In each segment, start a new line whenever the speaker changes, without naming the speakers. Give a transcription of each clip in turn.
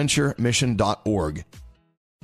adventuremission.org.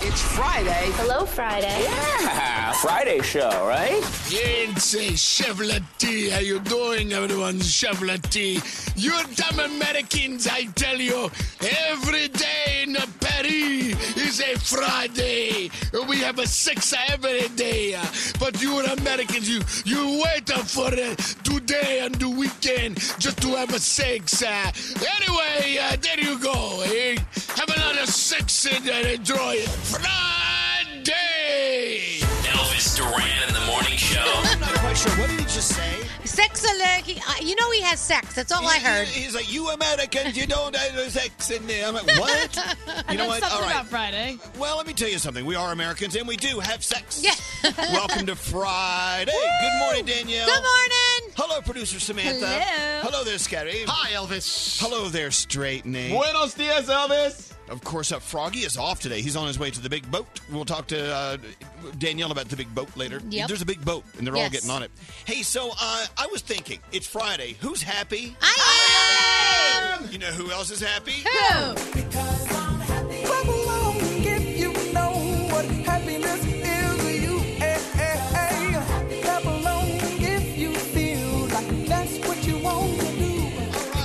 It's Friday.
Hello, Friday.
Yeah, Friday show, right?
Say Chevrolet T, how you doing, everyone? Chevrolet T. You dumb Americans, I tell you, every day in Paris is a Friday. We have a six every day. But you Americans, you you wait for uh, today and the weekend just to have a six. Uh, anyway, uh, there you go. eh? Have another six and uh, enjoy it. Friday.
Elvis Duran in the morning show.
I'm not quite sure. What did he just say?
Sex alert. He, uh, you know he has sex. That's all I heard.
He's like, you Americans, you don't have sex in there. I'm like, what?
I
you know
know
what?
something
All right.
about Friday.
Well, let me tell you something. We are Americans, and we do have sex. Welcome to Friday. Good morning, Danielle.
Good morning.
Hello, producer Samantha.
Hello.
Hello there, Scary.
Hi, Elvis.
Hello there, Straight Nate.
Buenos dias, Elvis.
Of course, uh, Froggy is off today. He's on his way to the big boat. We'll talk to uh, Danielle about the big boat later.
Yep.
There's a big boat, and they're all
Yes.
getting on it. Hey, so uh, I was thinking, it's Friday. Who's happy?
I am.
You know who else is happy?
Who?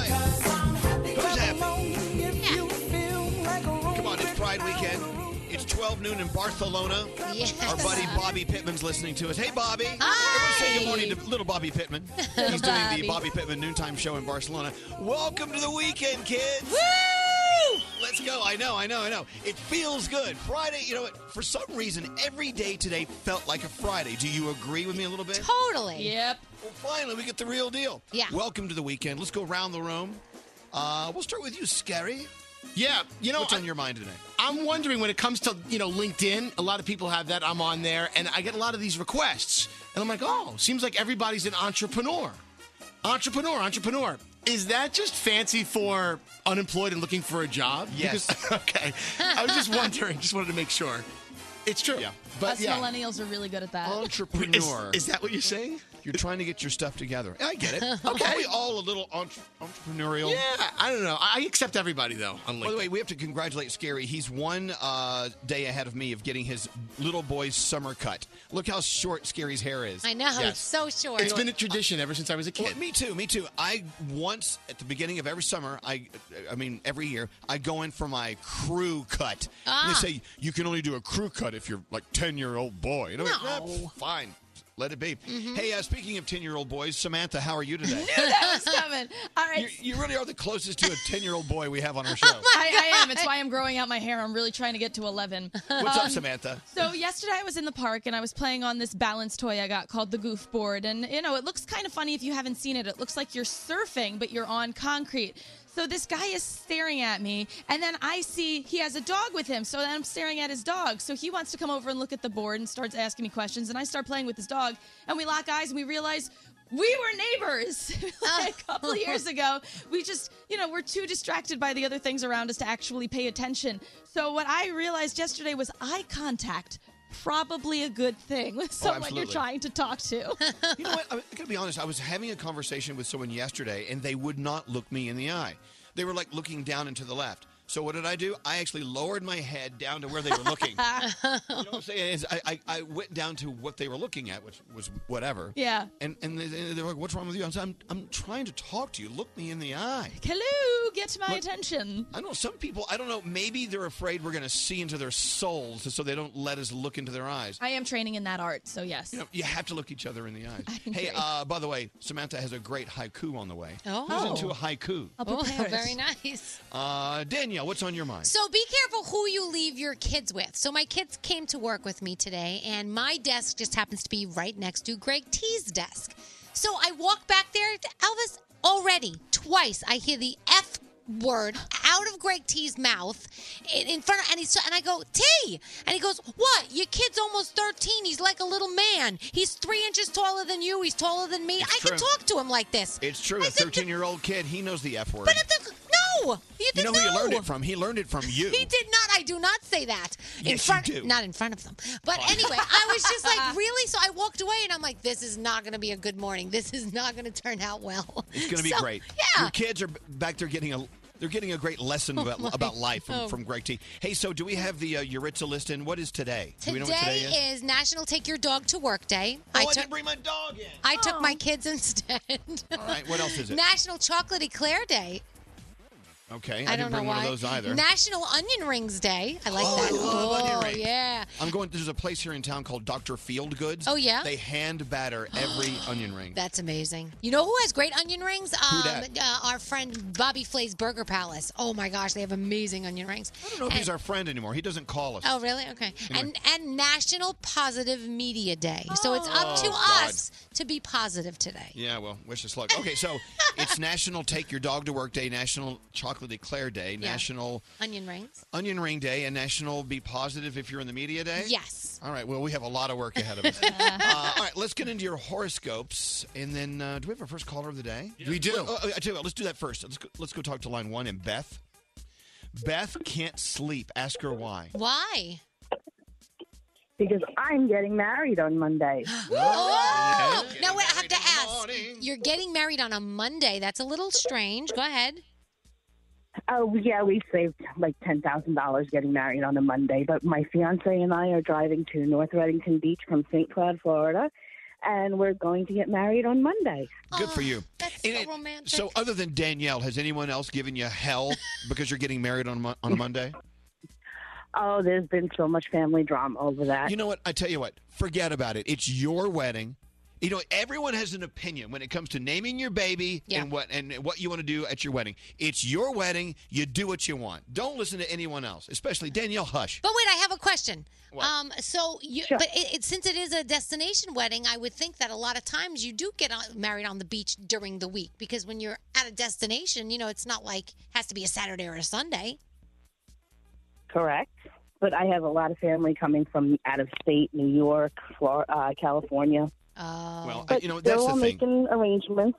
Who's happy? Come on, it's Pride Weekend. It's 12 noon in Barcelona.
Yes.
Our buddy Bobby Pittman's listening to us. Hey, Bobby.
Hi.
Everyone say good morning to little Bobby Pittman. He's doing the Bobby Pittman Noontime Show in Barcelona. Welcome to the weekend, kids. Woo! Let's go. I know, I know, I know. It feels good. Friday, you know what? For some reason, every day today felt like a Friday. Do you agree with me a little bit?
Totally.
Yep.
Well, finally, we get the real deal.
Yeah.
Welcome to the weekend. Let's go around the room. Uh, we'll start with you, Scary.
Yeah, you know,
What's
I-
on your mind today?
I'm wondering when it comes to you know LinkedIn, a lot of people have that. I'm on there, and I get a lot of these requests, and I'm like, oh, seems like everybody's an entrepreneur, entrepreneur, entrepreneur. Is that just fancy for unemployed and looking for a job?
Yes.
Because- okay. I was just wondering. Just wanted to make sure. It's true.
Yeah.
But
Us
yeah.
millennials are really good at that.
Entrepreneur.
Is- is
that what you're saying? You're trying to get your stuff together. I get it.
Okay.
Aren't we all a little entre- entrepreneurial?
Yeah, I don't know. I accept everybody though. On
By the
LinkedIn.
way, we have to congratulate Scary. He's one uh, day ahead of me of getting his little boy's summer cut. Look how short Scary's hair is.
I know. It's so short.
It's been a tradition ever since I was a kid. me too. Me too. I once at the beginning of every summer, I, I mean every year, I go in for my crew cut.
Ah.
And they say you can only do a crew cut if you're like ten year old boy. And I'm like, "Ah,
No.
fine, let it be. Hey, uh, speaking of ten year old boys, Samantha, how are you today?
that was coming. All right.
you, you really are the closest to a ten year old boy we have on our show.
I, I am. It's why I'm growing out my hair. I'm really trying to get to 11.
What's
Um,
up, Samantha?
So yesterday I was in the park and I was playing on this balance toy I got called the Goof Board, and you know it looks kind of funny if you haven't seen it. It looks like you're surfing, but you're on concrete. So this guy is staring at me, and then I see he has a dog with him. So then I'm staring at his dog. So he wants to come over and look at the board and starts asking me questions, and I start playing with his dog, and we lock eyes and we realize. We were neighbors like a couple years ago. We just, you know, we're too distracted by the other things around us to actually pay attention. So what I realized yesterday was eye contact probably a good thing with someone you're
absolutely.
trying to talk to.
You know what? I'm going to be honest. I was having a conversation with someone yesterday, and they would not look me in the eye. They were like looking down and to the left. So what did I do? I actually lowered my head down to where they were looking. you know what I'm saying? Is I, I, I went down to what they were looking at, which was whatever.
Yeah.
And and they, they were like, "What's wrong with you?" I said, "I'm I'm trying to talk to you. Look me in the eye."
Hello, get my
Look-
attention.
I don't know. Some people, I don't know. Maybe they're afraid we're going to see into their souls, so they don't let us look into their eyes.
I am training in that art, so yes.
You know, you have to look each other in the eyes. Hey,
agree.
uh, by the way, Samantha has a great haiku on the way.
Oh.
Who's into a haiku?
Oh, very nice.
Uh, Danielle, what's on your mind?
So be careful who you leave your kids with. So my kids came to work with me today, and my desk just happens to be right next to Greg T's desk. So I walk back there, Elvis. Already twice, I hear the F word out of Greg T's mouth in, in front of, and he's and I go T, and he goes, "What? Your kid's almost thirteen. He's like a little man. He's three inches taller than you. He's taller than me. I
true.
can talk to him like this."
it's true. A 13 year old kid, he knows the F word.
But at the no, you,
you
did
know
not.
who he learned it from? He learned it from you.
He did not. I do not say that in
Yes, you
front.
do.
Not in front of them. But anyway, I was just like, really. So I walked away, and I'm like, this is not going to be a good morning. This is not going to turn out well.
It's going to be
So,
great.
Yeah. Oh
Your kids are b- back there getting a. They're getting a great lesson about,
my Oh.
about life from,
God.
from Greg T. Hey, so do we have the uh, Yuritsa list in? What is today? do we know what today
Today is National Take Your Dog to Work Day.
Oh, I
took-
didn't bring my dog in.
I took my kids instead. All
right, what else is it?
National Chocolate Eclair Day.
Okay,
I,
I,
don't
didn't
know
bring
why.
one of those either.
National Onion Rings Day. I like
Oh,
that.
I love onion
oh
rings.
yeah.
I'm going. There's a place here in town called Dr. Field Goods.
Oh, yeah?
They hand batter every onion ring.
That's amazing. You know who has great onion rings?
Who
Um,
dat?
Uh, our friend Bobby Flay's Burger Palace. Oh my gosh, they have amazing onion rings.
I don't know if he's our friend anymore. He doesn't call us.
Oh really? Okay. And and National Positive Media Day. So it's up to
Oh, God.
us to be positive today.
Yeah, well, wish us luck. Okay, so it's National Take Your Dog to Work Day, National Chocolate Eclair Day,
Yeah.
National
Onion rings.
Onion Ring Day, and National Be Positive If You're in the Media Day.
Yes. Uh-huh.
All right, well, we have a lot of work ahead of us. uh, all right, let's get into your horoscopes, and then uh, do we have our first caller of the day?
We do.
Well, oh, I tell you what, let's do that first. Let's go, let's go talk to line one and Beth. Beth can't sleep. Ask her why.
Why?
because I'm getting married on Monday.
Oh, now wait, I have to ask. You're getting married on a Monday. That's a little strange. Go ahead.
Oh yeah, we saved like ten thousand dollars getting married on a Monday. But my fiance and I are driving to North Reddington Beach from St. Cloud, Florida, and we're going to get married on Monday.
Good for you.
That's
so
romantic.
So, other than Danielle, has anyone else given you hell because you're getting married on Mon- on a Monday?
Oh, there's been so much family drama over that.
You know what? I tell you what. Forget about it. It's your wedding. You know, everyone has an opinion when it comes to naming your baby
Yeah.
and what and what you want to do at your wedding. It's your wedding. You do what you want. Don't listen to anyone else, especially Danielle. Hush.
But wait, I have a question. Um, so, you, but it, it, since it is a destination wedding, I would think that a lot of times you do get on, married on the beach during the week because when you're at a destination, you know, it's not like it has to be a Saturday or a Sunday.
Correct. But I have a lot of family coming from out of state, New York, Flor- uh, California.
Oh.
Well, I-
but
you know
they're
that's
all
the thing.
making arrangements.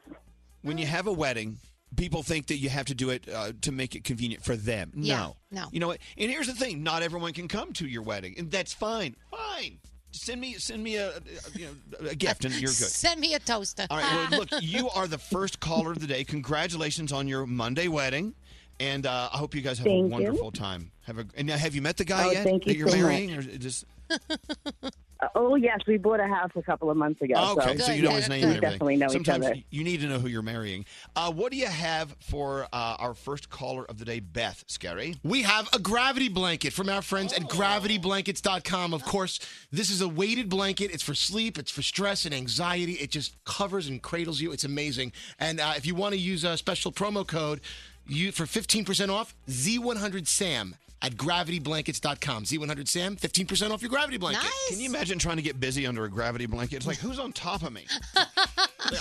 When you have a wedding, people think that you have to do it uh, to make it convenient for them. No.
Yeah, no.
You know what? And here's the thing: not everyone can come to your wedding, and that's fine. Fine. Send me, send me a, a you know, a gift, and Uh, you're good.
Send me a toaster.
All right. Well, look, you are the first caller of the day. Congratulations on your Monday wedding, and uh, I hope you guys have
Thank
a
you.
wonderful time. Have a and now, have you met the guy
Oh,
yet
thank you
that you're
so
marrying, or just
Oh yes, we bought a house a couple of months ago.
Oh, okay? So, you know his name.
We
and everything.
definitely know
Sometimes
each other.
y- you need to know who you're marrying. Uh, what do you have for uh, our first caller of the day, Beth Scary?
We have a gravity blanket from our friends at gravityblankets.com. Of course, this is a weighted blanket. It's for sleep, it's for stress and anxiety. It just covers and cradles you. It's amazing. And uh, if you want to use a special promo code you for 15% off, Z100SAM at gravityblankets.com. Z100SAM, 15% off your gravity blanket.
Can you imagine trying to get busy under a gravity blanket? It's like who's on top of me?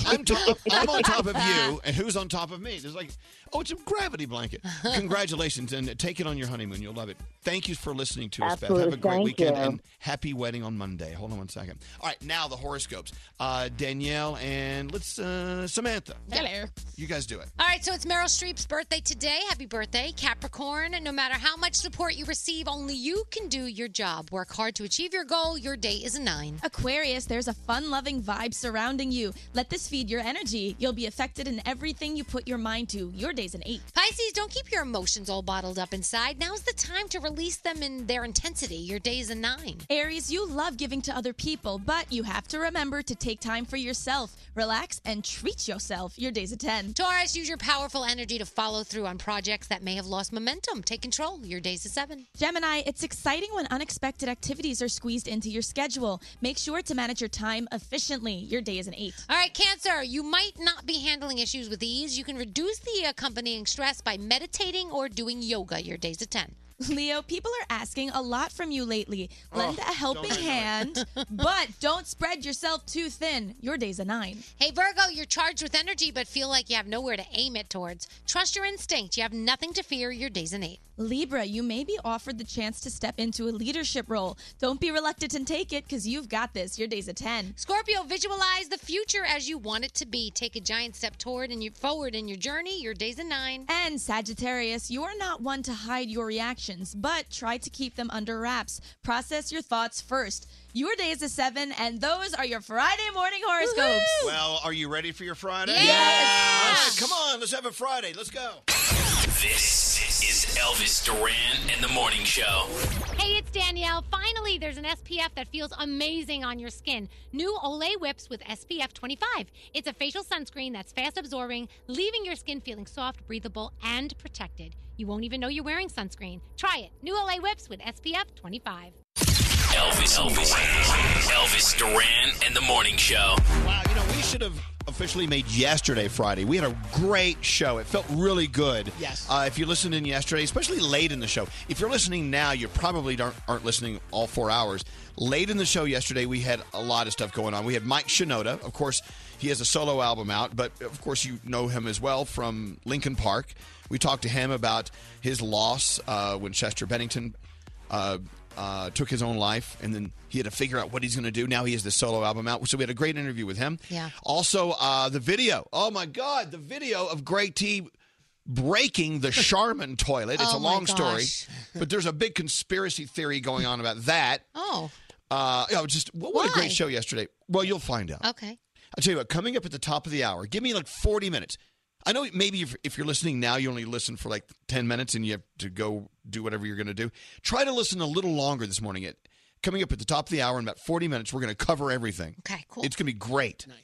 I'm, to- I'm on top of you, and who's on top of me? There's like, oh, it's a gravity blanket. Congratulations, and take it on your honeymoon. You'll love it. Thank you for listening to us, Beth. Have a
Absolutely.
great
Thank
weekend
you.
and happy wedding on Monday. Hold on one second. All right, now the horoscopes. Uh, Danielle and let's uh, Samantha.
Hello.
You guys do it.
All right, so it's Meryl Streep's birthday today. Happy birthday, Capricorn. No matter how much support you receive, only you can do your job. Work hard to achieve your goal. Your day is a nine.
Aquarius, there's a fun loving vibe surrounding you. Let this feed your energy. You'll be affected in everything you put your mind to. Your day's an eight.
Pisces, don't keep your emotions all bottled up inside. Now's the time to release them in their intensity. Your day is a nine.
Aries, you love giving to other people, but you have to remember to take time for yourself, relax, and treat yourself. Your day's a 10.
Taurus, use your powerful energy to follow through on projects that may have lost momentum. Take control. Your day's a seven.
Gemini, it's exciting when unexpected activities are squeezed into your schedule. Make sure to manage your time efficiently. Your day is an eight.
All right, Cancer, you might not be handling issues with ease. You can reduce the accompanying stress by meditating or doing yoga. Your day's a 10.
Leo, people are asking a lot from you lately. Lend
Oh,
a helping
don't do it.
hand, but don't spread yourself too thin. Your day's a nine.
Hey, Virgo, you're charged with energy, but feel like you have nowhere to aim it towards. Trust your instinct. You have nothing to fear. Your day's an 8.
Libra, you may be offered the chance to step into a leadership role. Don't be reluctant and take it because you've got this. Your day's a 10.
Scorpio, visualize the future as you want it to be. Take a giant step toward and you forward in your journey. Your day's a 9.
And Sagittarius, you are not one to hide your reactions, but try to keep them under wraps. Process your thoughts first. Your day is a 7, and those are your Friday morning horoscopes.
Well, are you ready for your Friday?
Yes!
All right, come on, let's have a Friday. Let's go.
This is Elvis Duran and the Morning Show.
Hey, it's Danielle. Finally, there's an SPF that feels amazing on your skin. New Olay Whips with SPF 25. It's a facial sunscreen that's fast absorbing, leaving your skin feeling soft, breathable, and protected. You won't even know you're wearing sunscreen. Try it. New Olay Whips with SPF 25.
Elvis, Elvis, Elvis Duran and the Morning Show.
Wow, you know, we should have officially made yesterday Friday. We had a great show. It felt really good.
Yes.
Uh, if you listened in yesterday, especially late in the show, if you're listening now, you probably aren't, aren't listening all four hours. Late in the show yesterday, we had a lot of stuff going on. We had Mike Shinoda. Of course, he has a solo album out, but of course, you know him as well from Lincoln Park. We talked to him about his loss uh, when Chester Bennington uh, uh, took his own life, and then he had to figure out what he's going to do. Now he has this solo album out, so we had a great interview with him.
Yeah.
Also, uh, the video. Oh my God, the video of Great T breaking the Charmin toilet. It's
Oh,
a
my
long story,
gosh.
but there's a big conspiracy theory going on about that.
Oh.
Uh, you know, just what, what a
Why?
great show yesterday. Well, you'll find out.
Okay.
I'll tell you what, coming up at the top of the hour, give me like 40 minutes. I know maybe if, if you're listening now, you only listen for like 10 minutes and you have to go do whatever you're going to do. Try to listen a little longer this morning. At, coming up at the top of the hour in about 40 minutes, we're going to cover everything.
Okay, cool.
It's going to be great. Nice.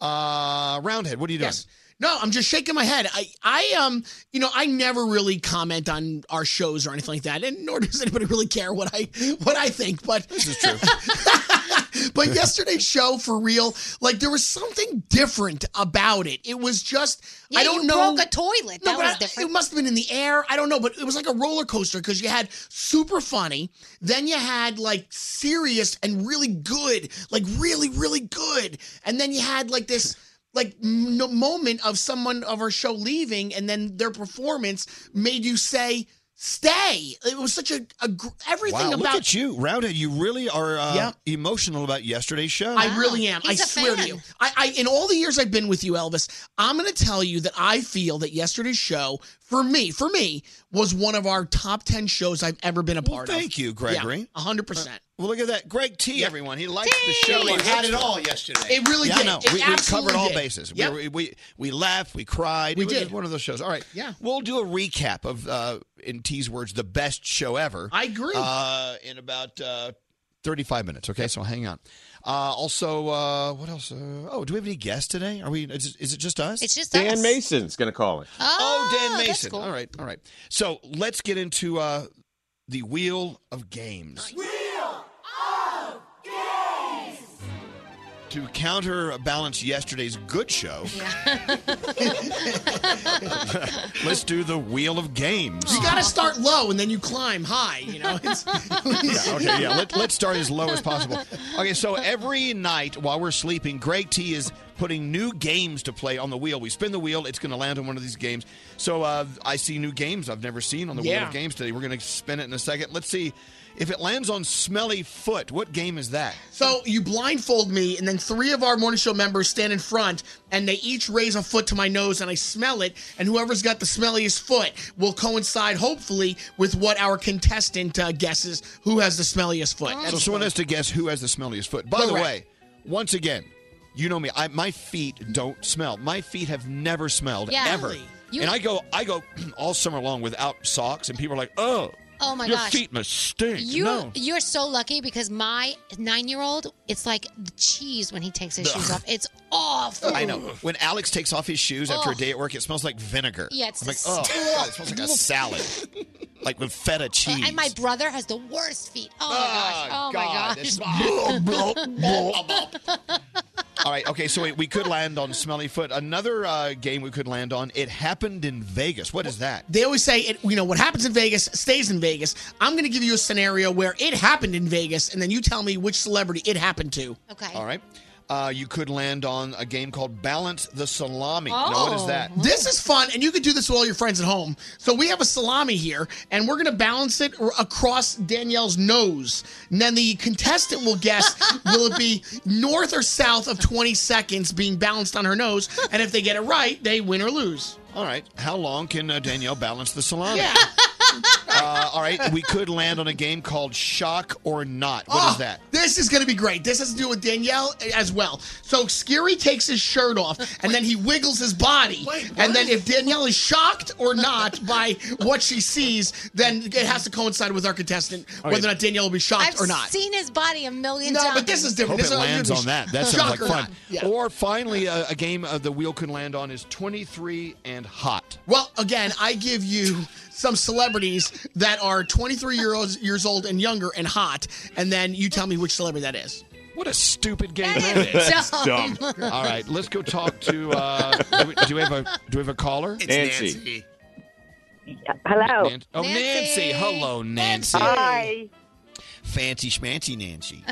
Uh, Roundhead, what are you doing?
No, I'm just shaking my head. I, I, um, you know, I never really comment on our shows or anything like that, and nor does anybody really care what I, what I think. But this
is true.
but yesterday's show, for real, like there was something different about it. It was just,
Yeah,
I don't
you
know,
broke a toilet. That
but
was
I-
different.
It must have been in the air. I don't know, but it was like a roller coaster because you had super funny, then you had like serious and really good, like really, really good, and then you had like this. Like m- moment of someone of our show leaving, and then their performance made you say stay. It was such a, a gr- everything
Wow,
about
look at you, Roundhead. You really are uh,
Yep.
emotional about yesterday's show.
I really am. I
He's a
swear
fan.
to you. I, I in all the years I've been with you, Elvis, I'm going to tell you that I feel that yesterday's show for me, for me, was one of our top ten shows I've ever been a part of.
Thank you, Gregory. Uh,
Yeah, hundred percent.
Well, look at that. Greg T, everyone. He likes the
T!
show.
It had it all yesterday. It really
Yeah,
did.
no,
It
we, we
absolutely
covered all
did.
bases.
Yep.
We, we, we laughed. We cried.
We
it was
did.
just one of those shows. All right. Yeah. We'll do a recap of, uh, in T's words, the best show ever.
I agree.
Uh, in about uh, 35 minutes. Okay. So hang on. Uh, also, uh, what else? Uh, oh, do we have any guests today? Are we? Is it, is it just us?
It's just
Dan Mason's going to call it.
Oh, Dan
that's
Mason. All right, all right. So let's get into uh, the wheel of games. Wheel of games. To counterbalance yesterday's good show, let's do the wheel of games.
You got to start low and then you climb high. You know. It's,
yeah, okay, yeah. Let, let's start as low as possible. Okay, so every night while we're sleeping, Greg T is putting new games to play on the wheel. We spin the wheel, it's going to land on one of these games. So uh, I see new games I've never seen on the wheel
Yeah.
of games today. We're going to spin it in a second. Let's see if it lands on Smelly Foot. What game is that?
So you blindfold me, and then three of our morning show members stand in front, and they each raise a foot to my nose, and I smell it. And whoever's got the smelliest foot will coincide, hopefully, with what our contestant uh, guesses who has the smelliest
Mm.
foot.
Oh. So
That's-
someone has to guess who has the smelliest foot. By the
Correct.
way, once again, you know me. I, my feet don't smell. My feet have never smelled
Yeah.
ever.
Really? You-
and I go, I go all summer long without socks, and people are like, "Oh,
Oh my
your
gosh.
feet must stink."
You
no,
you're so lucky because my nine year old, it's like the cheese when he takes his shoes off. It's awful.
I know. When Alex takes off his shoes after a
Ugh.
day at work, it smells like vinegar.
Oh. Yeah, it's
I'm like, oh, God,
disgusting.
it smells like a salad, like with feta
Uh,
cheese.
And my brother has the worst feet. Oh
Ah,
my gosh. Oh
God,
my
this-
gosh.
All right, okay, so wait, we could land on smelly foot. Another uh, game we could land on. It happened in Vegas. What is that?
They always say, it, you know, what happens in Vegas stays in Vegas. I'm going to give you a scenario where it happened in Vegas, and then you tell me which celebrity it happened to.
Okay.
All right. Uh, you could land on a game called Balance the Salami. Now, what is that?
Oh. This is fun, and you can do this with all your friends at home. So we have a salami here, and we're gonna balance it r- across Danielle's nose. And then the contestant will guess will it be north or south of 20 seconds being balanced on her nose, and if they get it right, they win or lose.
All right. How long can uh, Danielle balance the salami? Uh, all right. We could land on a game called Shock or Not. What is
Oh,
that?
This is going to be great. This has to do with Danielle eh, as well. So Scary takes his shirt off and then he wiggles his body. and then if Danielle is shocked or not by what she sees, then it has to coincide with our contestant whether or not Danielle will be shocked
I've
or not.
seen his body a million
No,
times.
but this is
Hope
different. This
it
is-
lands on that. That sounds like
Shock or
fun.
not. Yeah.
Or finally, uh, a game uh, the wheel could land on is 23 and Hot.
Well, again, I give you some celebrities that are 23 years years old and younger and hot, and then you tell me which celebrity that is.
What a stupid game
That
that
is
is.
dumb. dumb.
All right, let's go talk to. Uh, do, we, do we have a Do we have a caller?
It's Nancy. Nancy.
Hello. oh, Nancy. Hello, Nancy.
Hi.
Fancy schmancy Nancy.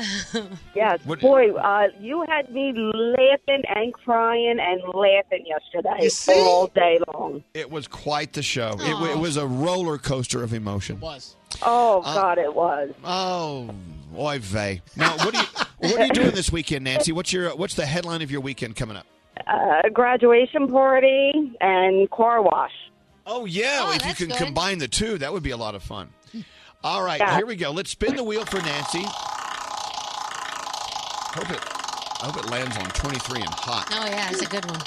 Yes,
What-
boy, uh, you had me laughing and crying and laughing yesterday
You see?
all day long.
It was quite the show. It, wa- it was a roller coaster of emotion.
was.
Oh God, it was.
Uh, Oh, oy vey. Now, what are you what are you doing this weekend, Nancy? What's your what's the headline of your weekend coming up?
Uh, graduation party and car wash.
Oh yeah, if you
that's
can
good.
combine the two, that would be a lot of fun. All right,
Yeah.
here we go. Let's spin the wheel for Nancy. Hope it I hope it lands on 23 and hot.
Oh yeah, it's a good one.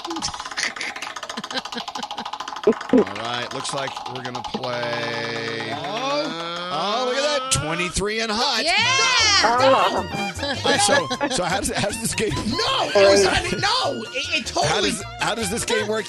All right, looks like we're going to play Oh, look at that. 23 and hot.
Yeah.
Wait, so so how does how does this game
No, it was I mean, no. It, it totally.
Oh. How does how does this game work?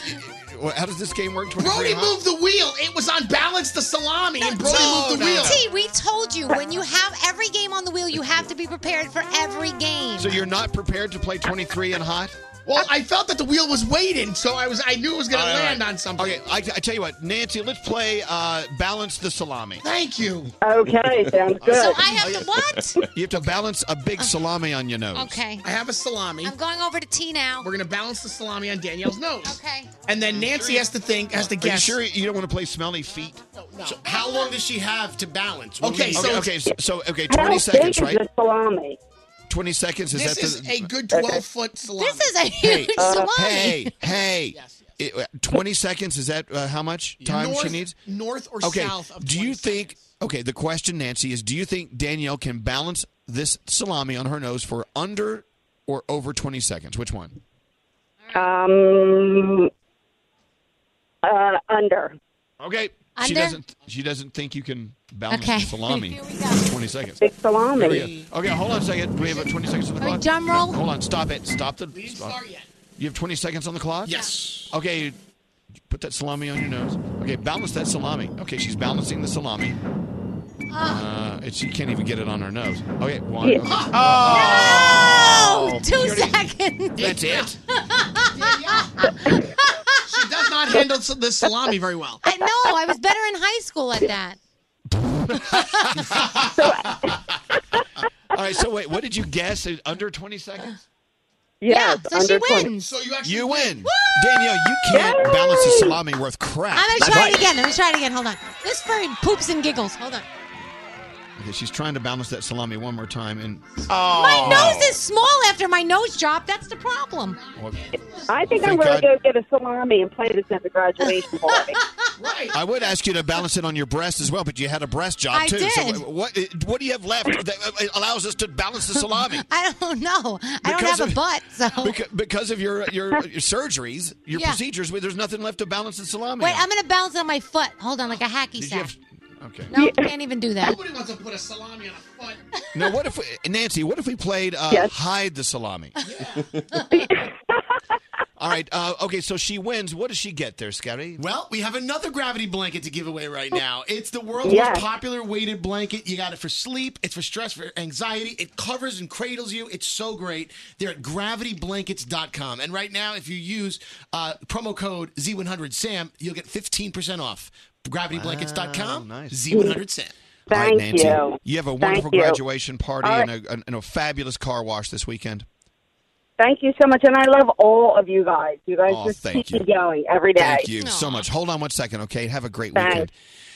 How does this game work? 23
Brody
and hot?
moved the wheel. It was on balance the salami, and Brody
no,
moved the
no,
wheel.
T, we told you when you have every game on the wheel, you have to be prepared for every game.
So you're not prepared to play 23 and hot?
Well, I felt that the wheel was waiting, so I was I knew it was going
All
to
right, all
land
right.
on something.
Okay, I, I tell you what, Nancy, let's play uh, balance the salami.
Thank you.
Okay, sounds good. So
I have to what?
You have to balance a
Uh-huh.
big salami on your nose.
Okay.
I have a salami. I'm
going over to T now.
We're going to balance the salami on Danielle's nose.
Okay.
And then Nancy has to think, has to
Are
guess.
you sure you don't want to play smelly feet?
So how long does she have to balance? What do
Okay,
we-
so okay, so, so okay,
How
twenty
big
seconds,
is
right?
the
salami.
Twenty seconds is
This
that
is
the,
a good 12 foot salami.
This is a
hey,
huge
Uh,
salami.
Hey, hey. It- uh, 20 seconds, is that uh, how much time
north,
she needs?
North or
okay.
south of
do you think, okay, the question, Nancy, is do you think Danielle can balance this salami on her nose for under or over 20 seconds? Which one?
Um, uh, under.
Okay. She
Under?
doesn't. She doesn't think you can balance
Okay.
the salami.
Here
in Twenty seconds.
Big salami.
Here we go. Okay, hold on a second. We have uh, twenty seconds on the
All
clock.
right, drum roll.
hold on. Stop it. Stop the. stop. You have twenty seconds on the clock.
Yes.
Okay. Put that salami on your nose. Okay, balance that salami. Okay, she's balancing the salami. Uh, and she can't even get it on her nose. Okay, one.
Yeah.
okay.
Oh,
Oh.
two
You already-
seconds.
That's it.
she does not handle s- the salami very well.
I know. I was better in high school at that.
All right. So wait, what did you guess? Uh, Under twenty seconds.
Yes,
Yeah, so she under 20. wins.
So you actually
You win, Danielle. You can't balance a salami worth crap.
I'm gonna try it again. Let me try it again. Hold on. This bird poops and giggles. Hold on.
Okay, she's trying to balance that salami one more time, and
My nose is small after my nose dropped. That's the problem.
I think I'm
Thank
going to
God.
go get a salami and play this at the graduation party.
I would ask you to balance it on your breast as well, but you had a breast job
I
too.
did.
So uh, what what do you have left that uh, allows us to balance the salami?
I don't know. I don't
Because
have a
of-
butt, so.
Because, because of your, your your surgeries, your
Yeah.
procedures, wait, there's nothing left to balance the salami.
Wait,
on.
I'm gonna balance it on my foot. Hold on, like a hacky
Did you
sack.
have- okay.
No, can't even do that.
Nobody wants to put a salami on a foot.
Now, what if we, Nancy? What if we played uh,
Yes.
hide the salami? All right. Uh, okay. So she wins. What does she get there, Scary?
Well, we have another gravity blanket to give away right now. It's the world's
Yes.
most popular weighted blanket. You got it for sleep, it's for stress, for anxiety. It covers and cradles you. It's so great. They're at gravityblankets.com. And right now, if you use uh, promo code Z100SAM, you'll get 15% off. Gravityblankets.com, Z100SAM.
All right,
Thank
Nancy.
you.
have a
Thank
wonderful
you.
graduation party
All right.
and, a, and a fabulous car wash this weekend.
Thank you so much, and I love all of you guys. You guys
Oh,
just
thank
keep
you.
me going every day.
Thank you so much. Hold on one second, okay? Have a great
Thanks.
weekend.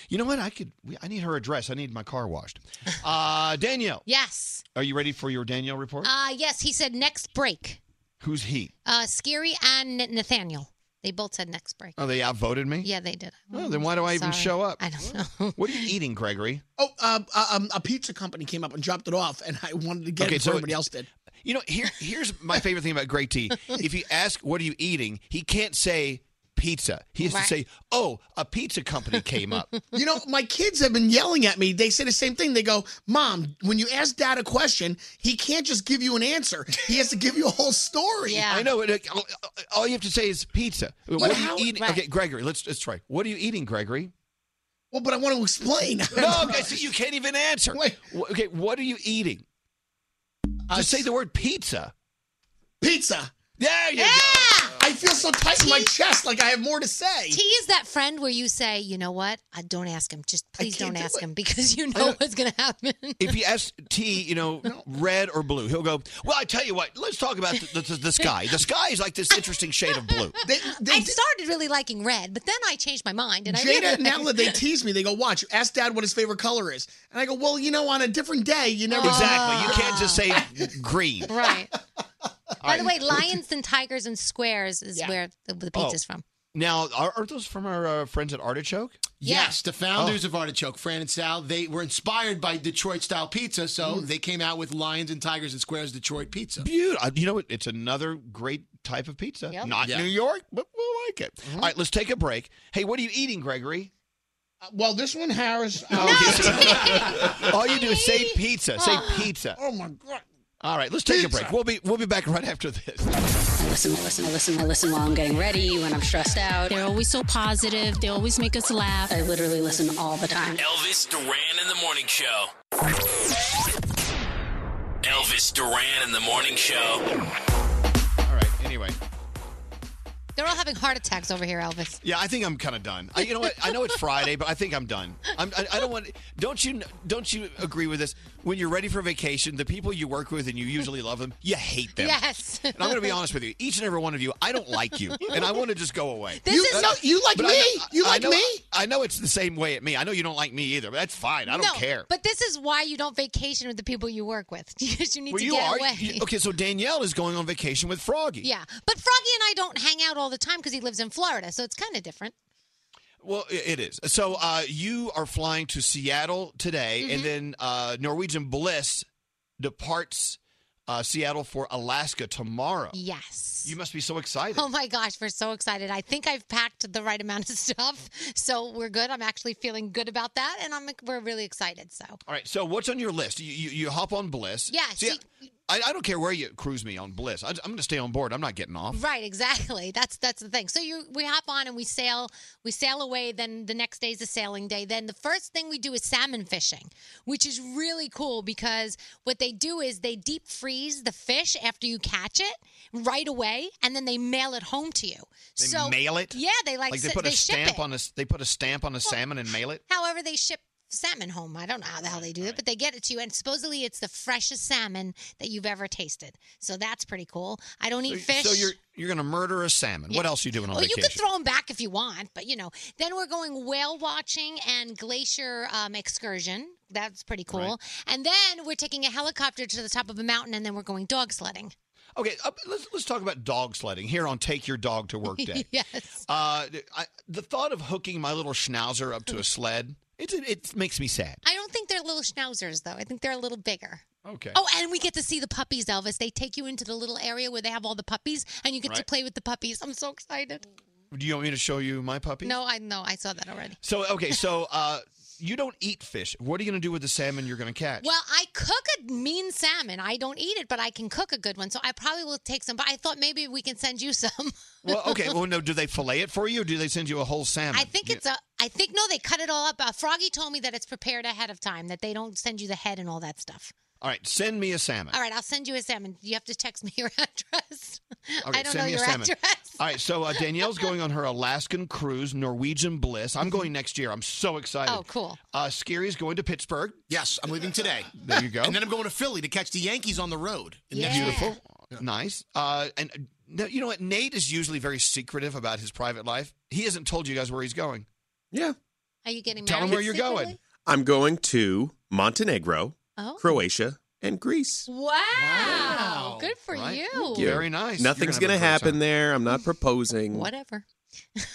You know what? I could. we- I need her address. I need my car washed. Uh, Danielle,
Yes.
are you ready for your Danielle report?
Uh, yes, he said next break.
Who's he?
Uh, Scary and N- Nathaniel. They both said next break.
Oh, they outvoted me.
Yeah, they did.
Oh, then why do I even
Sorry.
show up? I
don't
know. What are you eating, Gregory?
Oh, uh, uh, um, a pizza company came up and dropped it off, and I wanted to get
Okay,
it before
so-
everybody else did.
You know, here here's my favorite thing about Great T. If you ask what are you eating, he can't say pizza. He has
Right.
to say, "Oh, a pizza company came up."
You know, my kids have been yelling at me. They say the same thing. They go, "Mom, when you ask Dad a question, he can't just give you an answer. He has to give you a whole story."
I know. and, uh, All you have to say is pizza. What are you eating? Okay, Gregory, let's let's try. What are you eating, Gregory?
Well, but I want to explain.
No, okay, so you can't even answer. Wh- Okay, what are you eating? Just say the word pizza.
Pizza.
There you
go. I feel so tight in my chest, like I have more to say.
T is that friend where you say, you know what? I don't ask him. Just please don't ask him because you know what's going to happen.
If you ask T, you know, red or blue, he'll go. Well, I tell you what. Let's talk about the, the, the sky. The sky is like this interesting shade of blue.
I started really liking red, but then I changed my mind. And I
Jada
realized-
and Ella, they tease me. They go, "Watch, ask Dad what his favorite color is," and I go, "Well, you know, on a different day, you never
Exactly. You can't just say green.
Right. By the way,
right.
lions and tigers and squares is where the, the pizza's
Oh.
from.
Now, are, are those from our uh, friends at Artichoke?
Yes, the founders of Artichoke, Fran and Sal, they were inspired by Detroit style pizza, so they came out with Lions and Tigers and Squares Detroit pizza.
Beautiful. You know what? It's another great type of pizza.
Yep.
Not
Yeah.
New York, but we'll like it.
Mm-hmm.
All right, let's take a break. Hey, what are you eating, Gregory?
Uh, well, this one, uh, Harris.
All you do is say pizza. Say
Ah.
pizza.
Oh my god.
All right, let's take a
Pizza.
break. We'll be we'll be back right after this.
I listen, I listen, I listen, I listen while I'm getting ready, when I'm stressed out. They're always so positive. They always make us laugh. I literally listen all the time.
Elvis Duran in the Morning Show. Elvis Duran in the Morning Show.
All right. Anyway, Anyway,
They're all having heart attacks over here, Elvis.
yeah, I think I'm kind of done. I, you know what? I know it's Friday, but I think I'm done. I'm, I, I don't want. Don't you? Don't you agree with this? When you're ready for vacation, the people you work with and you usually love them, you hate them.
Yes.
And I'm going to be honest with you. Each and every one of you, I don't like you, and I want to just go away.
This You- is- no, you like
But
me.
I,
You
I
like
know-
me.
I know it's the same way at me. I know you don't like me either, but that's fine. I don't
no,
care.
But this is why you don't vacation with the people you work with because you need
well,
to
you
get
are.
away.
you- okay, so Danielle is going on vacation with Froggy.
Yeah, but Froggy and I don't hang out all the time because he lives in Florida, so it's kind of different.
Well, i- it is. So uh, you are flying to Seattle today,
Mm-hmm.
and then uh, Norwegian Bliss departs uh, Seattle for Alaska tomorrow.
Yes.
You must be so excited.
Oh my gosh, we're so excited. I think I've packed the right amount of stuff, so we're good. I'm actually feeling good about that, and I'm we're really excited. So
All right. So what's on your list? You you, you hop on Bliss.
Yeah,
See, I, I don't care where you cruise me on Bliss. I, am going to stay on board. I'm not getting off.
Right, exactly. That's that's the thing. So you we hop on and we sail we sail away, then the next day's a sailing day. Then the first thing we do is salmon fishing, which is really cool because what they do is they deep freeze the fish after you catch it right away and then they mail it home to you.
They
so
mail it.
Yeah, they like,
they
s-
put a
ship
stamp
it.
on a s- they put a stamp on a salmon and mail it.
However, they ship salmon home. I don't know how the hell they do it, but they get it to you. And supposedly it's the freshest salmon that you've ever tasted. So that's pretty cool. I don't eat
so,
fish.
So you're you're going to murder a salmon. What else are you doing on
Well,
vacation?
you could throw them back if you want, but you know. Then we're going whale watching and glacier um, excursion. That's pretty cool.
Right.
And then we're taking a helicopter to the top of a mountain, and then we're going dog sledding.
Okay, uh, let's let's talk about dog sledding here on Take Your Dog to Work Day.
yes.
Uh, I, the thought of hooking my little schnauzer up to a sled it it, it makes me sad.
I don't think they're little schnauzers though. I think they're a little bigger.
Okay.
Oh, and we get to see the puppies, Elvis. They take you into the little area where they have all the puppies, and you get to
Right.
play with the puppies. I'm so excited.
Do you want me to show you my puppy?
No, I know I saw that already.
So okay, so uh, you don't eat fish. What are you going to do with the salmon you're going to catch?
Well, I cook a mean salmon. I don't eat it, but I can cook a good one. So I probably will take some. But I thought maybe we can send you some.
Well, okay. Well, no. Do they fillet it for you? or Do they send you a whole salmon?
I think it's a. I think no, they cut it all up. Uh, Froggy told me that it's prepared ahead of time. That they don't send you the head and all that stuff.
All right. Send me a salmon.
All right, I'll send you a salmon. You have to text me your address.
Okay,
I don't
send
know
me a
your
salmon.
address.
All right, so uh, Danielle's going on her Alaskan cruise, Norwegian Bliss. I'm going next year. I'm so excited.
Oh, cool.
Uh, Scary's going to Pittsburgh.
Yes, I'm leaving today.
There you go.
And then I'm going to Philly to catch the Yankees on the road. in next week.
Beautiful. Nice. Uh, and uh, no, you know what? Nate is usually very secretive about his private life. He hasn't told you guys where he's going.
Yeah.
Are you getting married?
Tell him where you're going.
secretly?
I'm going to Montenegro,
Oh.
Croatia, and Greece.
Wow. Good for
Right?
you.
Yeah.
Very nice.
Nothing's
You're
going to
gonna have a great
happen there. I'm not proposing.
Whatever.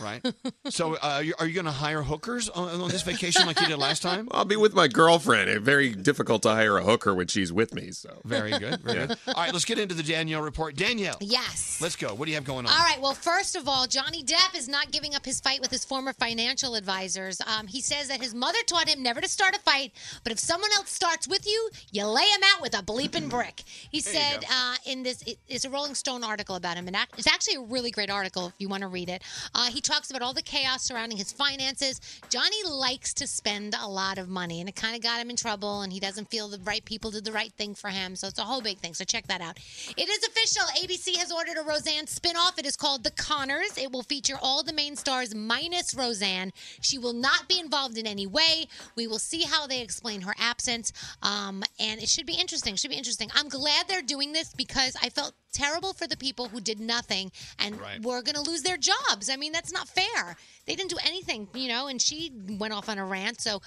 Right. So, uh, you- are you going to hire hookers on, on this vacation like you did last time?
I'll be with my girlfriend. It's very difficult to hire a hooker when she's with me. So
Very good. Very
Yeah.
good. All right, let's get into the Danielle report. Danielle.
Yes.
Let's go. What do you have going on?
All right. Well, first of all, Johnny Depp is not giving up his fight with his former financial advisors. Um, he says that his mother taught him never to start a fight, but if someone else starts with you, you lay him out with a bleeping brick. He
There you
said
go.
uh, in this, it- it's a Rolling Stone article about him, and ac- it's actually a really great article if you want to read it. Uh, he talks about all the chaos surrounding his finances. Johnny likes to spend a lot of money, and it kind of got him in trouble, and he doesn't feel the right people did the right thing for him. So it's a whole big thing. So check that out. It is official. ABC has ordered a Roseanne spinoff. It is called The Connors. It will feature all the main stars minus Roseanne. She will not be involved in any way. We will see how they explain her absence. Um, and it should be interesting. Should be interesting. I'm glad they're doing this because I felt terrible for the people who did nothing and were going to lose their jobs. I mean, that's not fair. They didn't do anything, you know, and she went off on a rant. So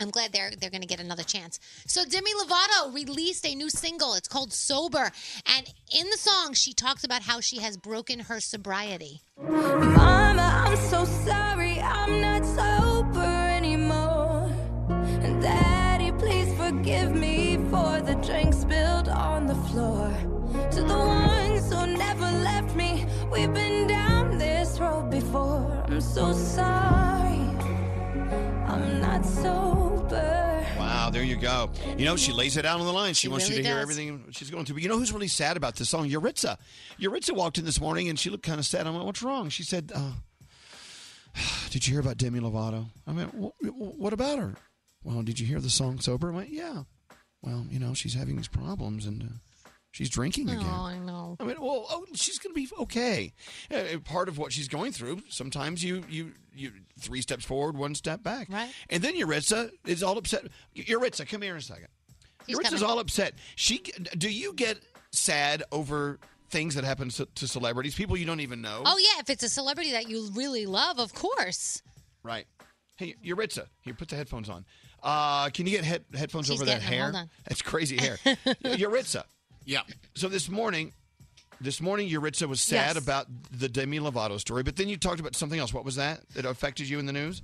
I'm glad they're they're going to get another chance. So Demi Lovato released a new single. It's called Sober, and in the song she talks about how she has broken her sobriety.
Mama, I'm so sorry, I'm not sober anymore. And Daddy, please forgive me for the drink spilled on the floor. To the ones who never left me, we've been down this road before. I'm so sorry, I'm not sober.
Wow, there you go. You know, she lays it out on the line. She,
She
wants you
really
to hear
does.
everything she's going through. But you know who's really sad about this song? Yuritsa. Yuritsa walked in this morning and she looked kind of sad. I went, What's wrong? She said, uh, Did you hear about Demi Lovato? I mean, what, what about her? Well, did you hear the song Sober? I went, Yeah. Well, you know, she's having these problems and uh, she's drinking again.
Oh, I know.
know.
I mean, well, oh, she's going to be okay. Uh, part of what she's going through, sometimes you you you three steps forward, one step back. Right. And then Yuritsa is all upset. Yuritsa, come here in a second.
He's
Yuritsa's
coming.
all upset. She do you get sad over things that happen to, to celebrities, people you don't even know?
Oh yeah, if it's a celebrity that you really love, of course.
Right. Hey, Yuritsa, here, put the headphones on. Uh, can you get head- headphones
She's
over that
getting them.
hair?
Hold on.
That's crazy hair. Yuritsa. Yeah. So this morning, this morning Yuritsa was sad
Yes.
about the Demi Lovato story, but then you talked about something else. What was that that affected you in the news?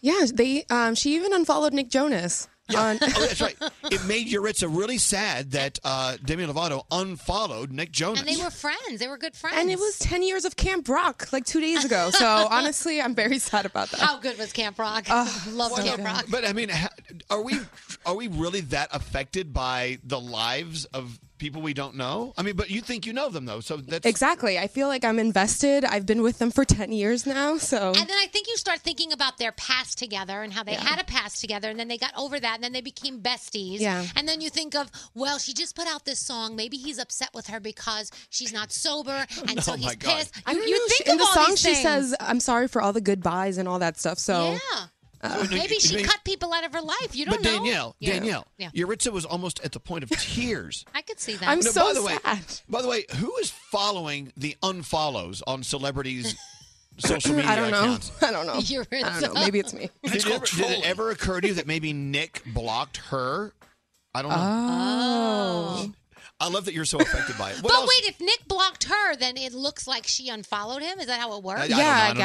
Yeah, they. Um, she even unfollowed Nick Jonas. On,
Oh, that's right. It made Yuritsa really sad that uh, Demi Lovato unfollowed Nick Jonas.
And they were friends. They were good friends.
and it was ten years of Camp Rock, like two days ago. So honestly, I'm very sad about that.
How good was Camp Rock? Love
Oh, so
Camp
good.
Rock.
But I mean, ha- are we are we really that affected by the lives of people we don't know? I mean, but you think you know them though, so that's
Exactly. I feel like I'm invested. I've been with them for ten years now. So
And then I think you start thinking about their past together and how they had a past together, and then they got over that, and then they became besties.
Yeah.
And then you think of, well, she just put out this song. Maybe he's upset with her because she's not sober, and so
Oh,
he's
my God.
pissed.
I
You,
don't
you
know,
think
she, in
of
the
all
song
these
she
things.
says, "I'm sorry for all the goodbyes and all that stuff." So
yeah.
uh,
Maybe she
maybe-
cut people out of her life. You don't
But
know.
Danielle,
Yeah.
Danielle,
Yeah.
Yuritsa was almost at the point of tears.
I could see that.
Now, by the Way, by the way, who is following the unfollows on celebrities' social media
I don't know.
accounts?
I don't know.
You're
I don't know. Maybe it's me.
Did it, ever, did it ever occur to you that maybe Nick blocked her? I don't know.
Oh.
I love that you're so affected by it. What
but
else?
wait, if Nick blocked her, then it looks like she unfollowed him. Is that how it works?
I- I don't know, I don't know.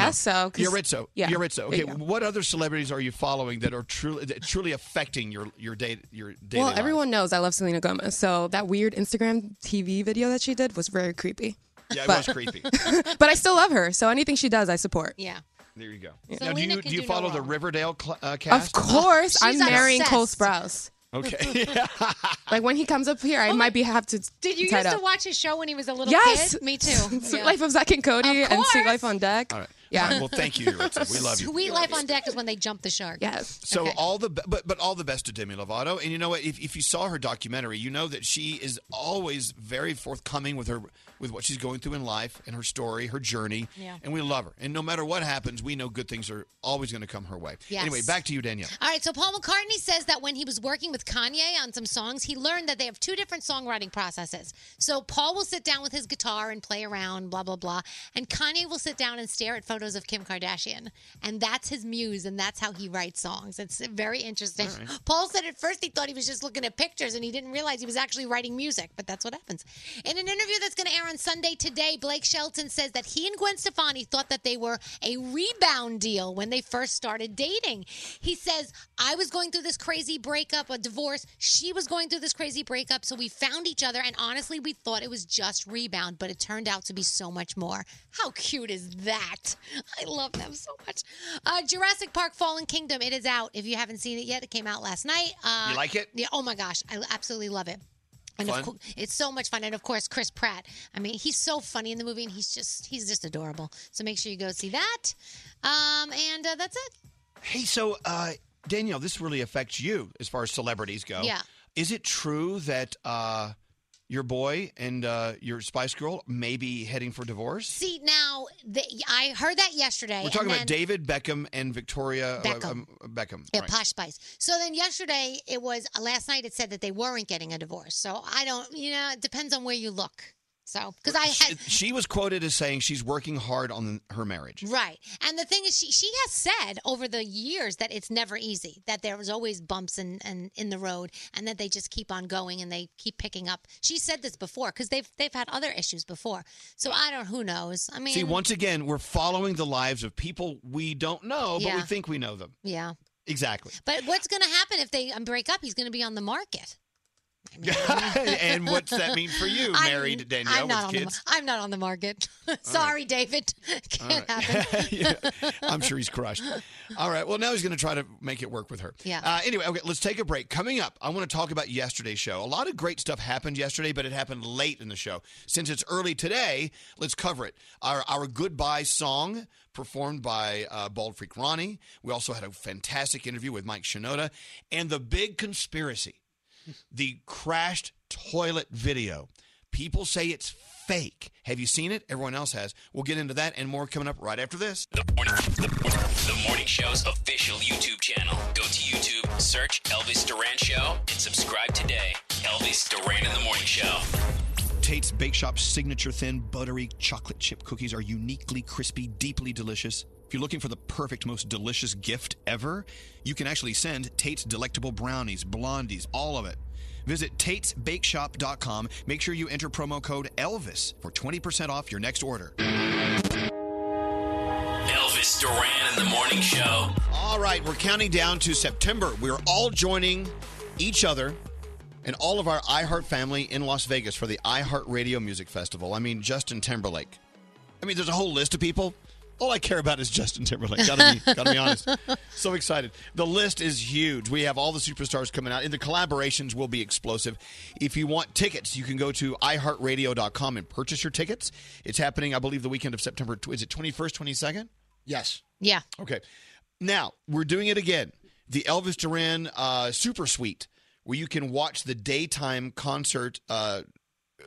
Yuritsa.
yeah.
Yuritsa. Okay.
There you
What other celebrities are you following that are truly that truly affecting your your day your daily
Well,
life?
everyone knows I love Selena Gomez, so that weird Instagram TV video that she did was very creepy.
Yeah, it
But-
was creepy.
but I still love her, so anything she does, I support.
Yeah.
There you go.
Yeah.
Now, do
Selena
you
can
do you
do no
follow the Riverdale cl- uh,
Of
cast?
course, I'm marrying Cole Sprouse.
Okay.
Like when he comes up here, I might be have to.
Oh Did you
tied
used to
up.
watch his show when he was a little
Yes.
kid? Me too.
Sweet
Yeah.
Life of Zack and Cody and Sweet Life on Deck.
All right.
Yeah.
All right, well, thank you, Yuritsa. We love you.
Sweet Life on Deck is when they jump the shark.
Yes.
So all the be- but but all the best to Demi Lovato, and you know what? If, if you saw her documentary, you know that she is always very forthcoming with her with what she's going through in life and her story, her journey,
Yeah.
and we love her. And no matter what happens, we know good things are always going to come her way.
Yes.
Anyway, back to you, Danielle.
All right, so Paul McCartney says that when he was working with Kanye on some songs, he learned that they have two different songwriting processes. So Paul will sit down with his guitar and play around, blah, blah, blah. And Kanye will sit down and stare at photos of Kim Kardashian. And that's his muse, and that's how he writes songs. It's very interesting.
All right.
Paul said at first he thought he was just looking at pictures and he didn't realize he was actually writing music, but that's what happens. In an interview that's going to air on Sunday today, Blake Shelton says that he and Gwen Stefani thought that they were a rebound deal when they first started dating. He says, I was going through this crazy breakup, a divorce. She was going through this crazy breakup. So we found each other, and honestly, we thought it was just rebound, but it turned out to be so much more. How cute is that? I love them so much. Uh, Jurassic Park Fallen Kingdom, it is out. If you haven't seen it yet, it came out last night. Uh,
You like it?
Yeah, oh my gosh, I absolutely love it. And
Fun?
Of course, it's so much fun, and of course Chris Pratt. I mean, he's so funny in the movie, and he's just he's just adorable. So make sure you go see that. Um, and uh, that's it.
Hey, so uh, Danielle, this really affects you as far as celebrities go.
Yeah.
Is it true that uh, your boy and uh, your Spice Girl may be heading for divorce?
See now, the, I heard that yesterday.
We're talking
and
about
then-
David Beckham and Victoria
Beckham.
uh, um, Beckham.
Yeah,
right.
Posh Spice. So then yesterday it was last night. It said that they weren't getting a divorce. So I don't, you know, it depends on where you look. So because I had
She was quoted as saying she's working hard on her marriage.
Right. And the thing is she she has said over the years that it's never easy, that there was always bumps and and in the road and that they just keep on going and they keep picking up. She said this before cuz they've they've had other issues before. So I don't who knows. I mean
See, once again, we're following the lives of people we don't know, but we
Yeah.
think we know them.
Yeah.
Exactly.
But what's going to happen if they um, break up? He's going to be on the market.
and what's that mean for you,
I'm-
married Danielle
I'm
with
not on
kids?
The, I'm not on the market. Sorry, David. Can't
All right.
happen.
Yeah, I'm sure he's crushed. All right. Well, now he's going to try to make it work with her.
Yeah.
Uh, anyway, okay, let's take a break. Coming up, I want to talk about yesterday's show. A lot of great stuff happened yesterday, but it happened late in the show. Since it's early today, let's cover it. Our, our goodbye song performed by uh, Bald Freak Ronnie. We also had a fantastic interview with Mike Shinoda and the big conspiracy the crashed toilet video. People say it's fake. Have you seen it? Everyone else has. We'll get into that and more coming up right after this.
The Morning Show's official YouTube channel. Go to YouTube, search Elvis Duran Show, and subscribe today. Elvis Duran in the Morning Show.
Tate's Bake Shop's signature thin, buttery chocolate chip cookies are uniquely crispy, deeply delicious. If you're looking for the perfect, most delicious gift ever, you can actually send Tate's Delectable Brownies, Blondies, all of it. Visit Tate'sBakeShop.com. Make sure you enter promo code ELVIS for 20% off your next order.
Elvis Duran in the Morning Show.
All right, we're counting down to September. We're all joining each other and all of our iHeart family in Las Vegas for the iHeart Radio Music Festival. I mean, Justin Timberlake. I mean, there's a whole list of people. All I care about is Justin Timberlake. Gotta be, gotta be honest. So excited. The list is huge. We have all the superstars coming out, and the collaborations will be explosive. If you want tickets, you can go to iHeartRadio.com and purchase your tickets. It's happening, I believe, the weekend of September. tw- Is it 21st, 22nd? Yes.
Yeah.
Okay. Now we're doing it again. The Elvis Duran uh, Super Suite, where you can watch the daytime concert uh,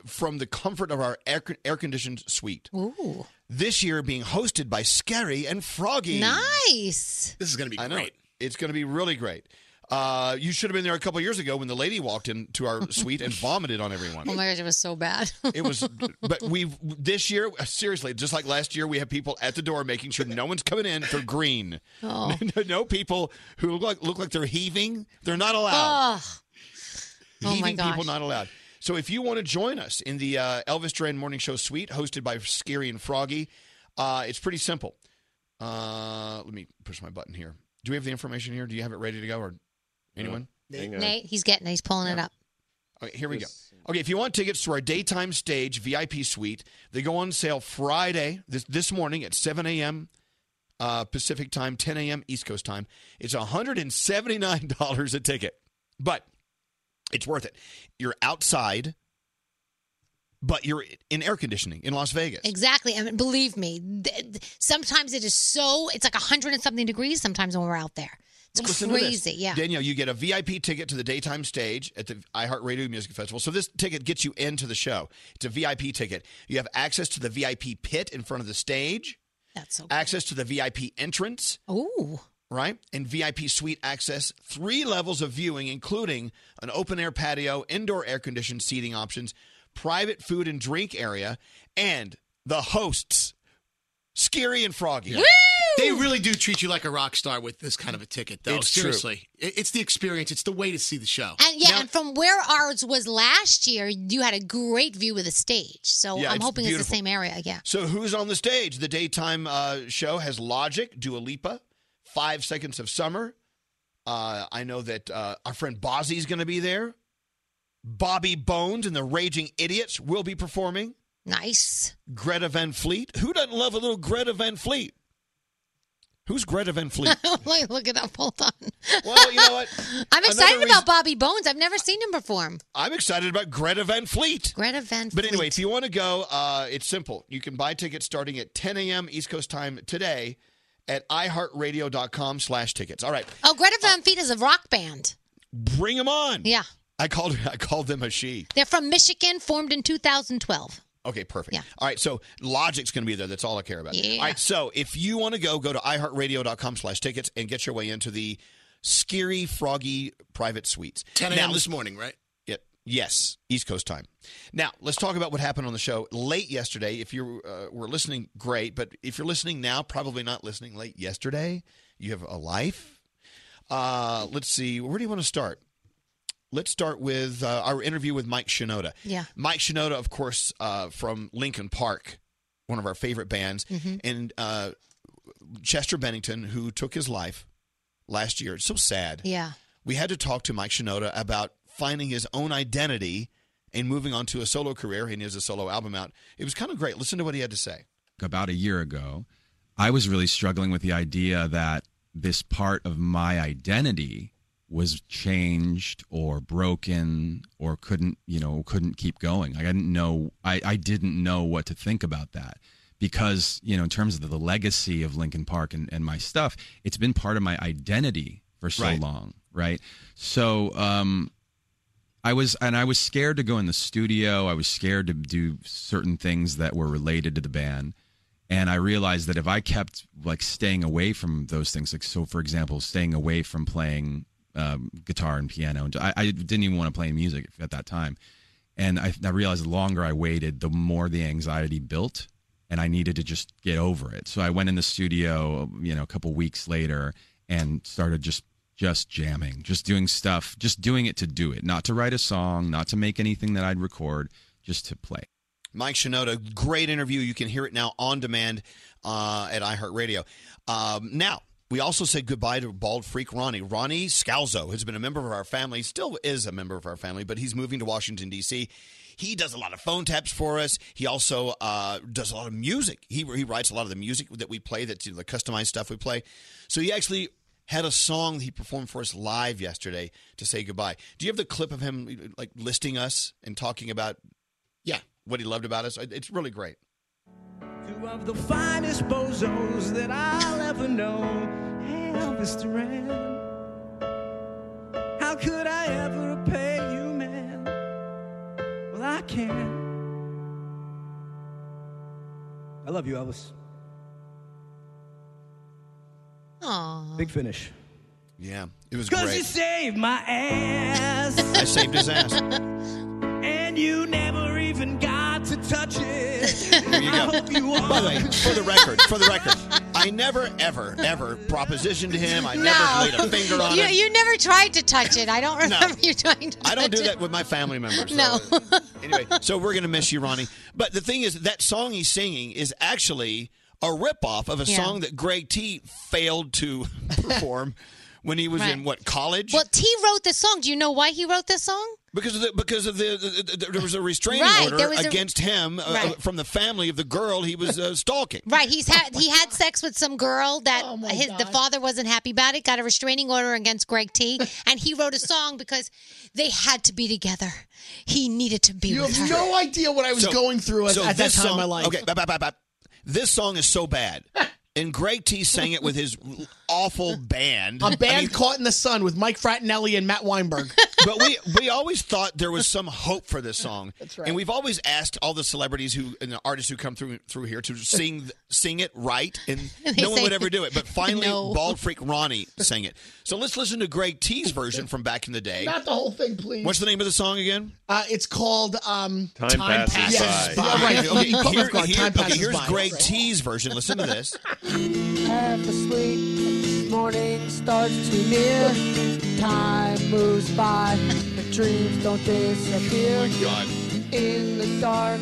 from the comfort of our air, air conditioned suite.
Ooh.
This year being hosted by Scary and Froggy.
Nice.
This is going to be great. It's going to be really great. Uh, you should have been there a couple years ago when the lady walked into our suite and vomited on everyone.
Oh my gosh, it was so bad.
It was, but we've this year seriously, just like last year, we have people at the door making sure no one's coming in. They're green.
Oh.
No, no people who look like look like they're heaving. They're not allowed.
Oh my
Heaving people
gosh.
not allowed. So if you want to join us in the uh, Elvis Duran Morning Show Suite, hosted by Scary and Froggy, uh, it's pretty simple. Uh, let me push my button here. Do we have the information here? Do you have it ready to go, or anyone?
Nate, he's getting it. He's pulling it up.
Okay, here we go. Okay, if you want tickets to our daytime stage VIP suite, they go on sale Friday this this morning at 7 a.m. Uh, Pacific time, 10 a.m. East Coast time. It's $179 a ticket, but it's worth it. You're outside, but you're in air conditioning in Las Vegas.
Exactly. I mean, believe me, th- th- sometimes it is so, it's like 100 and something degrees sometimes when we're out there. It's
Listen to this.
crazy. Yeah.
Danielle, you get a VIP ticket to the daytime stage at the iHeartRadio Music Festival. So this ticket gets you into the show. It's a VIP ticket. You have access to the VIP pit in front of the stage.
That's so
Access to the VIP entrance.
Ooh.
Right? And VIP suite access, three levels of viewing, including an open air patio, indoor air conditioned seating options, private food and drink area, and the hosts, Scary and Froggy.
They really do treat you like a rock star with this kind of a ticket, though.
It's true.
Seriously, It- it's the experience. It's the way to see the show.
And yeah, and from where ours was last year, you had a great view of the stage. So
Yeah,
I'm
it's
hoping it's the
beautiful.
same area. Yeah.
So who's on the stage? The daytime uh, show has Logic, Dua Lipa, Five Seconds of Summer. Uh, I know that uh, our friend Bozzy's going to be there. Bobby Bones and the Raging Idiots will be performing.
Nice.
Greta Van Fleet. Who doesn't love a little Greta Van Fleet? Who's Greta Van Fleet?
Wait, look it up. Hold on.
Well, you know what?
I'm
Another
excited
reason-
about Bobby Bones. I've never seen him perform.
I'm excited about Greta Van Fleet.
Greta Van Fleet.
But anyway, if you want to go, uh, it's simple. You can buy tickets starting at 10 a.m. East Coast time today at iHeartRadio.com slash tickets. All right,
Oh, Greta Van Fleet is a rock band.
bring them on.
Yeah.
I called I called them a she.
They're from Michigan, formed in 2012.
Okay, perfect. All right, so Logic's going to be there. That's all I care about.
Yeah.
All right, so if you want to go, go to iHeartRadio.com slash tickets and get your way into the Scary Froggy Private Suites.
10 a.m.
Now-
this morning, right?
Yeah. Yes, East Coast time. Now, let's talk about what happened on the show late yesterday. If you uh, were listening, great. But if you're listening now, probably not listening late yesterday. You have a life. Uh, let's see. Where do you want to start? Let's start with uh, our interview with Mike Shinoda.
Yeah.
Mike Shinoda, of course, uh, from Lincoln Park, one of our favorite bands,
Mm-hmm.
and uh, Chester Bennington, who took his life last year. It's so sad
Yeah.
we had to talk to Mike Shinoda about finding his own identity and moving on to a solo career. And he has a solo album out. It was kind of great. Listen to what he had to say.
about a year ago, I was really struggling with the idea that this part of my identity was changed or broken or couldn't, you know, couldn't keep going. I didn't know I, I didn't know what to think about that. Because, you know, in terms of the legacy of Lincoln Park and, and my stuff, it's been part of my identity for so
Right.
long. Right. So um I was and I was scared to go in the studio. I was scared to do certain things that were related to the band. And I realized that if I kept like staying away from those things, like so, for example, staying away from playing um, guitar and piano, and I, I didn't even want to play music at that time. And I, I realized the longer I waited, the more the anxiety built, and I needed to just get over it. So I went in the studio, you know, a couple weeks later, and started just just jamming, just doing stuff, just doing it to do it, not to write a song, not to make anything that I'd record, just to play.
Mike Shinoda, great interview. You can hear it now on demand uh, at iHeartRadio. Um, now, we also said goodbye to bald freak Ronnie. Ronnie Scalzo has been a member of our family, still is a member of our family, but he's moving to Washington, D.C. He does a lot of phone taps for us. He also uh, does a lot of music. He, he writes a lot of the music that we play, that's the customized stuff we play. So he actually had a song he performed for us live yesterday to say goodbye. Do you have the clip of him like listing us and talking about yeah, what he loved about us? It's really great.
Two of the finest bozos that I'll ever know. Hey, Elvis Duran. How could I ever repay you, man? Well, I can. I love you, Elvis.
Aww.
Big finish.
Yeah, it was
Cause you
great.
saved my ass.
I saved his ass.
And you never even got to touch it.
There you
I
go.
hope you are.
By the way, for the record, for the record, I never, ever, ever propositioned him. I never laid a finger on
you,
him.
you never tried to touch it. I don't remember you trying to touch
I don't do
it.
that with my family members. so-
No.
anyway, so we're gonna miss you, Ronnie. But the thing is, that song he's singing is actually a ripoff of a
Yeah.
song that Greg T failed to perform when he was in
Right.
what college?
Well, T wrote this song. Do you know why he wrote this song?
Because of the because of the, the, the- there was a restraining
Right,
order
there was a-
against him uh,
Right.
from the family of the girl he was uh, stalking.
Right, he's had he had sex with some girl that
Oh
his, the father wasn't happy about it. Got a restraining order against Greg T, and he wrote a song because they had to be together. He needed to be.
You
with
have
her.
no idea what I was going through at,
so
at that
this
time in
song-
my life.
Okay, bye, bye, bye, bye. this song is so bad, and Greg T sang it with his awful band.
A band caught in the sun with Mike Fratinelli and Matt Weinberg.
but we we always thought there was some hope for this song. That's
right.
And we've always asked all the celebrities who and the artists who come through through here to sing sing it right, and
They
no one
say-
would ever do it. But finally,
No.
bald freak Ronnie sang it. So let's listen to Greg T's version from back in the day.
Not the whole thing, please.
What's the name of the song again?
Uh, it's called um,
Time,
Passes Yes. Yeah, right.
Okay,
You caught me
here-
off guard.
here-
Time
okay,
Passes
here's
By.
Greg T's version. Listen to this.
Half asleep, this morning starts to near. Time moves by, the dreams don't disappear.
Oh God.
In the dark,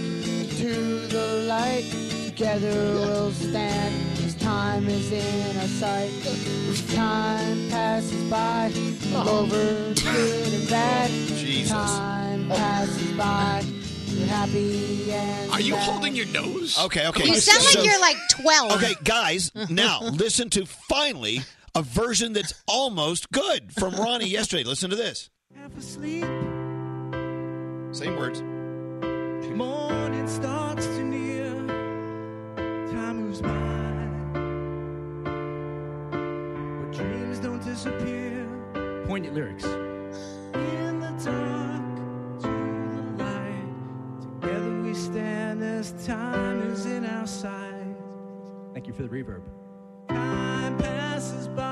to the light, together we'll stand. As time is in our sight, as time passes by, all over good and bad.
Oh. Jesus.
Time passes by, you're happy and
Are you
sad.
holding your nose? Okay, okay.
You sound like
So-
you're like twelve.
Okay, guys, now listen to finally a version that's almost good from Ronnie yesterday. Listen to this.
Half asleep.
Same words.
Morning starts to near. Time moves by. But dreams don't disappear. Poignant lyrics. In the dark, to the light. Together we stand as time is in our sight. Thank you for the reverb. Time passes by.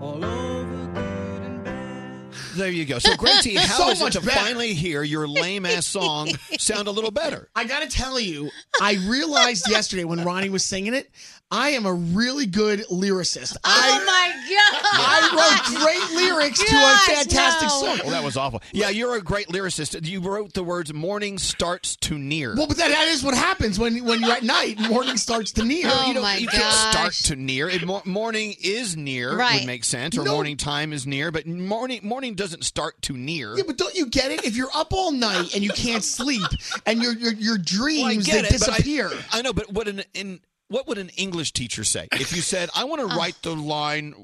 All over good and bad.
There you go. So, Greg T, how
So
is it
much
to
better.
finally hear your lame ass song sound a little better?
I gotta tell you, I realized yesterday when Ronnie was singing it, I am a really good lyricist. I
Oh my god!
I wrote great lyrics to a
Gosh,
fantastic
no.
song.
Well, Oh, that was awful. Yeah, you're a great lyricist. You wrote the words "morning starts to near."
Well, but that, that is what happens when when you're at night. Morning starts to near.
Oh
you don't- you can't start to near. It, mor- morning is near
Right.
would make sense, or
No.
morning time is near, but morning morning doesn't start to near.
Yeah, but don't you get it? If you're up all night and you can't sleep, and your your, your dreams
Well, I
they
get it, but I-
disappear.
I, know, but what an in what would an English teacher say if you said, "I want
Oh.
to write the line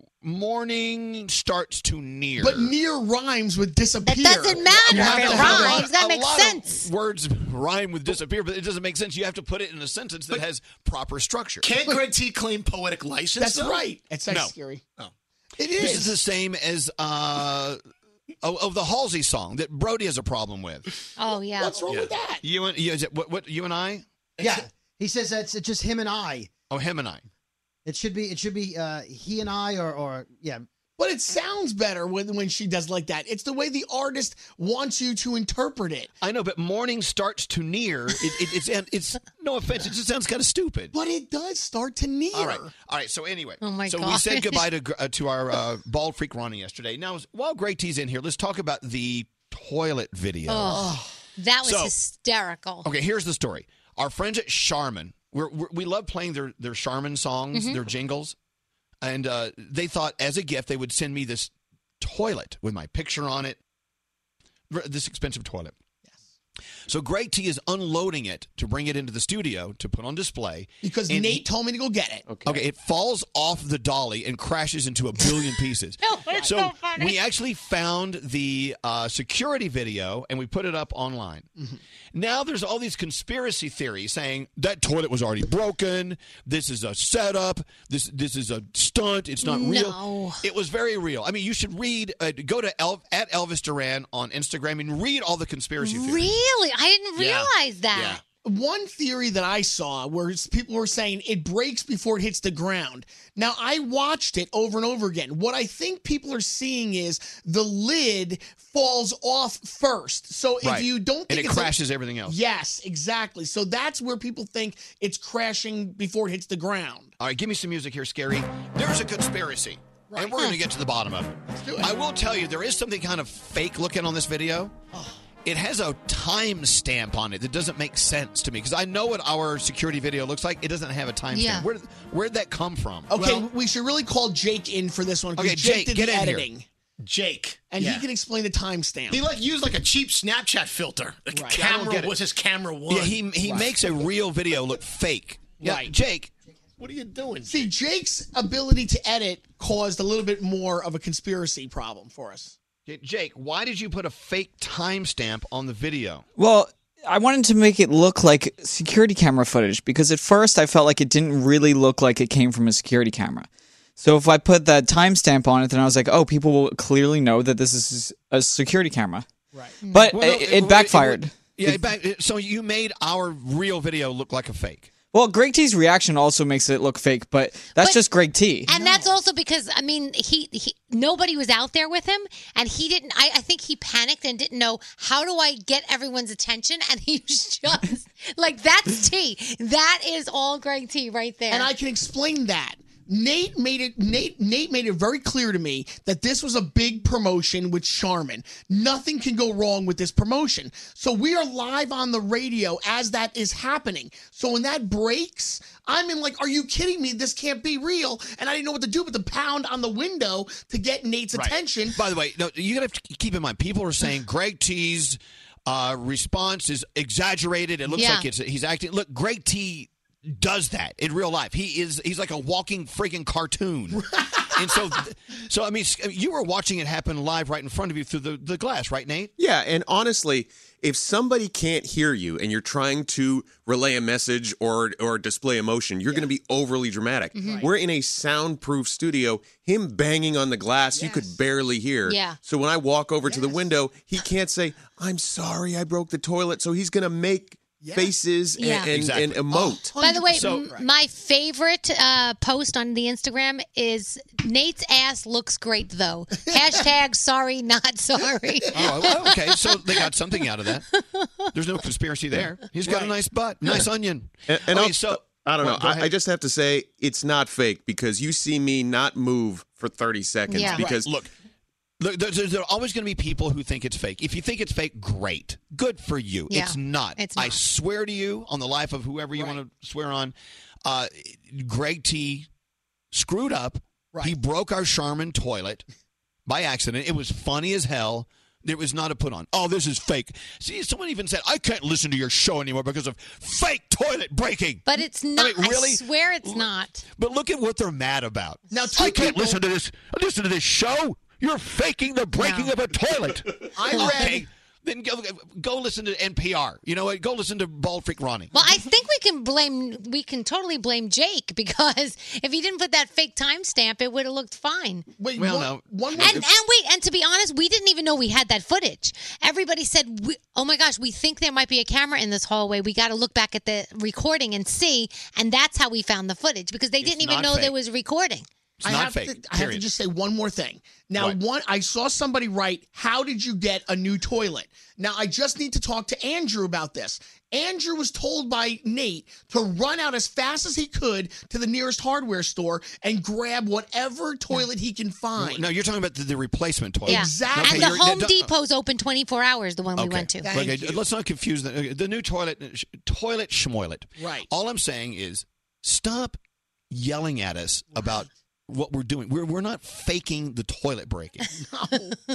morning starts to near"?
But near rhymes with disappear.
doesn't matter.
You have
It
to have a
rhymes.
lot-
That
a
makes
lot of-
sense.
words rhyme with disappear, but it doesn't make sense. You have to put it in a sentence that has proper structure.
Can't Greg T claim poetic license?
That's
though?
right. It's like
No.
scary.
Oh.
It
This
is.
is the same as uh, Oh, oh, the Halsey song that Brody has a problem with.
Oh yeah.
What's wrong with that? You and you, is it, what, what? You and I?
Yeah. He says that's it's just him and I.
Oh, him and I.
It should be it should be uh, he and I or or yeah.
But it sounds better when, when she does like that. It's the way the artist wants you to interpret it.
I know, but morning starts to near. It, it, it's and it's no offense. It just sounds kind of stupid.
But it does start to near.
All right, all right. So anyway,
Oh my
so we
God.
said goodbye to gr- uh, to our uh, bald freak Ronnie yesterday. Now, while Gray T's in here, let's talk about the toilet video.
Oh, that was
So-
hysterical.
Okay, here's the story. Our friends at Charmin, we're, we're, we love playing their their Charmin songs,
Mm-hmm.
Mhm.
their jingles, and uh, they thought as a gift they would send me this toilet with my picture on it, r- this expensive toilet. Yes. So Greg T is unloading it to bring it into the studio to put on display
Because
and-
Nate told me to go get it.
Okay. it falls off the dolly and crashes into a billion pieces.
No, it's so funny.
we actually found the uh, security video and we put it up online. Now there's all these conspiracy theories saying that toilet was already broken. This is a setup. This this is a stunt. It's not real.
No.
It was very real. I mean, you should read. Uh, go to El- at Elvis Duran on Instagram and read all the conspiracy theories.
Really? I didn't
Yeah.
realize that.
One theory that I saw where s- people were saying it breaks before it hits the ground. Now, I watched it over and over again. What I think people are seeing is the lid falls off first. So if
Right.
you don't
And
think
it
it's a-
crashes everything else.
Yes, exactly. So that's where people think it's crashing before it hits the ground.
All right, give me some music here, Scary. There's a conspiracy, and we're going to get to the bottom of it. I will tell you, there is something kind of fake looking on this video. It has a time stamp on it that doesn't make sense to me because I know what our security video looks like. It doesn't have a time
Yeah.
stamp. Where, where'd that come from?
Okay, we should really call Jake in for this one. 'cause
Okay, Jake,
did
get
the
in here.
editing. Jake. And
Yeah.
he can explain the timestamp.
He like used like a cheap Snapchat filter. Like
Right. I don't
camera
get it.
was his camera one.
yeah, he, he makes a real video look fake. Yeah,
Right.
Jake.
What are you doing?
See, Jake's ability to edit caused a little bit more of a conspiracy problem for us.
Jake, why did you put a fake timestamp on the video?
Well, I wanted to make it look like security camera footage because at first I felt like it didn't really look like it came from a security camera. So if I put that timestamp on it, then I was like, oh, people will clearly know that this is a security camera. Right. But
Well, no,
it,
it-
it
it- it-
backfired.
Yeah, back, so you made our real video look like a fake.
well, Greg T's reaction also makes it look fake, but that's just Greg T.
And that's also because I mean he, he nobody was out there with him and he didn't I, I think he panicked and didn't know how do I get everyone's attention and he was just like that's T. That is all Greg T right there.
And I can explain that. Nate made it Nate Nate made it very clear to me that this was a big promotion with Charmin. Nothing can go wrong with this promotion. So we are live on the radio as that is happening. So when that breaks, I'm in like, are you kidding me? This can't be real. And I didn't know what to do but to pound on the window to get Nate's attention.
By the way, no, you gotta have to keep in mind. People are saying Greg T's uh, response is exaggerated. It looks
Yeah.
like it's he's acting. Look, Greg T does that in real life. He is he's like a walking freaking cartoon. and so, so I mean, you were watching it happen live right in front of you through the, the glass, right, Nate?
Yeah, and honestly, if somebody can't hear you and you're trying to relay a message or or display emotion, you're going to be overly dramatic.
Mhm. Right.
We're in a soundproof studio. Him banging on the glass, you could barely hear.
Yeah.
So when I walk over to the window, he can't say, "I'm sorry, I broke the toilet." So he's going to make faces and,
Yeah.
and, and emote.
By the way,
Oh, So-
m- my favorite uh, post on the Instagram is Nate's ass looks great though. Hashtag sorry, not sorry.
Oh, well, okay. So they got something out of that. There's no conspiracy there. He's got a nice butt, nice onion.
And, and
okay,
I'll-
so
I don't know.
Well, go
I,
ahead.
I just have to say it's not fake because you see me not move for 30 seconds
Yeah. Right.
because
look. Look, there, there, there are always going to be people who think it's fake. If you think it's fake, great. Good for you.
Yeah,
it's, not.
it's
I swear to you on the life of whoever you want to swear on, uh, Greg T screwed up. He broke our Charmin toilet by accident. It was funny as hell. It was not a put on. Oh, this is fake. See, someone even said, I can't listen to your show anymore because of fake toilet breaking.
But it's not. I,
really?
swear it's not.
But look at what they're mad about. Now, I can't listen to this. Listen to this show. You're faking the breaking of a toilet.
I read-
Okay. Then go go listen to NPR. You know what? Go listen to Bald Freak Ronnie.
Well, I think we can blame we can totally blame Jake because if he didn't put that fake timestamp, it would have looked fine.
Wait,
Well, one- no. one
and,
way-
and wait, and to be honest, we didn't even know we had that footage. Everybody said, we, "Oh my gosh, we think there might be a camera in this hallway. We got to look back at the recording and see." And that's how we found the footage because they didn't even
not
know
fake.
there was recording.
I have To, I have to just say one more thing. Now, one I saw somebody write, "How did you get a new toilet?" Now, I just need to talk to Andrew about this. Andrew was told by Nate to run out as fast as he could to the nearest hardware store and grab whatever toilet he can find.
No, you're talking about the, the replacement toilet.
Yeah,
Okay,
And the
you're- no,
Home
don't-
Depot's open 24 hours. The one we
Okay.
went to.
Okay, let's not confuse the, the new toilet, sh- toilet schmoilet.
Right.
All I'm saying is stop yelling at us about what we're doing. We're, we're not faking the toilet breaking.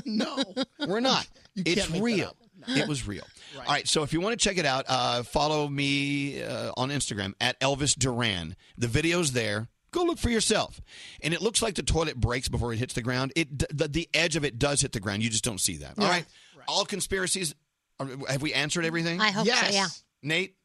no,
we're not. it's real. It was real. All right. So if you want to check it out, uh, follow me uh, on Instagram at Elvis Duran. The video's there. Go look for yourself. And it looks like the toilet breaks before it hits the ground. It d- the, the edge of it does hit the ground. You just don't see that. All right. All conspiracies. are- Have we answered everything?
I hope so, Yes. yeah.
Nate.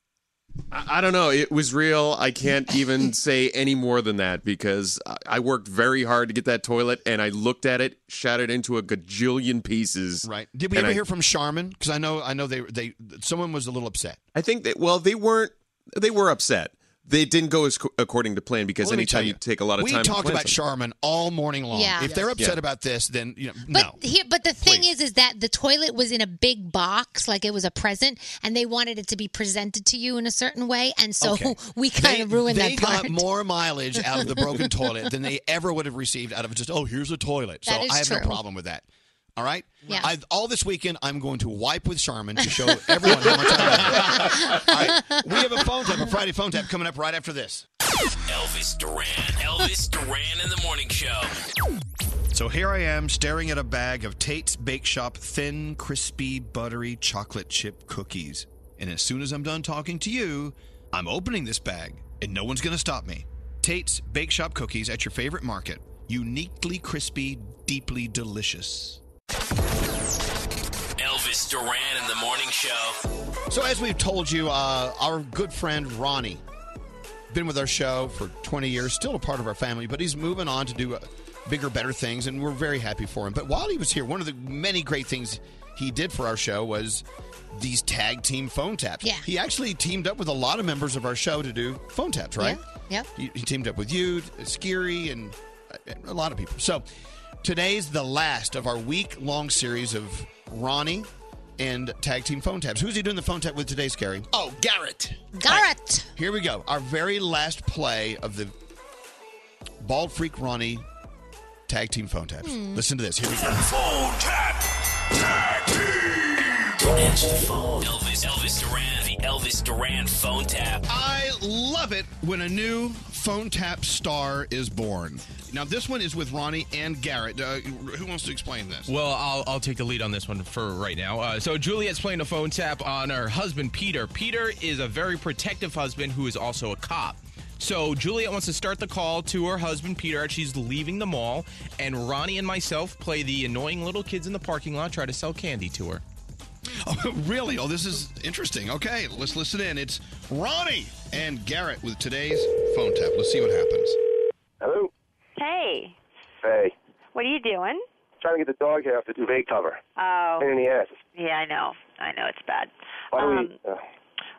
I, I don't know. It was real. I can't even say any more than that because I, I worked very hard to get that toilet, and I looked at it, shattered into a gajillion pieces. Right?
Did we ever hear from Charmin? Because I know I know they they someone was a little upset.
I think that well, they weren't. They were upset. They didn't go as, according to plan because
Well, let me
anytime
tell
you take a lot of
we
time, to
talked
plan
about
something-
Charmin all morning long.
Yeah.
If they're
Yes.
upset
Yeah.
about this, then you know
But
no.
here, but the thing is, is that the toilet was in a big box, like it was a present, and they wanted it to be presented to you in a certain way, and so
Okay.
we kind of ruined
they
that part.
got more mileage out of the broken toilet than they ever would have received out of just oh here's a toilet.
That
so
is
I have
true.
no problem with that. All right.
Yeah.
I've, all this weekend, I'm going to wipe with Charmin to show everyone how much I love. them. All right. We have a phone tap, a Friday phone tap coming up right after this.
Elvis Duran. Elvis Duran in the morning show.
So here I am staring at a bag of Tate's Bake Shop thin, crispy, buttery chocolate chip cookies. And as soon as I'm done talking to you, I'm opening this bag and no one's going to stop me. Tate's Bake Shop cookies at your favorite market. Uniquely crispy, deeply delicious.
Elvis Duran in the morning show.
So, as we've told you, uh, our good friend Ronnie, been with our show for 20 years, still a part of our family, but he's moving on to do uh, bigger, better things, and we're very happy for him. But while he was here, one of the many great things he did for our show was these tag team phone taps.
Yeah.
He actually teamed up with a lot of members of our show to do phone taps, right?
Yeah.
He, he teamed up with you, uh, Skiri, and uh, a lot of people. So today's the last of our week long series of Ronnie and tag team phone taps. Who's he doing the phone tap with today, Scary? Oh, Garrett.
Garrett.
Here we go. Our very last play of the Bald Freak Ronnie tag team phone taps.
Hmm.
Listen to this. Here we go.
Phone tap. Tag team. Don't answer the phone. Elvis. Elvis Duran. The Elvis Duran phone tap.
I love it when a new phone tap star is born. Now, this one is with Ronnie and Garrett. Uh, who wants to explain this?
Well, I'll, I'll take the lead on this one for right now. Uh, so, Juliet's playing a phone tap on her husband, Peter. Peter is a very protective husband who is also a cop. So, Juliet wants to start the call to her husband, Peter, as she's leaving the mall. And Ronnie and myself play the annoying little kids in the parking lot, try to sell candy to her.
really? Oh, this is interesting. Okay, let's listen in. It's Ronnie and Garrett with today's phone tap. Let's see what happens.
Hello.
Hey,
Hey.
what are you doing?
Trying to get the dog hair off the duvet cover.
Oh,
Pain in the ass.
yeah, I know, I know it's bad.
Why don't
Um,
we? Uh,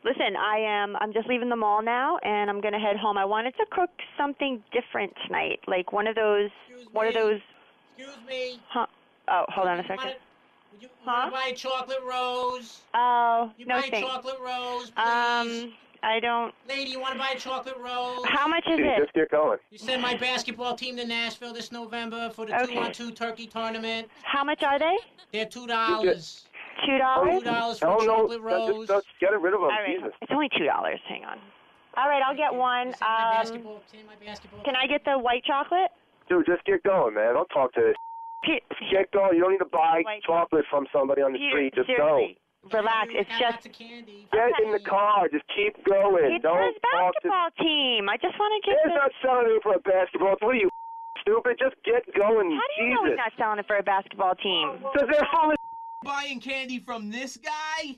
Listen, I am. I'm just leaving the mall now, and I'm gonna head home. I wanted to cook something different tonight, like one of those, one of those.
Excuse me.
Huh? Oh, hold on a second.
Would you wanna buy a chocolate rose?
Oh,
You
no
buy a
thanks.
chocolate rose, please.
Um, I don't.
Lady, you want to buy a chocolate rose?
How much is
dude,
it?
Just get going.
You send my basketball team to Nashville this November for the
Okay.
two-on-two turkey tournament.
How much are they?
They're two dollars.
Two dollars.
Two dollars for a chocolate rose.
Just get rid of them.
All right, it's only two dollars. Hang on. All right, I'll get one. Um, can I get the white chocolate?
Dude, just get going, man. Don't talk to this. Get going. You don't need to buy chocolate from somebody on the
Peter,
street. Just
seriously, Relax. It's just
go. Get in the car. Just keep going.
It's for
don't
his
talk to.
basketball team. I just want to get.
They're
the-
not selling it for a basketball. What are you stupid? Just get going.
How do you know he's
Jesus.
not selling it for a basketball team?
Because they're full of
buying candy from this guy?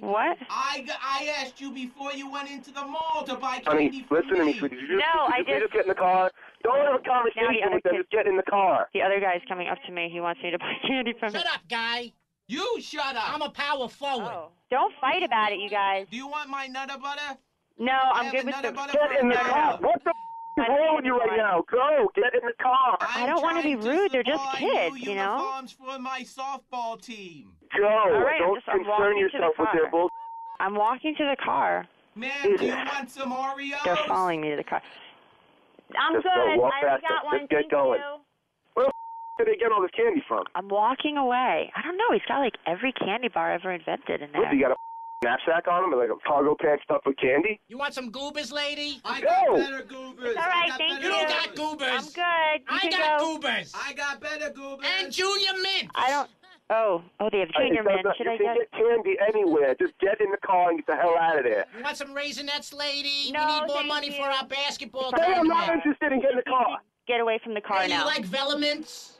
What?
I, g- I asked you before you went into the mall to buy candy
Honey,
from
listen to me,
me.
sweetie. Did you just,
No,
did you
I
say
just-
get in the car. Don't have a
Now the
conversation
other
with them.
kid-
Just get in the car.
The other guy's coming up to me. He wants me to buy candy from him.
Shut up, guy. You shut up. I'm a power forward.
Don't fight about it, you guys.
Do you want my nutter butter?
No, I'm good with the.
Get in the car. What the f- is wrong with you right now? Go. Get in the car.
I don't want to be rude. They're just kids, you know.
Arms for my softball team.
Go.
All right, I'm
don't
just- I'm
concern
walking to the
yourself with their
car.
bull.
I'm walking to the car.
Man, do you want some Oreos?
They're following me to the car. I'm
Just
good.
go. Walk
I
past
already got
them.
one.
Just get
Thank
going.
you.
Where the f- did they get all this candy from?
I'm walking away. I don't know. He's got like every candy bar ever invented in
What,
there.
you got a f- knapsack on them, like a cargo pant stuffed with candy?
You want some goobers, lady? I
Go.
goobers.
all right, thank
You
you.
don't got goobers.
I'm good. You
I
can
got
go.
goobers. I got better goobers. And junior mint.
I don't. Oh, oh, they have
Hey,
junior
it does
men.
not-
Should
you
I
can get
get?
candy anywhere. Just get in the car and get the hell out of there.
You want some raisinets, lady? we need more money for our basketball
Hey, I'm not
tournament.
interested in getting in the car.
Get away from the car
Hey,
now.
you like Velements?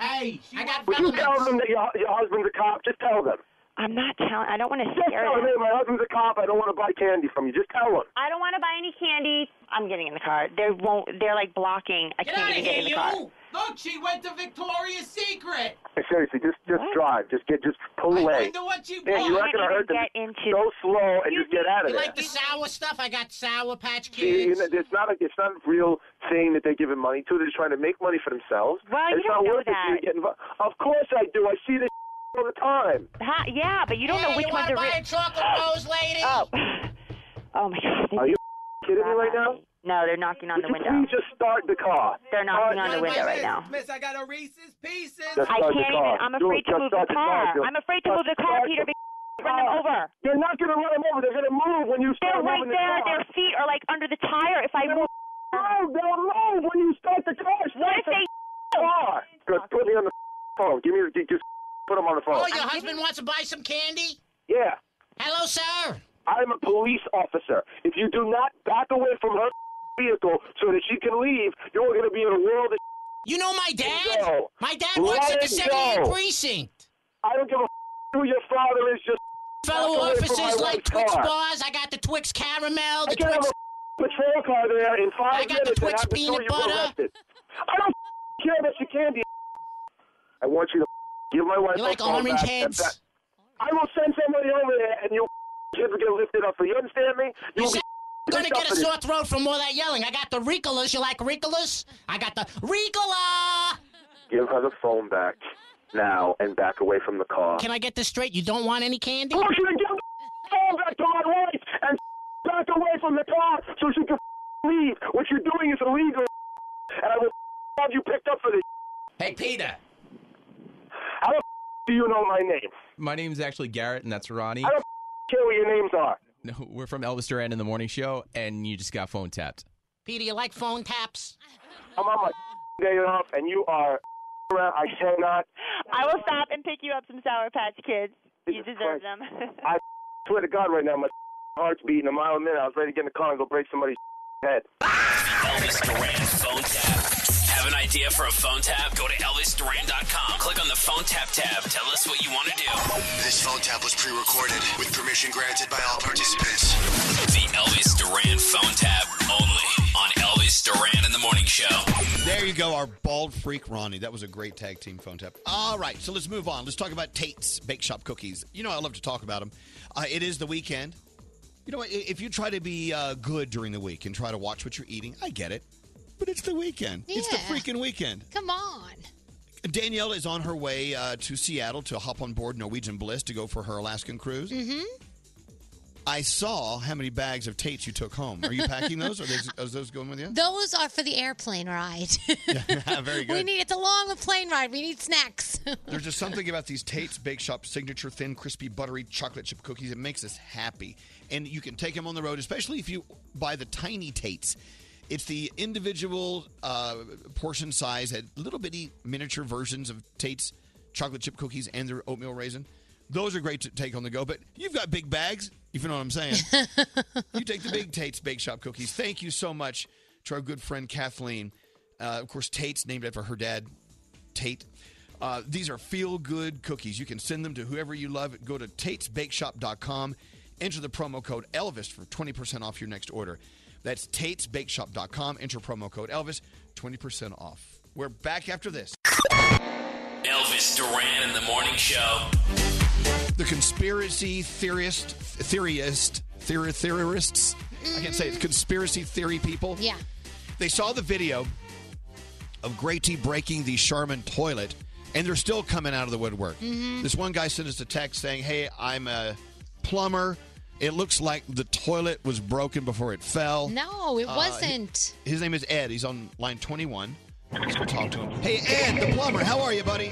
Hey, I got
Would you tell
Velements.
them that your, your husband's a cop? Just tell them.
I'm not telling. I don't want to
Just
scare
tell them,
them.
hey, my husband's a cop. I don't want to buy candy from you. Just tell them.
I don't want to buy any candy. I'm getting in the car. They won't. They're like blocking. I
Get
can't
out
even
of
get
here,
in the
you!
car.
Look, she went to Victoria's Secret.
Hey, seriously, just just drive. Just get just pull away.
wonder what you
Man,
bought.
you're not gonna hurt them. Just go slow and just get out of
You
there.
like the sour stuff? I got Sour Patch
See, you
Kids.
know, it's not a, it's not a real thing that they're giving money to. They're just trying to make money for themselves.
Well,
And
you
it's
don't
not
know
worth it for you to
that.
get involved. Of course I do. I see this all the time.
Ha, yeah, but you don't know
Hey,
which
you
ones
wanna
are
buy a
real.
chocolate rose, lady?
Oh. oh my God!
Are you kidding me right now?
No, they're knocking on the
Would you
window.
please just start the car?
They're knocking
Start-
on the window right now.
Miss, I got a Reese's Pieces.
Just
I
start
can't
the car.
even. I'm
Do
afraid
it.
to
Just
move
start
the
Do
car.
it.
I'm afraid to
Just
move the car,
start
Peter.
the
because Run them
car.
over.
They're not going to run them over. They're going to move when you
They're
start
right
moving the
there.
car.
Their feet are like under the tire. If I move,
No, they'll move when you start the car. Start
what if
the
they?
car? Good. Put me on the phone. Give me the just put him on the phone.
Oh, your husband wants to buy some candy?
yeah.
Hello, sir.
I'm a police officer. If you do not back away from her vehicle so that she can leave, you're going to be in a world of
You know my dad?
go.
My dad works at
Let
the
it
78
go.
precinct.
I don't give a who your father is. Just
Fellow
back away from my
officers like
wife's
Twix
car.
bars. I got the Twix caramel,
I
the
can have
Twix.
a patrol car there in five
I got the
minutes and
Twix
have to show
peanut
you
butter.
were arrested. I don't care about your candy. I want you to give my wife
You
a
like
phone
orange
back and
heads?
back. I will send somebody over there and your kids will get lifted up. You understand me?
You
will
said
be
I'm gonna
lifted up
get
in
a
it.
sore throat from all that yelling. I got the Ricolas. You like Ricolas? I got the Ricola.
Give her the phone back now and back away from the car.
Can I get this straight? You don't want any candy?
Push it and give the phone back to my wife and back away from the car so she can leave. What you're doing is illegal, and I will have you picked up for this.
Hey, Peter.
How the do you know my name?
My name's actually Garrett, and that's Ronnie.
I don't care what your names are.
No, we're from Elvis Duran in the Morning Show, and you just got phone tapped.
Peter, you like phone taps?
I'm on my day off, and you are around. I cannot.
I will stop and pick you up some Sour Patch Kids. You
Jesus
deserve
Christ.
them.
I swear to God, right now, my heart's beating a mile a minute. I was ready to get in the car and go break somebody's head.
Elvis Duran phone tap. Have an idea for a phone tap? Go to ElvisDuran.com. Click on the phone tap tab. Tell us what you want to do.
This phone tap was pre-recorded with permission granted by all participants.
The Elvis Duran phone tap only on Elvis Duran in the Morning Show.
There you go, our bald freak Ronnie. That was a great tag team phone tap. All right, so let's move on. Let's talk about Tate's Bake Shop cookies. You know, I love to talk about them. Uh, it is the weekend. You know, what? i- if you try to be uh, good during the week and try to watch what you're eating, I get it. But it's the weekend. It's the
Yeah.
freaking weekend.
Come on.
Danielle is on her way uh, to Seattle to hop on board Norwegian Bliss to go for her Alaskan cruise.
Mm-hmm.
I saw how many bags of Tate's you took home. Are you packing those? Are, those, are those going with you?
Those are for the airplane ride.
Very good.
we need it's a long plane ride. We need snacks.
There's just something about these Tate's Bake Shop signature thin, crispy, buttery chocolate chip cookies. It makes us happy. And you can take them on the road, especially if you buy the tiny Tate's. It's the individual uh, portion size, had little bitty miniature versions of Tate's chocolate chip cookies and their oatmeal raisin. Those are great to take on the go, but you've got big bags, if you know what I'm saying. you take the big Tate's Bake Shop cookies. Thank you so much to our good friend Kathleen. Uh, of course, Tate's named after her dad, Tate. Uh, these are feel good cookies. You can send them to whoever you love. Go to tatesbakeshop.com, enter the promo code Elvis for 20% off your next order. That's tatesbakeshop.com, enter promo code Elvis, 20% off. We're back after this.
Elvis Duran in the morning show.
The conspiracy theorist, theorist, theor- theorists. I can't say it. Conspiracy theory people.
Mm. Yeah.
They saw the video of Grady breaking the Charmin toilet, and they're still coming out of the woodwork.
Mm-hmm.
Mhm.
This one guy sent us a text saying, "Hey, I'm a plumber. It looks like the toilet was broken before it fell."
No, it
Uh, he-
wasn't.
his name is Ed. He's on line 21. Let's go talk to him. Hey, Ed, the plumber. How are you, buddy?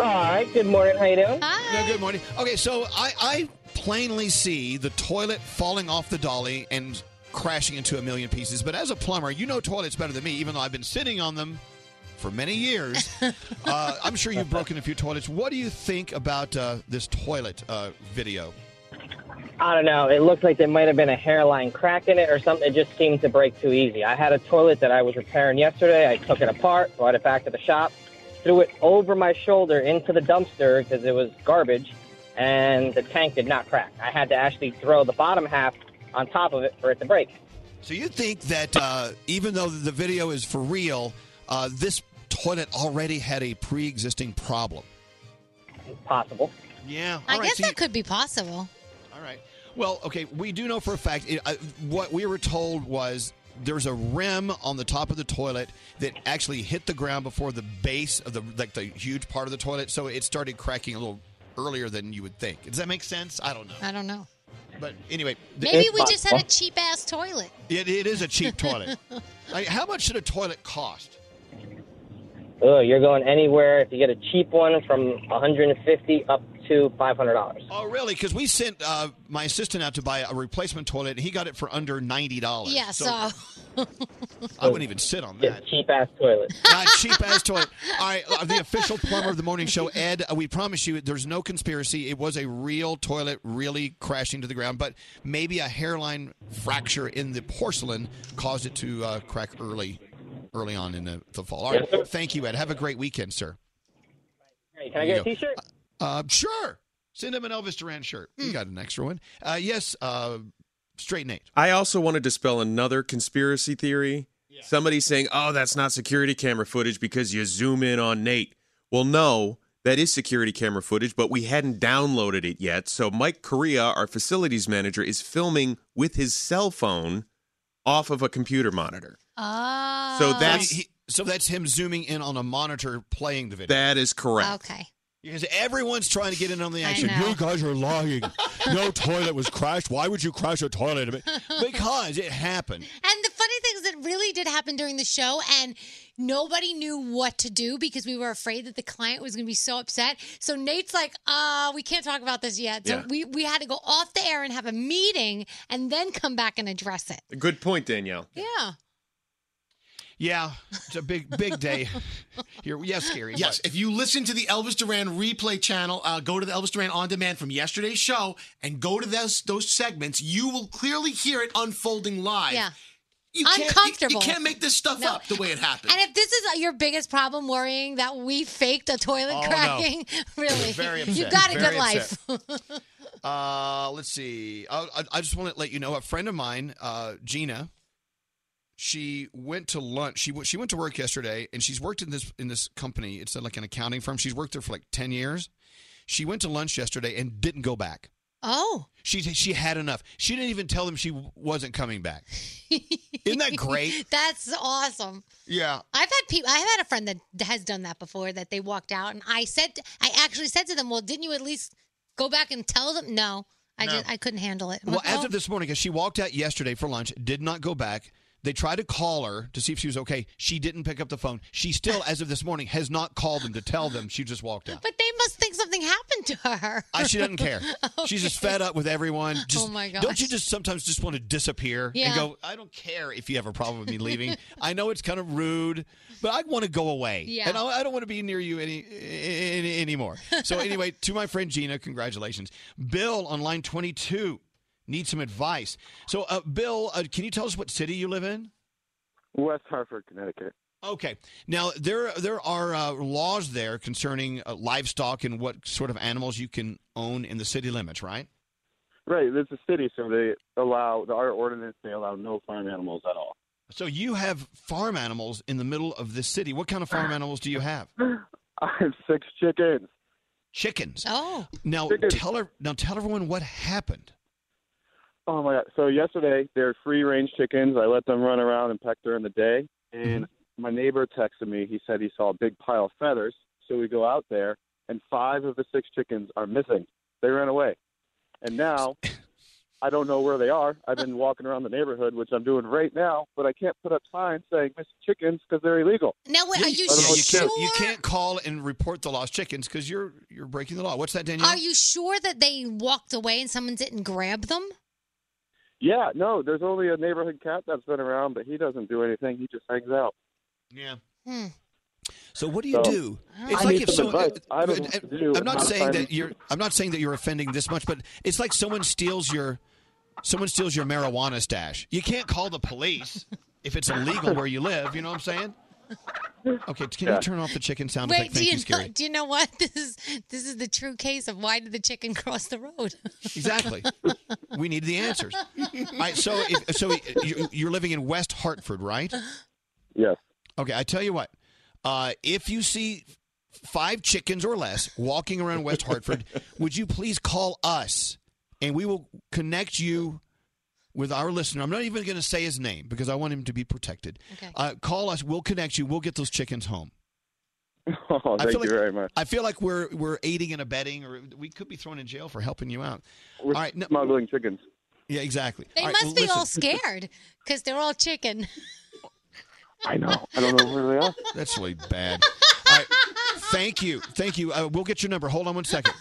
All right. Good morning. How you doing?
Yeah, good morning. Okay, so I, I plainly see the toilet falling off the dolly and crashing into a million pieces. But as a plumber, you know toilets better than me, even though I've been sitting on them for many years. uh, I'm sure you've broken a few toilets. What do you think about uh, this toilet uh, video?
I don't know. It looked like there might have been a hairline crack in it or something. It just seemed to break too easy. I had a toilet that I was repairing yesterday. I took it apart, brought it back to the shop, threw it over my shoulder into the dumpster because it was garbage, and the tank did not crack. I had to actually throw the bottom half on top of it for it to break.
So you think that uh, even though the video is for real, uh, this toilet already had a pre-existing problem?
Possible.
Yeah.
I
all right,
guess
so you-
that could be possible.
All right. Well, okay, we do know for a fact. It, I, what we were told was there's a rim on the top of the toilet that actually hit the ground before the base of the like the huge part of the toilet, so it started cracking a little earlier than you would think. Does that make sense? I don't know.
I don't know.
But anyway,
Maybe we just had a cheap ass toilet.
It, it is a cheap toilet. Like, how much should a toilet cost?
Oh, you're going anywhere. If you get a cheap one from 150 up to $500.
Oh, really? Because we sent uh, my assistant out to buy a replacement toilet, and he got it for under ninety dollars.
Yeah, so.
I wouldn't even sit on that.
Cheap ass toilet.
Not cheap ass toilet. All right, uh, the official plumber of the morning show, Ed. uh, We promise you, there's no conspiracy. It was a real toilet, really crashing to the ground, but maybe a hairline fracture in the porcelain caused it to uh, crack early, early on in the, the fall. All right, thank you, Ed. Have a great weekend, sir.
Hey, can I get a t-shirt?
Uh, sure. Send him an Elvis Duran shirt. We got an extra one. Uh, yes, uh, straight Nate.
I also want to dispel another conspiracy theory. Somebody saying, "Oh, that's not security camera footage because you zoom in on Nate." Well, no, that is security camera footage, but we hadn't downloaded it yet. So Mike Correa, our facilities manager, is filming with his cell phone off of a computer monitor.
Oh.
So that's-
he- so that's him zooming in on a monitor playing the video.
That is correct.
Okay.
Because everyone's trying to get in on the
I
action.
know.
You guys are lying. No toilet was crashed. Why would you crash a toilet? Because it happened.
And the funny thing is, it really did happen during the show, and nobody knew what to do because we were afraid that the client was going to be so upset. So Nate's like, uh, we can't talk about this yet. So
Yeah.
we, we had to go off the air and have a meeting and then come back and address it.
Good point, Danielle.
Yeah.
Yeah, it's a big, big day. Here, yes, Gary.
Yes, if you listen to the Elvis Duran replay channel, uh, go to the Elvis Duran on demand from yesterday's show and go to those those segments. You will clearly hear it unfolding live.
Yeah.
You can't- you-
Uncomfortable.
you can't make this stuff up the way it happened.
And if this is your biggest problem, worrying that we faked a toilet
Oh, no.
cracking, really,
Very upset.
you got a
Very
good life.
what? Uh, let's see. I, I, I just want to let you know a friend of mine, uh, Gina. She went to lunch. She w- she went to work yesterday, and she's worked in this in this company. It's uh, like an accounting firm. She's worked there for like ten years. She went to lunch yesterday and didn't go back.
Oh,
she she had enough. She didn't even tell them she w- wasn't coming back. Isn't that great?
That's awesome.
Yeah.
I've had people. I've had a friend that has done that before. That they walked out, and I said, I actually said to them, "Well, didn't you at least go back and tell them?" No, I
No.
just I couldn't handle it. I'm
Well,
like,
as
"Oh,
of this morning, because she walked out yesterday for lunch, did not go back. They tried to call her to see if she was okay. She didn't pick up the phone. She still, as of this morning, has not called them to tell them she just walked out.
but they must think something happened to her.
I, she doesn't care. She's just fed up with everyone. Just,
Oh my
Don't
gosh.
you just sometimes just want to disappear
Yeah.
and go, I don't care if you have a problem with me leaving. I know it's kind of rude, but I want to go away.
Yeah.
And I, I don't want to be near you any, any anymore. So anyway, to my friend Gina, congratulations. Bill on line 22 needs some advice. So uh, Bill, uh, can you tell us what city you live in?
West Hartford, Connecticut.
Okay. Now there there are uh, laws there concerning uh, livestock and what sort of animals you can own in the city limits, right?
Right, it's a city, so they allow the our ordinance. They allow no farm animals at all.
So you have farm animals in the middle of this city. What kind of farm animals do you have?
I have six chickens.
Chickens. Oh. Now tell ev- now tell everyone what happened.
Oh my god! So yesterday they're free range chickens. I let them run around and peck during the day, and my neighbor texted me. He said he saw a big pile of feathers. So we go out there, and five of the six chickens are missing. They ran away, and now I don't know where they are. I've been walking around the neighborhood, which I'm doing right now, but I can't put up signs saying missing chickens because they're illegal.
Now, wait, are you
Yeah, you
sure?
can't you can't call and report the lost chickens because you're you're breaking the law. What's that, Danielle?
Are you sure that they walked away and someone didn't grab them?
Yeah, no, there's only a neighborhood cat that's been around, but he doesn't do anything. He just hangs out.
Yeah.
Hmm.
So what do you
So,
do?
I need some advice.
uh,
I don't know what to do.
I'm not
I'm
saying
finding-
that you're. I'm not saying that you're offending this much, but it's like someone steals your, someone steals your marijuana stash. You can't call the police if it's illegal where you live. You know what I'm saying? Okay, can
Yeah.
you turn off the chicken sound
Wait,
effect? Thank
do
you,
you, know,
Scary.
do you know what? This is this is the true case of why did the chicken cross the road?
Exactly. we need the answers. All right, so if, so you- you're living in West Hartford, right?
Yes.
Okay, I tell you what. Uh, if you see five chickens or less walking around West Hartford, would you please call us and we will connect you with our listener. I'm not even going to say his name because I want him to be protected.
Okay.
Uh, call us. We'll connect you. We'll get those chickens home.
Oh,
I
thank you
feel like-
very much.
I feel like we're we're aiding and abetting, or we could be thrown in jail for helping you out.
We're
All right, no-
smuggling chickens.
Yeah, exactly.
They
All right,
must
well,
be all
listen.
scared because they're all chicken.
I know. I don't know where they are. That's really bad. All right. Thank you. Thank you. Uh, we'll get your number. Hold on one second.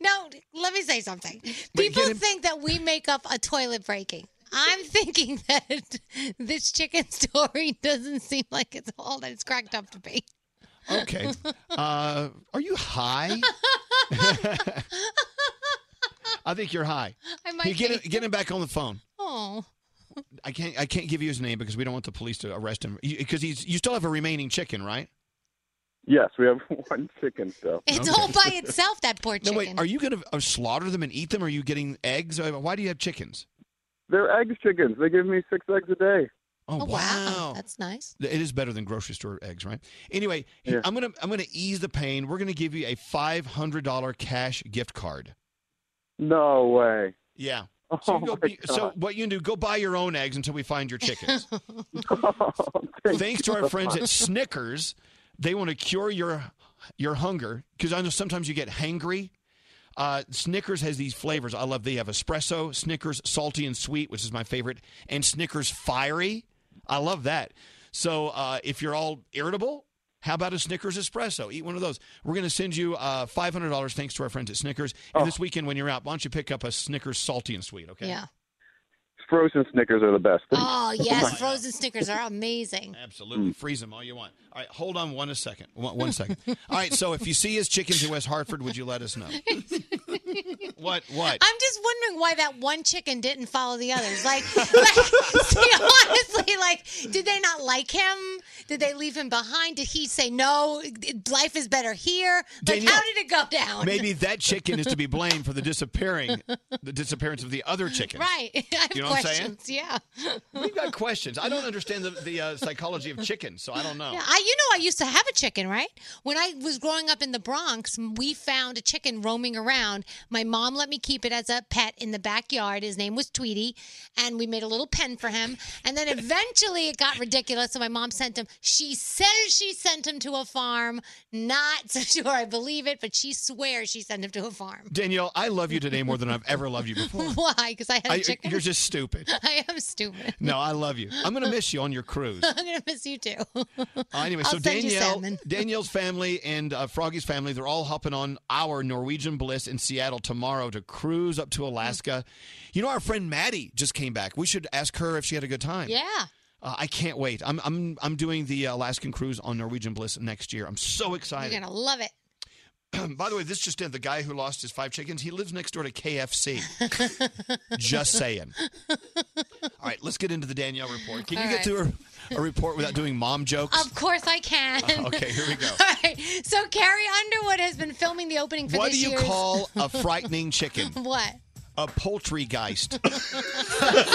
No, let me say something.
Wait,
People
get him-
think that we make up a toilet breaking. I'm thinking that this chicken story doesn't seem like it's all that it's cracked up to be.
Okay. Uh, are you high? I think you're high.
I might
You get
be.
him, get him back on the phone.
Oh,
I can't. I can't give you his name because we don't want the police to arrest him. Because he's. You still have a remaining chicken, right?
Yes, we have one chicken still.
it's all by itself. That poor
No
chicken.
wait. Are you going to uh, slaughter them and eat them? Are you getting eggs? Uh, Why do you have chickens?
They're eggs chickens. They give me six eggs a day.
Oh, wow.
That's nice.
It is better than grocery store eggs, right? Anyway, I'm gonna I'm gonna ease the pain. We're gonna give you a five hundred dollar cash gift card.
No way.
Yeah. So, you
Oh
go,
my
be- so
God.
what you can do? Go buy your own eggs until we find your chickens. Thanks to our friends at Snickers, they want to cure your your hunger because I know sometimes you get hangry. Uh, Snickers has these flavors. I love. They have espresso, Snickers salty and sweet, which is my favorite, and Snickers fiery. I love that. So uh, if you're all irritable, how about a Snickers espresso? Eat one of those. We're going to send you uh, $500 thanks to our friends at Snickers. And this weekend when you're out, why don't you pick up a Snickers salty and sweet? Okay.
Yeah.
Frozen Snickers are the best.
Oh yes, frozen Snickers are amazing.
Absolutely. Freeze them all you want. All right, hold on one a second. One, one second. All right, so if you see his chickens in West Hartford, would you let us know? What? What?
I'm just wondering why that one chicken didn't follow the others. Like, like see, honestly, like, did they not like him? Did they leave him behind? Did he say no? Life is better here. Like,
Danielle,
how did it go down?
Maybe that chicken is to be blamed for the disappearing, the disappearance of the other chicken.
Right. I have
You know what I'm saying?
questions. Yeah.
We've got questions. I don't understand the, the uh, psychology of chickens, so I don't know.
Yeah, I, you know, I used to have a chicken, right? When I was growing up in the Bronx, we found a chicken roaming around. My mom let me keep it as a pet in the backyard. His name was Tweety, and we made a little pen for him. And then eventually it got ridiculous, so my mom sent him. She says she sent him to a farm. Not so sure I believe it, but she swears she sent him to a farm.
Danielle, I love you today more than I've ever loved you before.
Why? Because I had a
I-
chicken.
you're just stupid.
I am stupid.
No, I love you. I'm going to miss you on your cruise.
I'm gonna miss you too.
Uh, anyway,
I'll
so
send you
Danielle,
salmon.
Danielle's family and uh, Froggy's family, they're all hopping on our Norwegian Bliss in Seattle tomorrow to cruise up to Alaska. You know, our friend Maddie just came back. We should ask her if she had a good time.
Yeah.
Uh, I can't wait. I'm, I'm, I'm doing the Alaskan cruise on Norwegian Bliss next year. I'm so
You're
excited.
gonna love it.
By the way, this just in: the guy who lost his five chickens, he lives next door to KFC. just saying. All right, let's get into the Danielle report. Can you
All
get through a, a report without doing mom jokes?
Of course I can.
Okay, here we go.
All right. So Carrie Underwood has been filming the opening for
What do
this
you
year's-
call a frightening chicken?
What?
A poultry geist.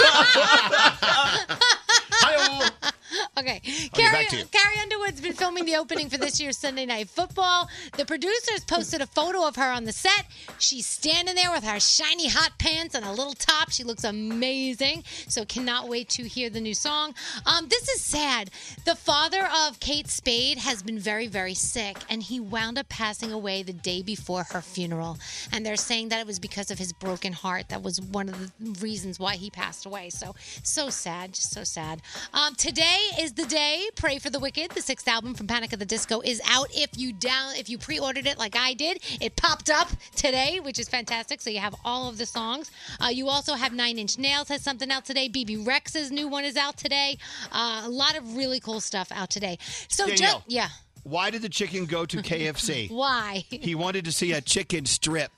Okay.
Okay,
Carrie,
back to you.
Carrie Underwood's been filming the opening for this year's Sunday Night Football. The producers posted a photo of her on the set. She's standing there with her shiny hot pants and a little top. She looks amazing. So cannot wait to hear the new song. Um, this is sad. The father of Kate Spade has been very, very sick, and he wound up passing away the day before her funeral. And they're saying that it was because of his broken heart. That was one of the reasons why he passed away. So, so sad, just so sad. Um, today is the day. Pray for the Wicked, the sixth album from Panic at the Disco, is out. If you down, if you pre-ordered it like I did, it popped up today, which is fantastic. So you have all of the songs. Uh, you also have Nine Inch Nails has something out today. BB Rex's new one is out today. Uh, a lot of really cool stuff out today. So ju-
Danielle.
yeah,
Why did the chicken go to KFC?
why?
He wanted to see a chicken strip.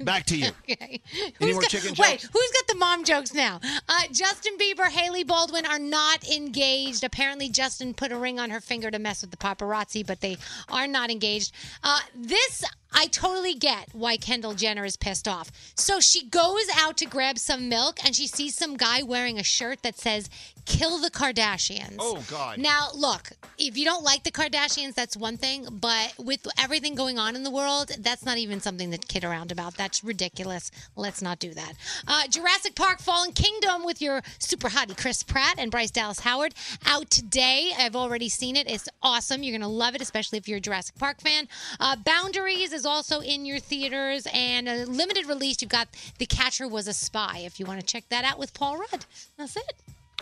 Back to you.
Okay.
Any
Who's
more
got-
chicken
Wait, who's got the mom jokes now? Uh, Justin Bieber, Haley Baldwin are not engaged. Apparently, Justin put a ring on her finger to mess with the paparazzi, but they are not engaged. Uh, this. I totally get why Kendall Jenner is pissed off. So she goes out to grab some milk and she sees some guy wearing a shirt that says, Kill the Kardashians.
Oh, God.
Now, look, if you don't like the Kardashians, that's one thing. But with everything going on in the world, that's not even something to kid around about. That's ridiculous. Let's not do that. Uh, Jurassic Park Fallen Kingdom with your super hottie Chris Pratt and Bryce Dallas Howard out today. I've already seen it. It's awesome. You're going to love it, especially if you're a Jurassic Park fan. Uh, Boundaries is also in your theaters and a limited release. You've got The Catcher Was a Spy if you want to check that out with Paul Rudd. That's it.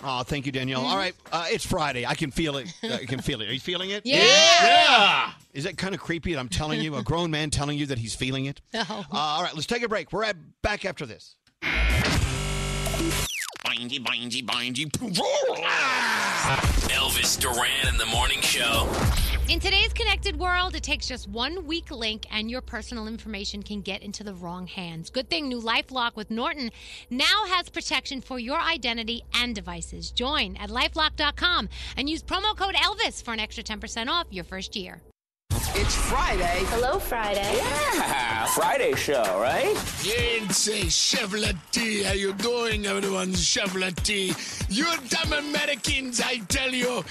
Oh, thank you, Danielle.
Mm-hmm.
All right, uh, it's Friday. I can feel it. I can feel it. Are you feeling it?
Yeah. Yeah.
Is that kind of creepy? that I'm telling you, a grown man telling you that he's feeling it.
No.
Uh, all right, let's take a break. We're at, back after this.
Bindy, bindy, bindy. Elvis Duran in the morning show.
In today's connected world, it takes just one weak link and your personal information can get into the wrong hands. Good thing new LifeLock with Norton now has protection for your identity and devices. Join at lifelock.com and use promo code Elvis for an extra 10% off your first year.
It's Friday. Hello, Friday.
Yeah, Friday show, right?
You'd say Chevrolet, how you doing, everyone? Chevrolet, you dumb Americans, I tell you,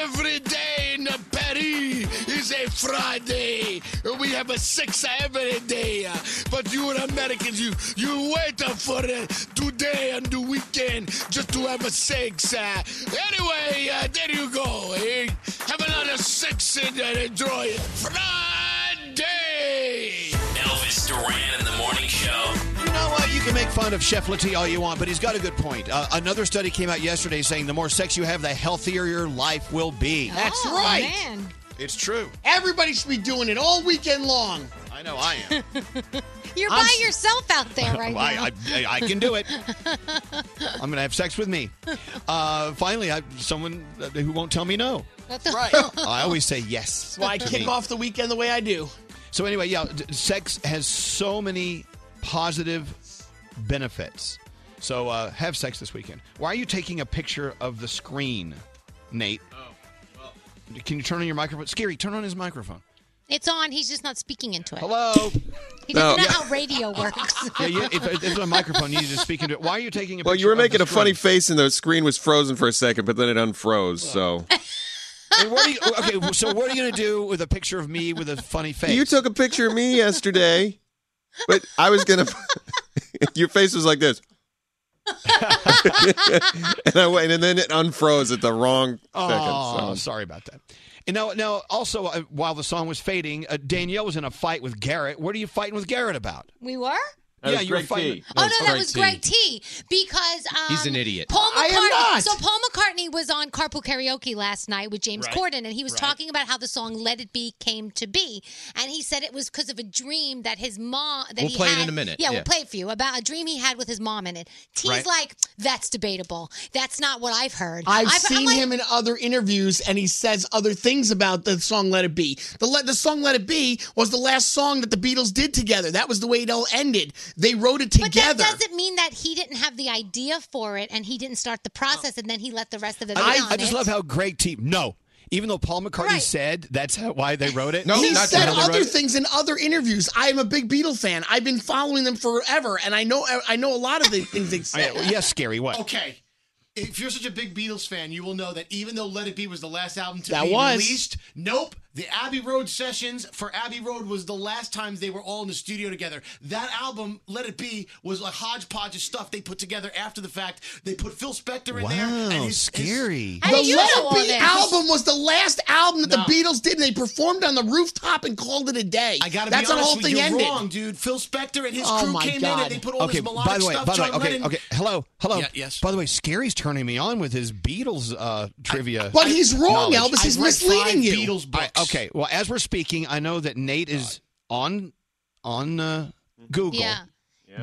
every day in Paris is a Friday. We have a six every day, but you Americans, you you wait for uh, today and the weekend just to have a six. Uh, anyway, uh, there you go. eh? Have another six and uh, enjoy it. Friday.
Elvis Duran in the morning show.
You know what? You can make fun of Chef Letty all you want, but he's got a good point. Uh, another study came out yesterday saying the more sex you have, the healthier your life will be.
That's right.
It's true.
Everybody should be doing it all weekend long.
I know I am.
You're
I'm
by
s-
yourself out there right now.
I, I, I can do it. I'm going to have sex with me. Uh, finally, I, someone uh, who won't tell me no.
That's
right.
I always say yes.
That's why I
to
kick
me.
off the weekend the way I do.
So anyway, yeah, d- sex has so many positive benefits. So uh, have sex this weekend. Why are you taking a picture of the screen, Nate? Oh, well. Can you turn on your microphone? Scary, turn on his microphone.
It's on, he's just not speaking into it.
Hello?
He doesn't
No.
know how radio works.
Yeah, you, if, if there's a microphone, you need to speak into it. Why are you taking a
Well,
picture
you were
of the
making a funny
screen?
face, and the screen was frozen for a second, but then it unfroze. So
And what are you, okay, so what are you going to do with a picture of me with a funny face?
you took a picture of me yesterday, but I was gonna. your face was like this, and I went, and then it unfroze at the wrong
Oh,
second. So.
sorry about that. And now, now also, uh, while the song was fading, uh, Danielle was in a fight with Garrett. What are you fighting with Garrett about?
we were?
That
Yeah,
was
you were
Greg
fighting-
T.
Oh no, that was Greg T. Because um,
He's an idiot.
Paul McCartney.
I am not.
So Paul McCartney was on Carpool Karaoke last night with James
Right.
Corden, and he was
Right.
talking about how the song "Let It Be" came to be, and he said it was because of a dream that his mom that
We'll
he
play it
had.
in a minute,
Yeah,
yeah.
we'll play it for you about a dream he had with his mom in it. T's
Right.
like, that's debatable. That's not what I've heard.
I've,
I'm
seen
like,
him in other interviews, and he says other things about the song "Let It Be." The le- the song "Let It Be" was the last song that the Beatles did together. That was the way it all ended. They wrote it
But that
together.
doesn't mean that he didn't have the idea for it, and he didn't start the process, and then he let the rest of it.
I,
in on
I just
it.
love how Greg T. No, even though Paul McCartney said that's how, why they wrote it.
he
that's
said
how they wrote
other
it.
things in other interviews. I am a big Beatle fan. I've been following them forever, and I know I know a lot of the things they
Oh, yeah,
said.
well, yes, Scary. What?
Okay. If you're such a big Beatles fan, you will know that even though Let It Be was the last album to
That
be
was.
released, nope, the Abbey Road sessions for Abbey Road was the last time they were all in the studio together. That album, Let It Be, was a hodgepodge of stuff they put together after the fact. They put Phil Spector in there. And
Wow,
his-
Oh, scary.
the Let It Be album was the last album that the Beatles did, and they performed on the rooftop and called it a day.
I gotta
That's
be
how the
honest
whole
with
thing
you, you're
ended.
wrong, dude. Phil Spector and his
Oh,
crew
my
came in
God.
and they put all
okay,
this melodic
by the way,
stuff.
by the way,
John
okay,
Lennon-
okay. Hello, hello.
Yeah, yes.
By the way, Scary's turning me on with his Beatles uh, trivia.
but he's wrong,
knowledge.
Elvis. He's misleading you.
Beatles
I- okay, well, as we're speaking, I know that Nate is on on uh, Google
Mm-hmm.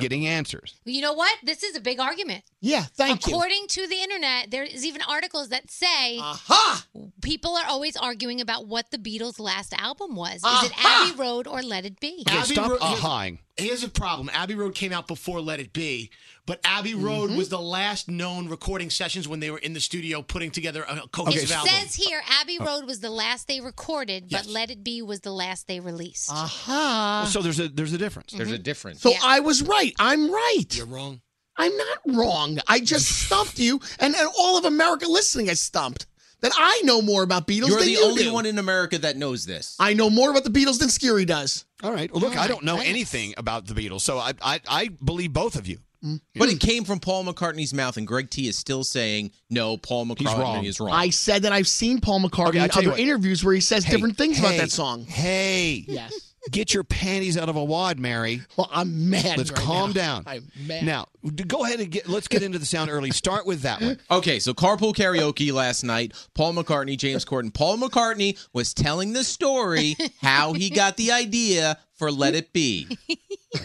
Yeah.
getting answers.
You know what? This is a big argument.
Yeah, thank
According to the internet, there is even articles that say
Uh-huh.
people are always arguing about what the Beatles' last album was. Is it Abbey Road or Let It Be?
Uh-huh. Abbey Road- here's-
ahaing.
Here's a problem. Abbey Road came out before Let It Be, but Abbey
Mm-hmm.
Road was the last known recording sessions when they were in the studio putting together a
It
cohesive album.
says here Abbey
Uh-huh.
Road was the last they recorded, but Let It Be was the last they released.
Uh-huh.
Uh-huh.
Aha.
so there's a there's a difference.
There's a
difference.
So I was right. I'm right. You're
wrong.
I'm not wrong. I just stumped you, and, and all of America listening is stumped. That I know more about Beatles
You're
than
the
you
only
do.
one in America that knows this.
I know more about the Beatles than Skiri does.
All right. Well, look, I don't know anything about the Beatles, so I I, I believe both of you.
Mm.
But it came from Paul McCartney's mouth, and Greg T is still saying no. Paul McCartney
wrong.
is wrong.
I said that I've seen Paul McCartney
Okay, I'll
in
tell you
other
what.
interviews where he says different things about
hey,
that song.
Hey.
Yes.
Get your panties out of a wad, Mary.
Well, I'm mad.
Let's
right
calm
now.
down.
I'm mad.
Now, d- go ahead and get. Let's get into the sound early. Start with that one.
Okay, so carpool karaoke last night. Paul McCartney, James Corden. Paul McCartney was telling the story how he got the idea for Let It Be.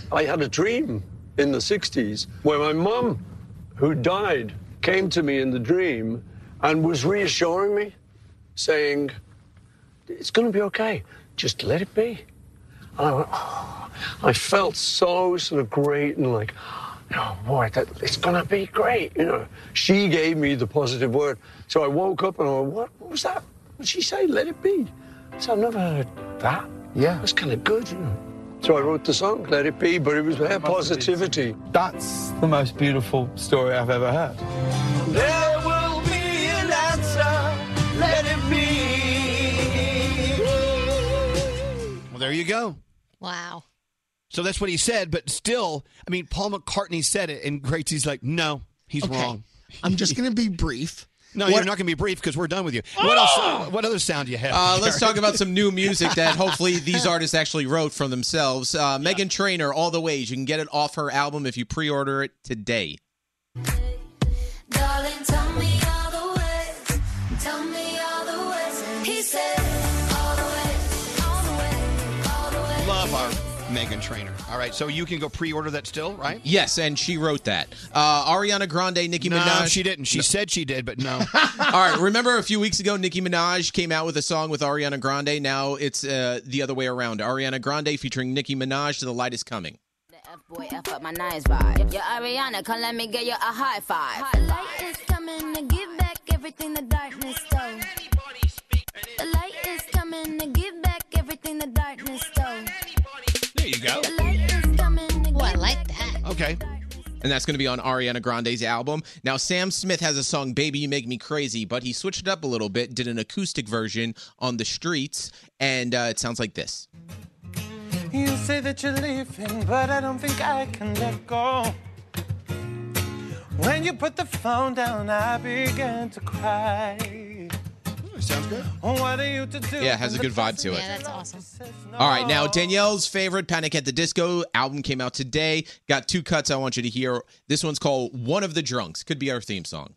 I had a dream in the 60s where my mum, who died, came to me in the dream and was reassuring me, saying, It's going to be okay. Just let it be. And I went, "Oh." I felt so sort of great and like, oh boy, that, it's going to be great. You know, she gave me the positive word. So I woke up and I went, What, what was that? What she say? Let it be. So I've never heard that. Yeah. That's kind of good, you know. So I wrote the song, Let It Be, but it was her positivity. That's
The most beautiful story I've ever heard.
There will be an answer. Let it
Well, there you go.
Wow.
So that's what he said, but still, I mean, Paul McCartney said it, and Gracie's like, no, he's wrong.
I'm just going to be brief.
No, you're not going to be brief because we're done with you. What else? What other sound do you have?
Oh! Uh, let's
Garrett?
talk about some new music that hopefully these artists actually wrote for themselves. Uh, Megan Trainor, All the Ways. You can get it off her album if you pre-order it today.
Darling, tell me all the ways. Tell me all the ways. And he said, all the ways, all the ways, all the ways.
Love our Megan Trainer. All right, so you can go pre-order that still, right?
Yes, and she wrote that. Uh, Ariana Grande, Nicki
No,
Minaj.
she didn't. She said she did, but no.
All right, remember a few weeks ago, Nicki Minaj came out with a song with Ariana Grande. Now it's uh, the other way around. Ariana Grande featuring Nicki Minaj to The Light Is Coming.
Boy, F up my nice vibe. Yo, Ariana, come let me get you a high five.
The light is coming to give back everything the darkness stole. The light is coming to give back everything the darkness stole.
There you go.
The light is coming to give
Oh, like that.
Okay.
And that's going to be on Ariana Grande's album. Now, Sam Smith has a song, Baby You Make Me Crazy, but he switched it up a little bit, did an acoustic version on the streets, and uh, it sounds like this.
You say that you're leaving, but I don't think I can let go. When you put the phone down, I began to cry.
Sounds good.
What are you to do?
Yeah, it has a good vibe to it.
Yeah, that's awesome.
All right, now Danielle's favorite Panic at the Disco album came out today. Got two cuts I want you to hear. This one's called One of the Drunks. Could be our theme song.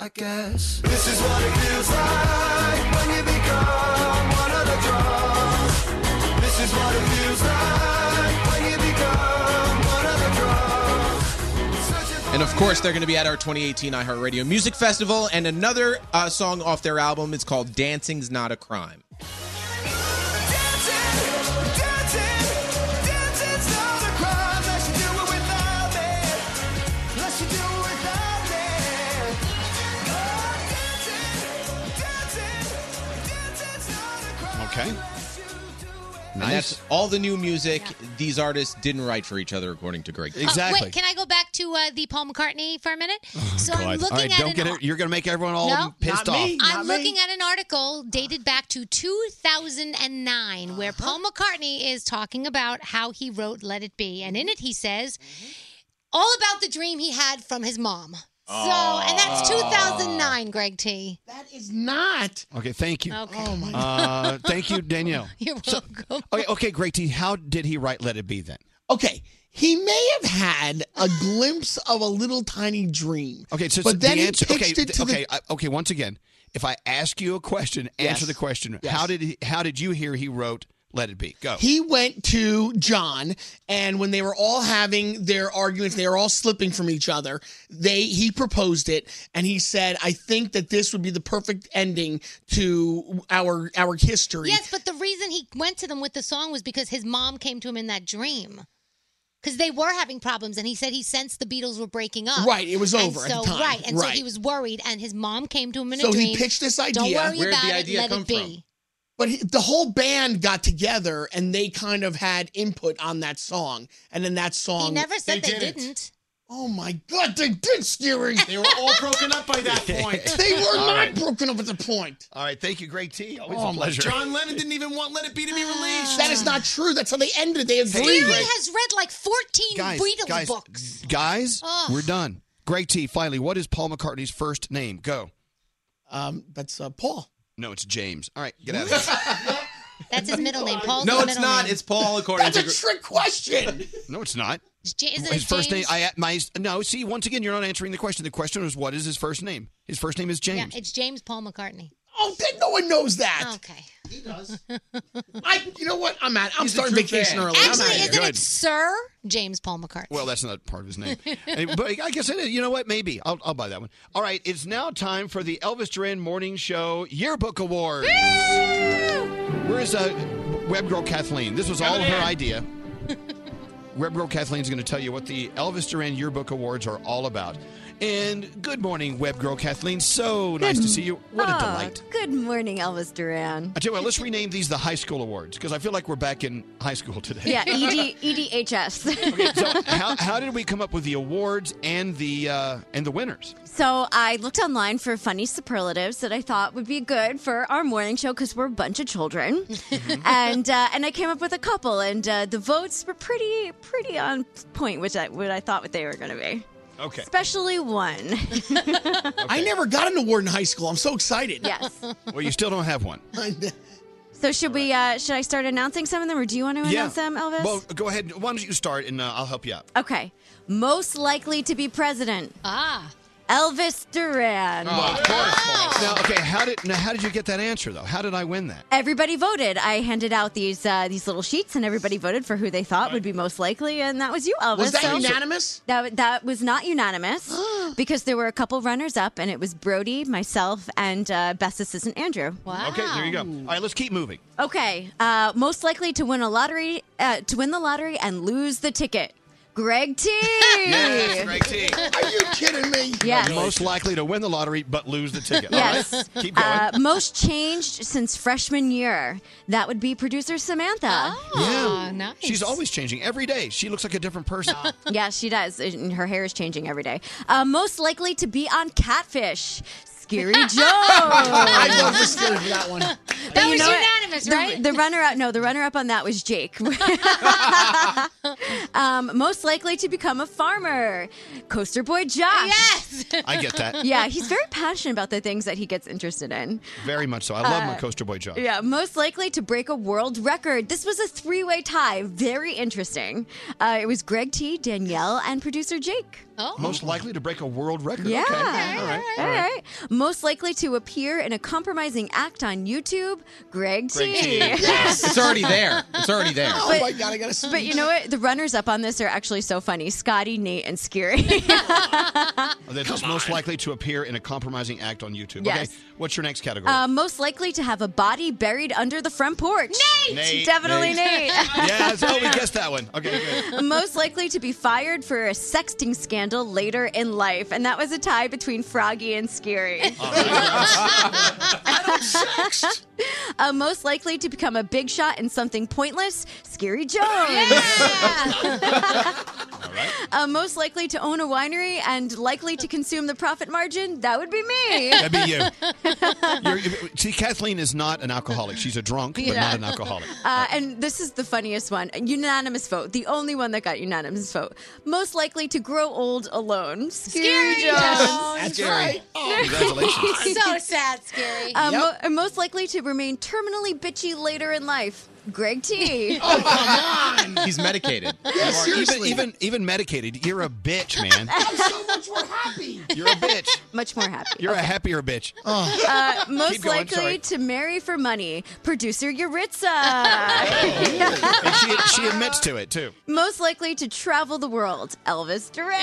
I guess. This is what it feels like when you become one of the drums. This is what it feels like when you become one of the drums.
And of course, they're going to be at our 2018 iHeartRadio Music Festival. And another uh, song off their album is called Dancing's Not a Crime.
Dancing's not a crime unless you do it without me. Unless you do it without me. Oh, dancing, dancing, dancing's not a crime.
Okay.
And that's all the new music these artists didn't write for each other, according to Greg.
Oh, wait, can I go back to uh, the Paul McCartney for a minute? so
Oh, God.
I'm looking
all right,
at
don't
an
get
ar-
it. You're going to make everyone all
no,
pissed off.
I'm looking at an article dated back to 2009 where Paul McCartney is talking about how he wrote "Let It Be," and in it he says all about the dream he had from his mom. So, and that's 2009, Greg T. Uh. That is
not.
Okay, thank you.
Okay. Oh my
Uh, thank you, Danielle.
You're welcome.
Okay, okay, great. T, how did he write "Let It Be"? Then
Okay. He may have had a glimpse of a little tiny dream.
Okay, so
but
so
then
the
he
answer,
pitched
okay,
it to
th- okay,
the.
I- okay. Once again, if I ask you a question, answer
Yes.
the question.
Yes.
How did he, how did you hear he wrote "Let It Be"? Go.
He went to John, and when they were all having their arguments, they were all slipping from each other. They he proposed it, and he said, "I think that this would be the perfect ending to our our history."
Yes, but the reason he went to them with the song was because his mom came to him in that dream. Because they were having problems, and he said he sensed the Beatles were breaking up.
Right, it was
And
over at
so,
the time.
Right, and so
Right.
he was worried, and his mom came to him in
So
a
he
dream.
pitched this
Don't
idea.
worry
Where'd
about
the
it.
idea
let
come
it be.
But he- the whole band got together, and they kind of had input on that song, and then that song.
He never said they,
did it.
didn't.
Oh my God, they did steering.
They were all broken up by that point.
they were
All
not
right.
broken up at the point.
All right, thank you, Greg T. Always
Oh,
a pleasure.
John Lennon didn't even want "Let It Be" to be released.
Ah, That is not true. That's how they ended it. They
He
agreed.
has read like 14
guys,
Beatles
guys,
books.
guys,
Ugh.
we're done. Greg T. Finally, what is Paul McCartney's first name? Go.
Um, that's uh, Paul.
No, it's James. All right, get out of here.
That's his middle name. Paul's
No,
his
it's
middle
not.
Name.
It's Paul, according That's to a Gr-
trick question.
No, it's not.
J- isn't
his
it
first name.
James?
I my no. See, once again, you're not answering the question. The question was, what is his first name? His first name is
Yeah,
James.
it's James Paul McCartney.
Oh, then no one knows that.
Okay.
He does. I, you know what? I'm out. I'm starting
true
vacation
fan.
early. I'm
Actually,
outta here.
isn't it Sir James Paul McCartney?
Well, that's not part of his name. Hey, but I guess it is. You know what? Maybe. I'll, I'll buy that one. All right. It's now time for the Elvis Duran Morning Show Yearbook Awards. Where's uh, Web Girl Kathleen? This was all her idea. Web Girl Kathleen's going to tell you what the Elvis Duran Yearbook Awards are all about. And good morning, Web Girl Kathleen. So nice to see you. What a
Oh,
delight.
Good morning, Elvis Duran.
I tell you what, let's rename these the high school awards because I feel like we're back in high school today.
Yeah, E ED, EDHS.
how, how did we come up with the awards and the uh, and the winners?
so I looked online for funny superlatives that I thought would be good for our morning show because we're a bunch of children,
Mm-hmm.
and uh, and I came up with a couple, and uh, the votes were pretty pretty on point, which I what I thought what they were going to be.
Okay.
Especially one.
I never got an award in high school. I'm so excited.
Yes.
Well, you still don't have one.
So should we? Uh, should I start announcing some of them, or do you want to announce them, Elvis?
Well, go ahead. Why don't you start and uh, I'll help you out.
Okay. Most likely to be president.
Ah.
Elvis Duran.
Well, Oh, of course. Now, okay. How did now, how did you get that answer though? How did I win that?
Everybody voted. I handed out these uh, these little sheets, and everybody voted for who they thought would be most likely, and that was you, Elvis.
Was that unanimous?
That that was not unanimous because there were a couple runners up, and it was Brody, myself, and uh, best assistant Andrew. Wow.
Okay, there you go. All right, let's keep moving.
Okay, uh, most likely to win a lottery, uh, to win the lottery and lose the ticket. Greg T.
Yes, Greg T.
Are you kidding me?
Yes.
Most likely to win the lottery but lose the ticket. All right,
Yes.
Keep going.
Uh, most changed since freshman year. That would be producer Samantha.
yeah. She's always changing every day. She looks like a different person.
yeah, she does. And her hair is changing every day. Uh, most likely to be on Catfish. Scary Joe.
I love the spirit of that one.
But you know what?
honest, right?
The, the runner-up, no, the runner-up on that was Jake. um, most likely to become a farmer, Coaster Boy Josh. Yes,
I get that.
Yeah, he's very passionate about the things that he gets interested in.
Very much so. I love my
Uh,
coaster boy job.
Yeah, most likely to break a world record. This was a three-way tie. Very interesting. Uh, it was Greg T, Danielle, and producer Jake. Oh,
Most likely to break a world record.
yeah.
Okay. All right.
All right. Most likely to appear in a compromising act on YouTube, Greg,
Greg
T.
T. Yes. It's already there. It's already there. Oh
But-
my
God, I gotta
But you know what? The runners up on this are actually so funny. Scotty, Nate, and Skiri.
That's most likely to appear in a compromising act on YouTube.
Yes.
Okay. What's your next category?
uh, most likely to have a body buried under the front porch. Nate!
Nate,
Definitely Nate.
Nate. yes. Oh, we guessed that one. Okay, good.
most likely to be fired for a sexting scandal later in life. And that was a tie between Froggy and Scary. uh, most likely to become a big shot in something pointless, Scary Jones. uh, most likely to own a winery and likely to consume the profit margin, that would be me.
That'd be you. You're, see, Kathleen is not an alcoholic. She's a drunk, but
Yeah.
not an alcoholic.
Uh, and this is the funniest one. Unanimous vote. The only one that got unanimous vote. Most likely to grow old alone. Scary,
Scary
Jones.
Jones. That's Scary. right. Oh, congratulations. So sad, Scary.
Uh,
Yep.
mo- and most likely to remain terminally bitchy later in life. Greg T.
Oh,
He's medicated.
You are Even, even even medicated, you're a bitch, man.
so much more happy.
You're a bitch.
Much more happy.
You're a happier bitch.
Uh,
Keep
most
going,
likely
sorry.
to marry for money. Producer Yuritsa.
And she, she admits to it too.
most likely to travel the world. Elvis Duran.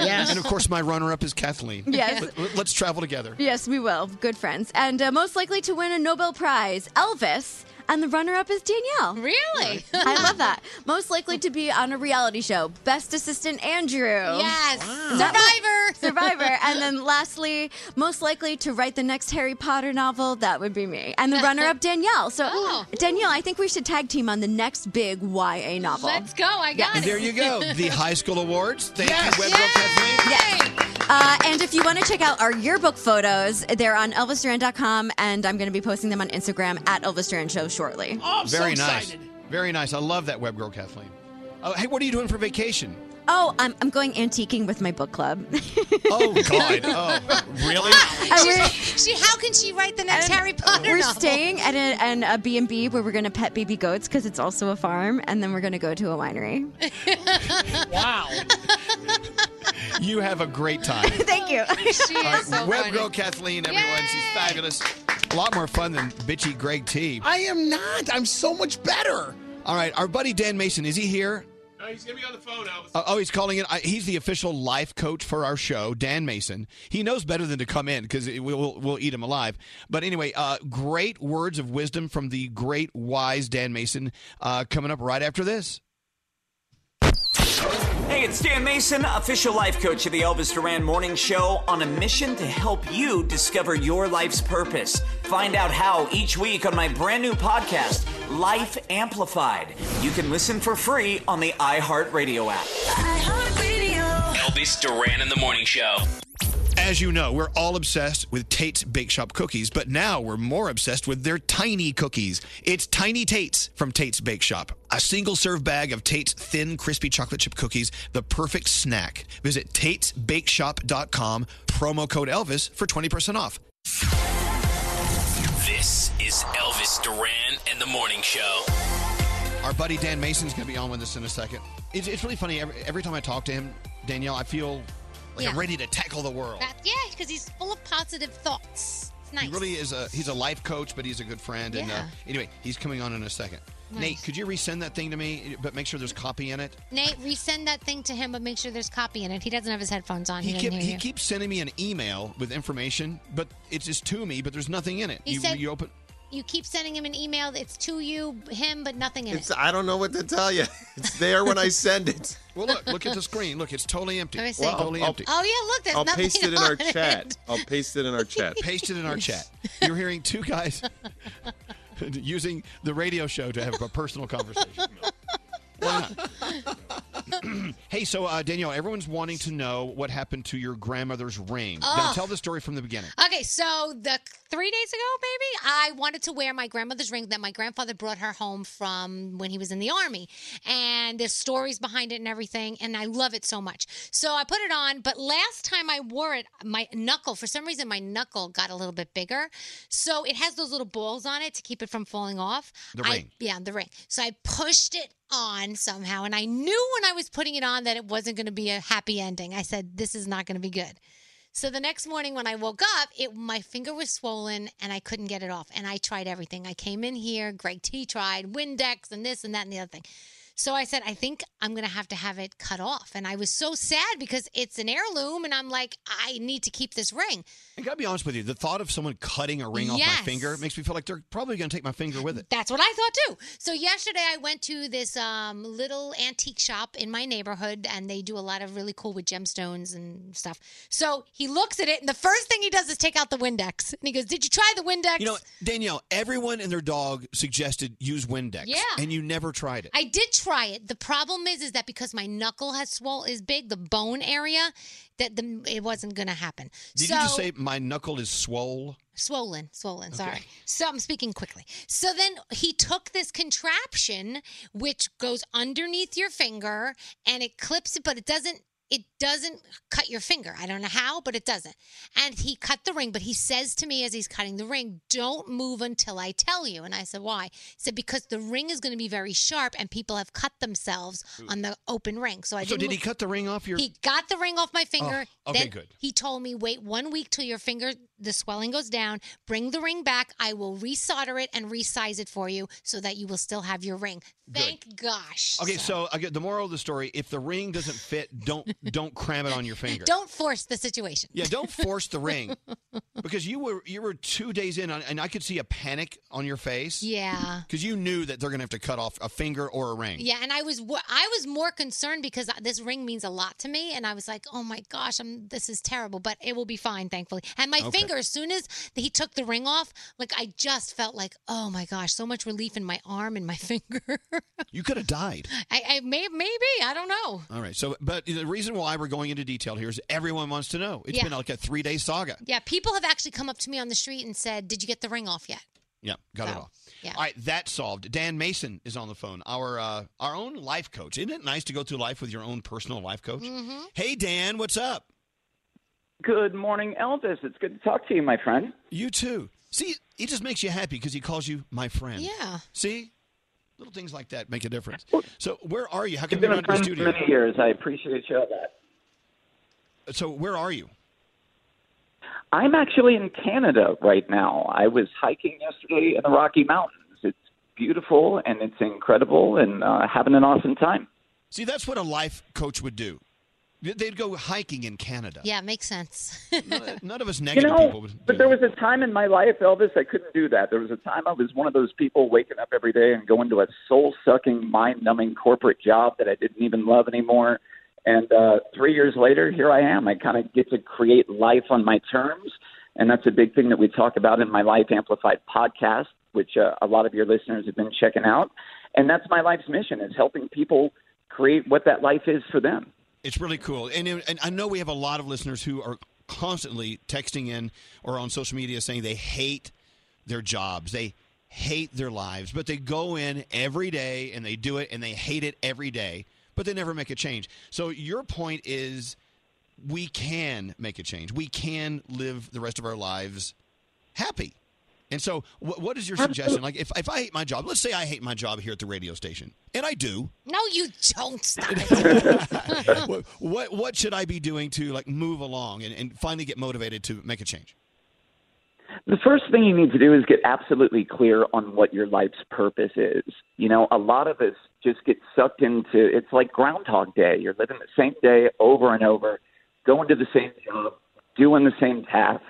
And of course, my runner-up is Kathleen.
Yes.
Let, us travel together.
Yes, we will. Good friends. And uh, most likely to win a Nobel Prize, Elvis. And the runner up is Danielle. Really? I love that. Most likely to be on a reality show, Best Assistant Andrew.
Yes. Wow.
Survivor. Survivor. And then lastly, most likely to write the next Harry Potter novel, that would be me. And the runner up, Danielle. So,
Oh.
Danielle, I think we should tag team on the next big YA novel.
Let's go. I got it.
There you go. The high school awards. Thank
Yes.
you, Web Girl Kathleen.
Uh, and if you want to check out our yearbook photos, they're on elvisduran.com, and I'm going to be posting them on Instagram at Elvis Duran Show shortly.
Oh,
Very nice. Very nice. I love that Web Girl Kathleen. Oh, hey, what are you doing for vacation?
Oh, I'm, I'm going antiquing with my book club.
Oh God. Oh, really?
she, how can she write the next Harry Potter
We're
novel?
staying at a, an, a B&B where we're going to pet baby goats because it's also a farm, and then we're going to go to a winery.
Wow. you have a great time.
Thank you.
She
All right, Web Girl Kathleen, everyone. She's fabulous. A lot more fun than bitchy Greg T.
I am not. I'm so much better.
All right, our buddy Dan Mason, is he here?
No, he's gonna be on the phone, Elvis.
Uh, oh, he's calling in. I, he's the official life coach for our show, Dan Mason. He knows better than to come in because we'll, we'll eat him alive. But anyway, uh, great words of wisdom from the great, wise Dan Mason uh, coming up right after this.
Hey, it's Dan Mason, official life coach of the Elvis Duran Morning Show, on a mission to help you discover your life's purpose. Find out how each week on my brand new podcast, Life Amplified. You can listen for free on the iHeartRadio app.
Elvis Duran in the Morning Show.
As you know, we're all obsessed with Tate's Bake Shop cookies, but now we're more obsessed with their tiny cookies. It's Tiny Tate's from Tate's Bake Shop, a single serve bag of Tate's thin, crispy chocolate chip cookies, the perfect snack. Visit Tate'sBakeShop.com, promo code Elvis for 20% off.
This is Elvis Duran and the Morning Show.
Our buddy Dan Mason's going to be on with us in a second. It's, it's really funny. Every, every time I talk to him, Danielle, I feel like I'm
Yeah.
ready to tackle the world.
That- yeah, because he's full of positive thoughts. It's nice.
He really is a he's a life coach, but he's a good friend. And uh,
Yeah.
anyway, he's coming on in a second.
Nice.
Nate, could you resend that thing to me? But make sure there's copy in it.
Nate, resend that thing to him, but make sure there's copy in it. He doesn't have his headphones on. He,
He,
didn't
kept,
hear
he
you.
keeps sending me an email with information, but it's just to me, but there's nothing in it.
He
you,
said-
you open.
you keep sending him an email. It's to you, him, but nothing in
It's,
it.
I don't know what to tell you. It's there when I send it.
Well, look, look at the screen. Look, it's totally empty.
Let me see.
Well,
totally
I'll-
empty.
Oh yeah, look, there's
I'll
nothing
paste it in
on
our
it.
chat. I'll paste it in our chat.
Paste it in our chat. You're hearing two guys using the radio show to have a personal conversation. Why not? hey, so uh, Danielle, everyone's wanting to know what happened to your grandmother's ring. Now
Ugh.
tell the story from the beginning.
Okay, so the three days ago, maybe I wanted to wear my grandmother's ring that my grandfather brought her home from when he was in the army, and there's stories behind it and everything, and I love it so much. So I put it on, but last time I wore it, my knuckle, for some reason, my knuckle got a little bit bigger, so it has those little balls on it to keep it from falling off.
The
I-
ring.
yeah, the ring. So I pushed it on somehow, and I knew when I was putting it on that it wasn't going to be a happy ending. I said, "This is not going to be good." So the next morning when I woke up, it my finger was swollen and I couldn't get it off. And I tried everything. I came in here, Greg T tried Windex and this and that and the other thing. So I said, I think I'm gonna have to have it cut off. And I was so sad because it's an heirloom, and I'm like, I need to keep this ring.
I gotta be honest with you. The thought of someone cutting a ring off
Yes.
my finger makes me feel like they're probably gonna take my finger with it.
That's what I thought too. So yesterday I went to this um, little antique shop in my neighborhood, and they do a lot of really cool with gemstones and stuff. So he looks at it, and the first thing he does is take out the Windex, and he goes, "Did you try the Windex?"
You know, what, Danielle, everyone and their dog suggested use Windex.
Yeah.
And you never tried it.
I did try it. The problem is, is that because my knuckle has swollen is big, the bone area, that the it wasn't gonna happen.
Did
so,
you just say my knuckle is swole?
swollen? Swollen. Sorry.
Okay.
So I'm speaking quickly. So then he took this contraption, which goes underneath your finger, and it clips it, but it doesn't. It doesn't cut your finger. I don't know how, but it doesn't. And he cut the ring, but he says to me as he's cutting the ring, Don't move until I tell you. And I said, Why? He said, Because the ring is going to be very sharp and people have cut themselves on the open ring. So I
So
didn't
did he
move-
cut the ring off your?
he got the ring off my finger.
Oh, okay,
then
good.
He told me, wait one week till your finger, the swelling goes down. Bring the ring back. I will resolder it and resize it for you so that you will still have your ring. Thank gosh.
Okay, so again, the moral of the story: if the ring doesn't fit, don't don't cram it on your finger.
Don't force the situation.
Yeah, don't force the ring because you were you were two days in, on, and I could see a panic on your face.
Yeah.
because you knew that they're gonna have to cut off a finger or a ring.
Yeah, and I was wo- I was more concerned because this ring means a lot to me, and I was like, oh my gosh, I'm this is terrible, but it will be fine, thankfully. And my
Okay.
finger, as soon as he took the ring off, like I just felt like, oh my gosh, so much relief in my arm and my finger.
you could have died.
I, I may maybe I don't know.
All right, so but the reason why we're going into detail here is everyone wants to know. It's
Yeah.
been like a three day saga.
Yeah, people have actually come up to me on the street and said, "Did you get the ring off yet?"
Yeah, got it
So,
off.
yeah.
All right, that's solved. Dan Mason is on the phone. Our uh, our own life coach. Isn't it nice to go through life with your own personal life coach?
Mm-hmm.
Hey, Dan, what's up?
Good morning, Elvis. It's good to talk to you, my friend.
You too. See, he just makes you happy because he calls you my friend.
Yeah.
See, little things like that make a difference. So, where are you? How
You've
can we
been a
run to the
friend for
studio?
many years. I appreciate you all that.
So, where are you?
I'm actually in Canada right now. I was hiking yesterday in the Rocky Mountains. It's beautiful and it's incredible and uh, having an awesome time.
See, that's what a life coach would do. They- They'd go hiking in Canada.
Yeah, makes sense.
None of us negative
you know,
people would.
but there was a time in my life, Elvis, I couldn't do that. There was a time I was one of those people waking up every day and going to a soul sucking, mind numbing corporate job that I didn't even love anymore. And uh, three years later, here I am. I kind of get to create life on my terms. And that's a big thing that we talk about in my Life Amplified podcast, which uh, a lot of your listeners have been checking out. And that's my life's mission is helping people create what that life is for them.
It's really cool, and and I know we have a lot of listeners who are constantly texting in or on social media saying they hate their jobs, they hate their lives, but they go in every day and they do it and they hate it every day, but they never make a change. So your point is, we can make a change. We can live the rest of our lives happy. And so, wh- what is your suggestion? Like, if if I hate my job, let's say I hate my job here at the radio station, and I do.
no, you don't stop it.
what, what what should I be doing to like move along and, and finally get motivated to make a change?
The first thing you need to do is get absolutely clear on what your life's purpose is. You know, a lot of us just get sucked into it's like Groundhog Day. You're living the same day over and over, going to the same job, doing the same tasks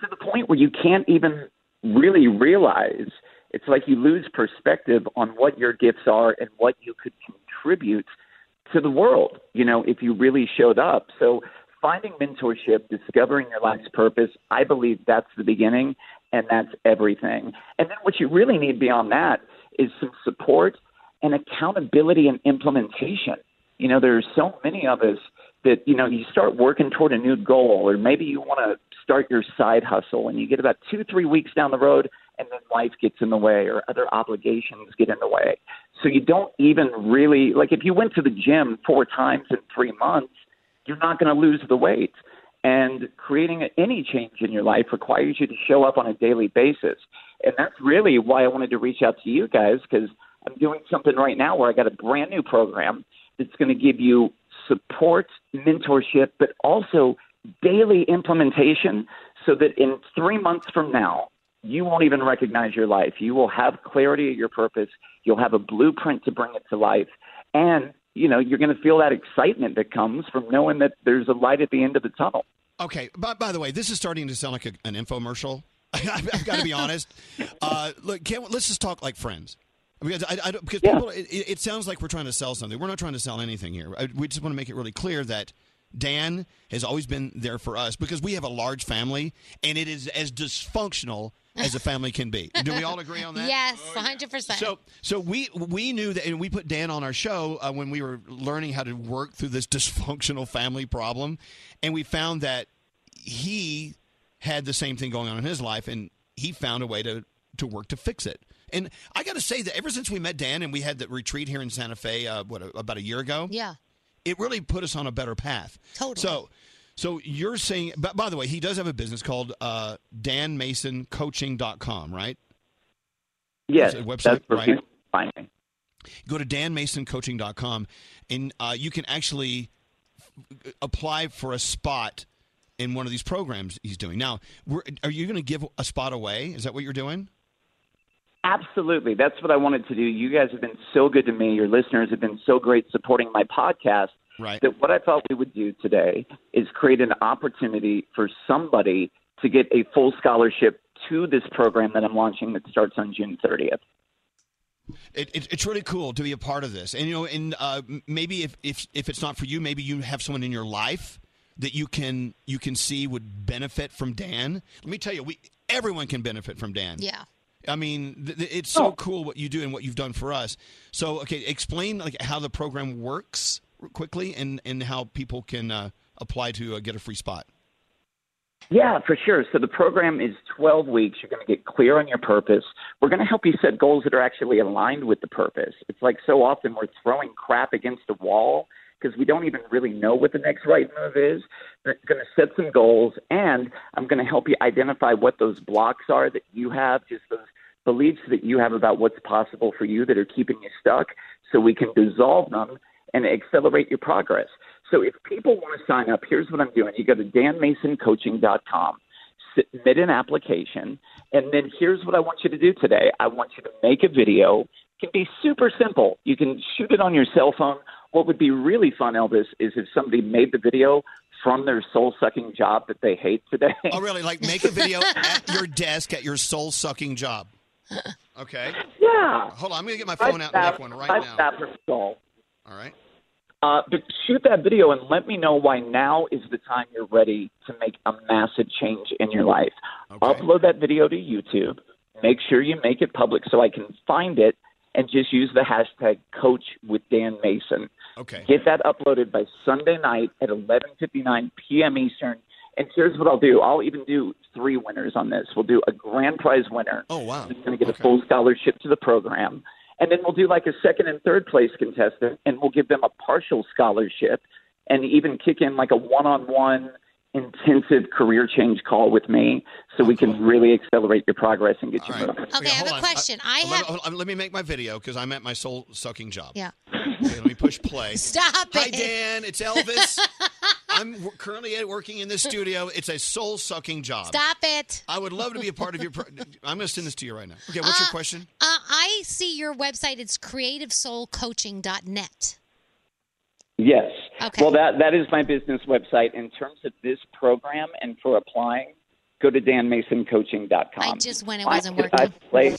to the point where you can't even really realize it's like you lose perspective on what your gifts are and what you could contribute to the world, you know, if you really showed up. So finding mentorship, discovering your life's purpose, I believe that's the beginning and that's everything. And then what you really need beyond that is some support and accountability and implementation. You know, there's so many of us that, you know, you start working toward a new goal, or maybe you want to start your side hustle, and you get about two, three weeks down the road, and then life gets in the way, or other obligations get in the way. So you don't even really, like, if you went to the gym four times in three months, you're not going to lose the weight. And creating any change in your life requires you to show up on a daily basis. And that's really why I wanted to reach out to you guys because I'm doing something right now where I got a brand new program that's going to give you support, mentorship, but also daily implementation so that in three months from now, you won't even recognize your life. You will have clarity of your purpose. You'll have a blueprint to bring it to life. And, you know, you're going to feel that excitement that comes from knowing that there's a light at the end of the tunnel.
Okay, but by the way, this is starting to sound like a, an infomercial. I've, I've got to be honest. Uh, look, can't, let's just talk like friends. Because, I, I don't, because people, it, it it sounds like we're trying to sell something. We're not trying to sell anything here. I, we just want to make it really clear that Dan has always been there for us because we have a large family and it is as dysfunctional as a family can be. Do we all agree on that? Oh,
Yes, 100%.
So, so we we knew that, and we put Dan on our show uh, when we were learning how to work through this dysfunctional family problem, and we found that he had the same thing going on in his life, and he found a way to to work to fix it. And I got to say that ever since we met Dan and we had the retreat here in Santa Fe, uh, what about a year ago?
Yeah,
it really put us on a better path. Totally. So. So you're saying, but by the way, he does have a business called uh, danmasoncoaching.com, right?
Yes,
Is it a website,
that's where
right?
people find me.
go to danmasoncoaching.com and uh, you can actually f- apply for a spot in one of these programs he's doing now we're, are you going to give a spot away is that what you're doing
Absolutely. That's what I wanted to do. You guys have been so good to me. Your listeners have been so great supporting my podcast.
Right.
That what I thought we would do today is create an opportunity for somebody to get a full scholarship to this program that I'm launching that starts on June 30th.
it, it, it's really cool to be a part of this and you know and uh, m- maybe if, if if it's not for you maybe you have someone in your life that you can you can see would benefit from dan let me tell you we everyone can benefit from dan
Yeah.
I mean, th- th- it's so cool what you do and what you've done for us. So, okay, explain like how the program works quickly and and how people can uh, apply to uh, get a free spot.
Yeah, for sure. So the program is 12 weeks. You're going to get clear on your purpose. We're going to help you set goals that are actually aligned with the purpose. It's like so often we're throwing crap against the wall because we don't even really know what the next right move is. But I'm going to set some goals, and I'm going to help you identify what those blocks are that you have, just those beliefs that you have about what's possible for you that are keeping you stuck, so we can dissolve them and accelerate your progress. So if people want to sign up, here's what I'm doing. You go to danmasoncoaching.com, submit an application, and then here's what I want you to do today. I want you to make a video. It can be super simple. You can shoot it on your cell phone. What would be really fun, Elvis, is if somebody made the video from their soul sucking job that they hate today.
Oh, really? Like make a video at your desk at your soul sucking job. Okay.
Yeah.
Hold on, I'm gonna get my phone out and make one right
Five
now.
thousand soul.
All right.
Uh, but shoot that video and let me know why now is the time you're ready to make a massive change in your life. Upload that video to YouTube. Make sure you make it public so I can find it and just use the hashtag coach with Dan Mason.
Okay.
Get that uploaded by Sunday night at 11:59 p.m. Eastern. And here's what I'll do. I'll even do three winners on this. We'll do a grand prize winner.
Oh wow.
Who's going to get a full scholarship to the program. And then we'll do like a second and third place contestant and we'll give them a partial scholarship and even kick in like a one-on-one intensive career change call with me so we can really accelerate your progress and get you moving.
Okay, I have a question. I
Uh, Let,
have.
hold on, let me make my video because I'm at my soul sucking job.
Yeah.
Okay, let me push play.
Stop
Hi,
it.
Dan. It's Elvis. I'm w- currently at working in this studio. It's a soul sucking job.
Stop it.
I would love to be a part of your. Pro- I'm going to send this to you right now. Okay, what's your question?
Uh, I see your website. It's creativesoulcoaching.net.
Yes.
Okay.
Well, that that is my business website. In terms of this program and for applying, go to danmasoncoaching.com.
I just went. It wasn't
Find-
working.
I play-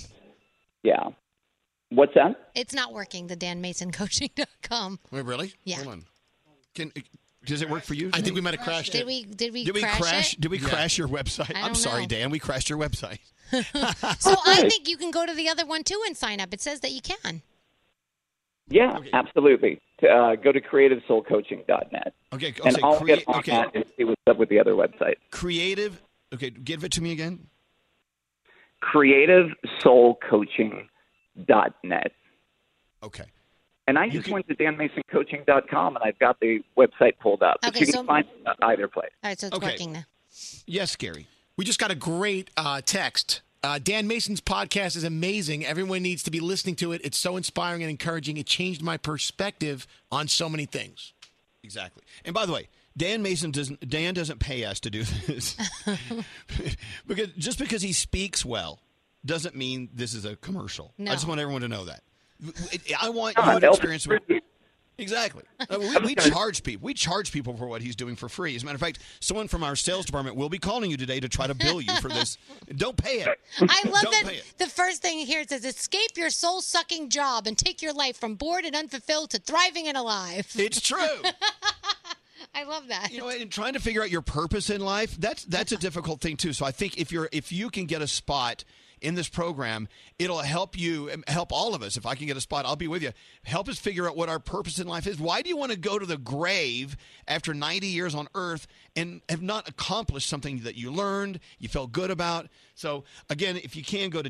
yeah. What's that?
It's not working. The DanMasonCoaching.com.
Wait, really?
Yeah.
Hold on. Can does it work for you? I think we might have crashed
Did we? Did we?
Did we
crash?
crash?
It?
Did we crash your website?
I
I'm
don't
sorry,
know.
Dan. We crashed your website.
so I think you can go to the other one too and sign up. It says that you can.
Yeah, absolutely. To, uh, go to creativesoulcoaching.net.
Okay, I'll
and
say
I'll
crea-
get on
okay.
that and see what's up with the other website.
Creative. Okay, give it to me again.
CreativeSoulCoaching.net.
Okay.
And I just went to danmasoncoaching.com and I've got the website pulled up. but
Okay,
you can
so-
find it at either place.
All right, so it's
Okay.
working now.
Yes, Gary. We just got a great uh, text. Uh, Dan Mason's podcast is amazing. Everyone needs to be listening to it. It's so inspiring and encouraging. It changed my perspective on so many things.
Exactly. And by the way, Dan Mason doesn't. Dan doesn't pay us to do this because just because he speaks well doesn't mean this is a commercial.
No.
I just want everyone to know that. I want
Ah,
you to
Elvis
experience. Exactly. I mean, we, we charge people. We charge people for what he's doing for free. As a matter of fact, someone from our sales department will be calling you today to try to bill you for this. Don't pay it.
I love
Don't
that
pay it.
the first thing here it says escape your soul sucking job and take your life from bored and unfulfilled to thriving and alive.
It's true.
I love that.
You know, and trying to figure out your purpose in life, that's that's a difficult thing too. So I think if you're if you can get a spot in this program, it'll help you um, help all of us. If I can get a spot, I'll be with you. Help us figure out what our purpose in life is. Why do you want to go to the grave after 90 years on earth and have not accomplished something that you learned, you felt good about? So again, if you can go to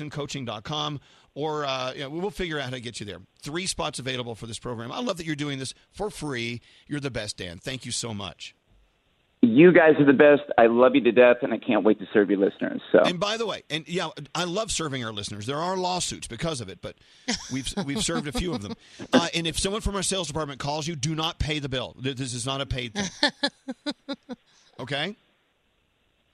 danmasoncoaching.com or uh, yeah, we'll figure out how to get you there. Three spots available for this program. I love that you're doing this for free. You're the best, Dan. Thank you so much.
You guys are the best. I love you to death and I can't wait to serve your listeners. So
And by the way, and yeah, I love serving our listeners. There are lawsuits because of it, but we've we've served a few of them. Uh, and if someone from our sales department calls you, do not pay the bill. Th- This is not a paid thing. Okay.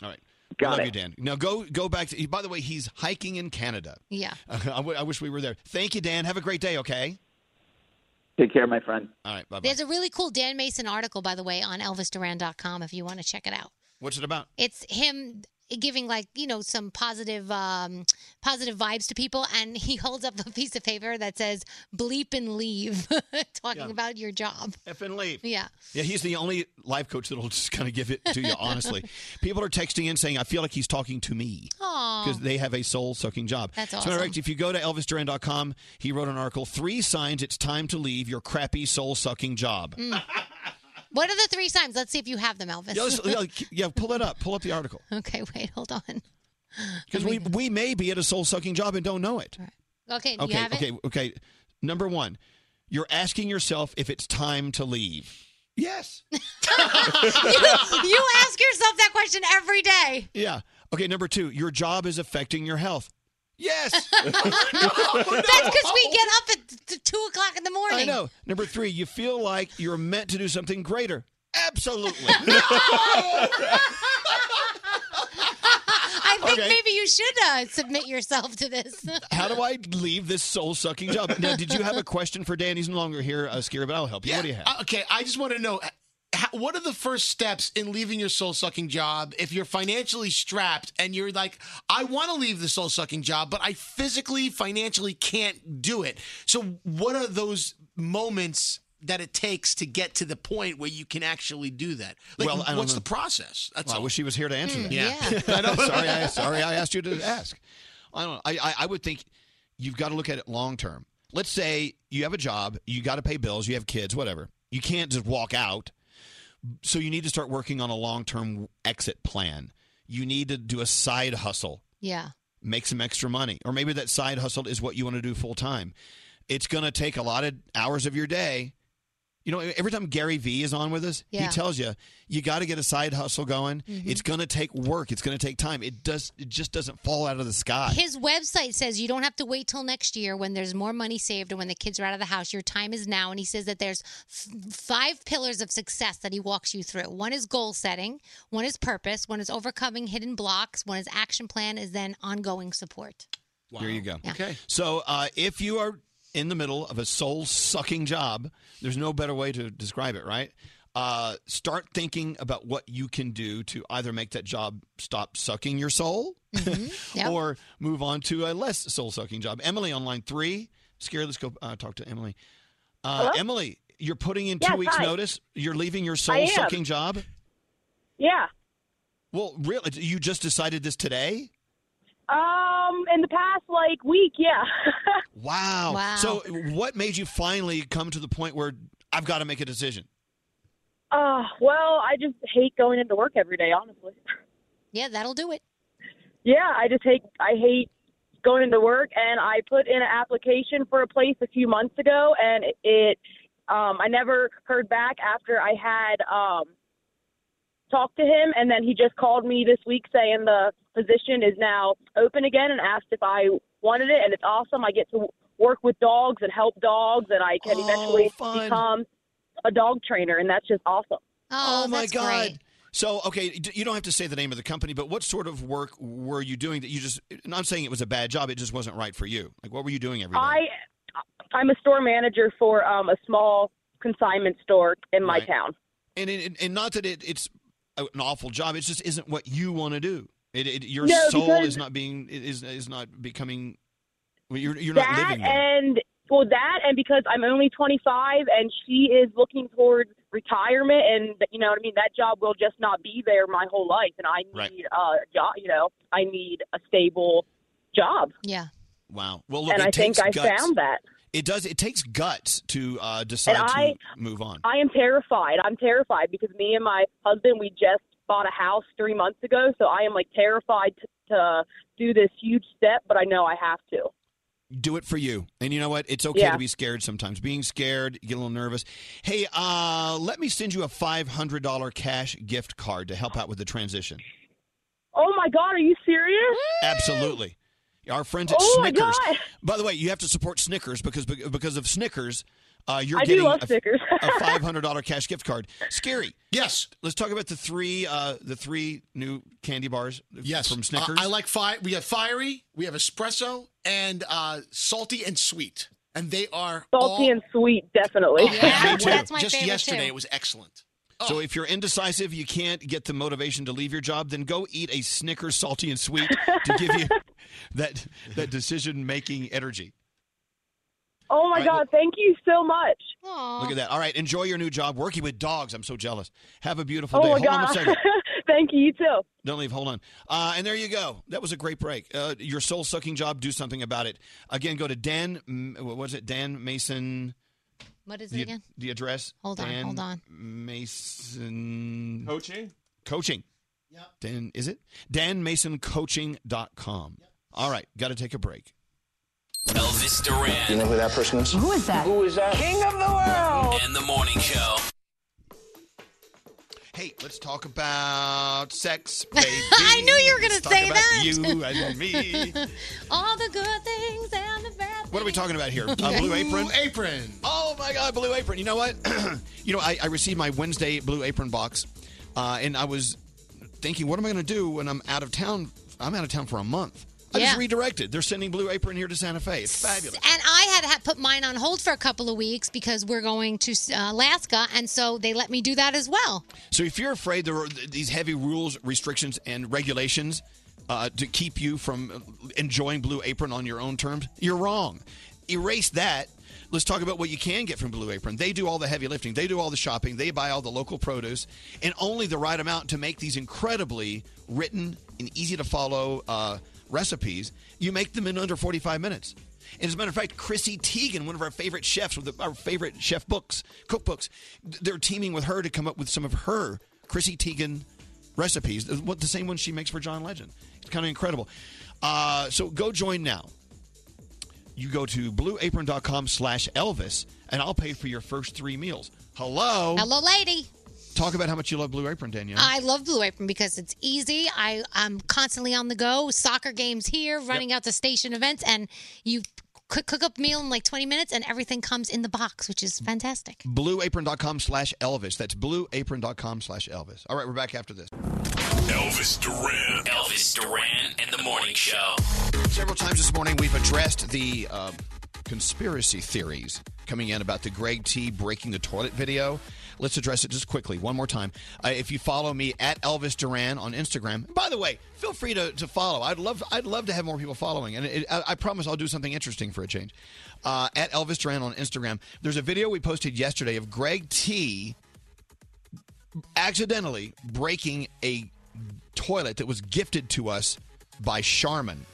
All right. We love you, Dan. Now go go back to. By the way, he's hiking in Canada.
Yeah.
I w- I wish we were there. Thank you, Dan. Have a great day. Okay.
Take care, my friend.
All right. Bye bye.
There's a really cool Dan Mason article, by the way, on ElvisDuran.com if you want to check it out.
What's it about?
It's him giving like you know some positive um positive vibes to people and he holds up a piece of paper that says bleep and leave talking
Yeah.
about your job
F and leave
yeah
Yeah, he's the only life coach that'll just kind of give it to you honestly. People are texting in saying, "I feel like he's talking to me."
Aw.
because they have a soul sucking job.
That's
So, matter of
awesome.
fact, if you go to ElvisDuran.com, he wrote an article Three Signs It's Time to Leave Your Crappy Soul Sucking Job.
Mm. what are the three signs let's see if you have them elvis
Yeah, let's- yeah, yeah, pull it up. Pull up the article.
okay wait hold on
Because we, we may be at a soul sucking job and don't know it.
okay do you
Okay,
have it
okay, okay. Number one, you're asking yourself if it's time to leave. Yes.
you, you ask yourself that question every day.
Yeah. Okay, number two, your job is affecting your health. Yes.
Oh, That's because we get up at t- two o'clock in the morning.
I know. Number three, you feel like you're meant to do something greater. Absolutely.
I think
Okay.
maybe you should uh, submit yourself to this.
How do I leave this soul sucking job? Now, did you have a question for Dan? He's no longer here, uh, Scary, but I'll help you. What do you have?
Uh, Okay, I just want to know h- what are the first steps in leaving your soul sucking job if you're financially strapped and you're like, I want to leave the soul sucking job, but I physically, financially can't do it. So, what are those moments that it takes to get to the point where you can actually do that? Like,
Well, I don't
what's
know.
the process? That's
Well, I
all.
wish he was here to answer
Hmm,
that.
yeah.
I know. Sorry, I, sorry, I asked you to ask. I don't. I, I, I would think you've got to look at it long term. Let's say you have a job, you got to pay bills, you have kids, whatever. You can't just walk out. So you need to start working on a long term exit plan. You need to do a side hustle.
Yeah.
make some extra money or maybe that side hustle is what you want to do full time it's going to take a lot of hours of your day you know every time gary vee is on with us
Yeah.
he tells you you got to get a side hustle going
Mhm.
it's going to take work it's going to take time it does it just doesn't fall out of the sky
His website says you don't have to wait till next year when there's more money saved or when the kids are out of the house. Your time is now. And he says that there's f- five pillars of success that he walks you through. One is goal setting, one is purpose, one is overcoming hidden blocks, one is action plan, is then ongoing support.
There you go. Okay. So uh, if you are in the middle of a soul sucking job, there's no better way to describe it, right? Uh, start thinking about what you can do to either make that job stop sucking your soul or move on to a less soul sucking job. Emily on line three. Scary, let's go uh, talk to Emily. Uh,
Hello?
Emily, you're putting in two
Yes,
weeks'
hi.
notice. You're leaving your
I
soul
am.
sucking job.
Yeah.
Well, really, you just decided this today?
Um, in the past like week, yeah.
Wow.
Wow.
So, what made you finally come to the point where I've got to make a decision?
uh, well, I just hate going into work every day, honestly.
Yeah, that'll do it.
Yeah, I just hate I hate going into work and I put in an application for a place a few months ago and it um I never heard back after I had um talked to him and then he just called me this week saying the position is now open again and asked if I wanted it and it's awesome. I get to work with dogs and help dogs and I
Oh,
can eventually become a dog trainer and that's just awesome.
Oh, my God. So, okay, d- you don't have to say the name of the company, but what sort of work were you doing that you just, and I'm saying it was a bad job, it just wasn't right for you. Like, what were you doing every day?
I I'm a store manager for um, a small consignment store in my
Right.
town.
And, and, and not that it, it's a- an awful job, it just isn't what you want to do. It, it, your
No,
soul
because-
is not being, is, is not becoming, well, you're, you're not
that
living there.
and well that and because I'm only 25 and she is looking towards retirement and you know what I mean that job will just not be there my whole life and I need
Right.
a job you know I need a stable job.
Yeah.
Wow. Well, look,
and
it
I think
takes
I
guts.
found that.
It does. It takes guts to uh, decide
And
to
I-
move on.
I am terrified. I'm terrified because me and my husband we just bought a house 3 months ago so I am like terrified to, to do this huge step but I know I have to.
Do it for you. And you know what? It's okay
Yeah.
to be scared sometimes. Being scared, you get a little nervous. Hey, uh, let me send you a five hundred dollar cash gift card to help out with the transition.
Oh my god, are you serious?
Absolutely. Our friends at
Oh, my
Snickers.
God.
By the way, you have to support Snickers because because of Snickers, uh, you're
I do
getting
love
a,
Snickers.
a five hundred dollar cash gift card. Scary. Yes. Let's talk about the three uh, the three new candy bars.
Yes.
From Snickers.
I, I like fire. We have fiery, we have espresso, and uh, salty and sweet. And they are
Salty
all-
Oh.
and sweet, definitely.
Me too. Just yesterday, it was excellent.
Oh.
So if you're indecisive, you can't get the motivation to leave your job, then go eat a Snickers salty and sweet to give you that that decision making energy.
Oh my
All right,
God, thank you so much.
Look at that. All right, enjoy your new job working with dogs. I'm so jealous. Have a beautiful
Oh
day.
my
Hold on a
God.
second.
thank you, you too.
Don't leave. Hold on. Uh, and there you go. That was a great break. Uh, your soul sucking job. Do something about it. Again, go to Dan. M- What was it? Dan Mason.
What is it
the,
again?
The address.
Hold on,
Dan
hold on.
Mason.
Coaching?
Coaching. Yeah. Dan, is it? DanMasonCoaching.com. All right, got to take a break.
Elvis Duran
You know who that person is?
Who is that?
Who is that? King of the world.
and the Morning Show.
Hey, let's talk about sex, baby.
I knew you were gonna
Let's talk
say
about
that.
You and me.
All the good things and the bad.
What are we talking about here? Uh, Blue Apron?
Blue Apron.
Oh my God, Blue Apron. You know what? you know, I, I received my Wednesday Blue Apron box, uh, and I was thinking, what am I going to do when I'm out of town? I'm out of town for a month. I
Yeah.
just redirected. They're sending Blue Apron here to Santa Fe. It's fabulous.
And I had ha- put mine on hold for a couple of weeks because we're going to uh, Alaska, and so they let me do that as well.
So if you're afraid there are th- these heavy rules, restrictions, and regulations uh, to keep you from enjoying Blue Apron on your own terms, you're wrong. Erase that. Let's talk about what you can get from Blue Apron. They do all the heavy lifting. They do all the shopping. They buy all the local produce and only the right amount to make these incredibly written and easy to follow uh, recipes. You make them in under 45 minutes. And as a matter of fact, Chrissy Teigen, one of our favorite chefs with our favorite chef books, cookbooks, they're teaming with her to come up with some of her Chrissy Teigen recipes, the what- the same one she makes for John Legend. It's kind of incredible. Uh, so go join now. You go to blueapron.com slash Elvis, and I'll pay for your first three meals. Hello.
Hello, lady.
Talk about how much you love Blue Apron, Danielle.
I love Blue Apron because it's easy. I, I'm constantly on the go. Soccer games here, running out to station events, and you cook, cook up meal in like 20 minutes, and everything comes in the box, which is fantastic.
blueapron.com slash Elvis. That's blueapron.com slash Elvis. All right, we're back after this.
Elvis Duran. Elvis Duran and the Morning Show.
Several times this morning, we've addressed the uh, conspiracy theories coming in about the Greg T breaking the toilet video. Let's address it just quickly one more time. Uh, if you follow me at Elvis Duran on Instagram, by the way, feel free to, to follow. I'd love I'd love to have more people following, and it, I, I promise I'll do something interesting for a change. Uh, at Elvis Duran on Instagram, there's a video we posted yesterday of Greg T accidentally breaking a toilet that was gifted to us by Charmin.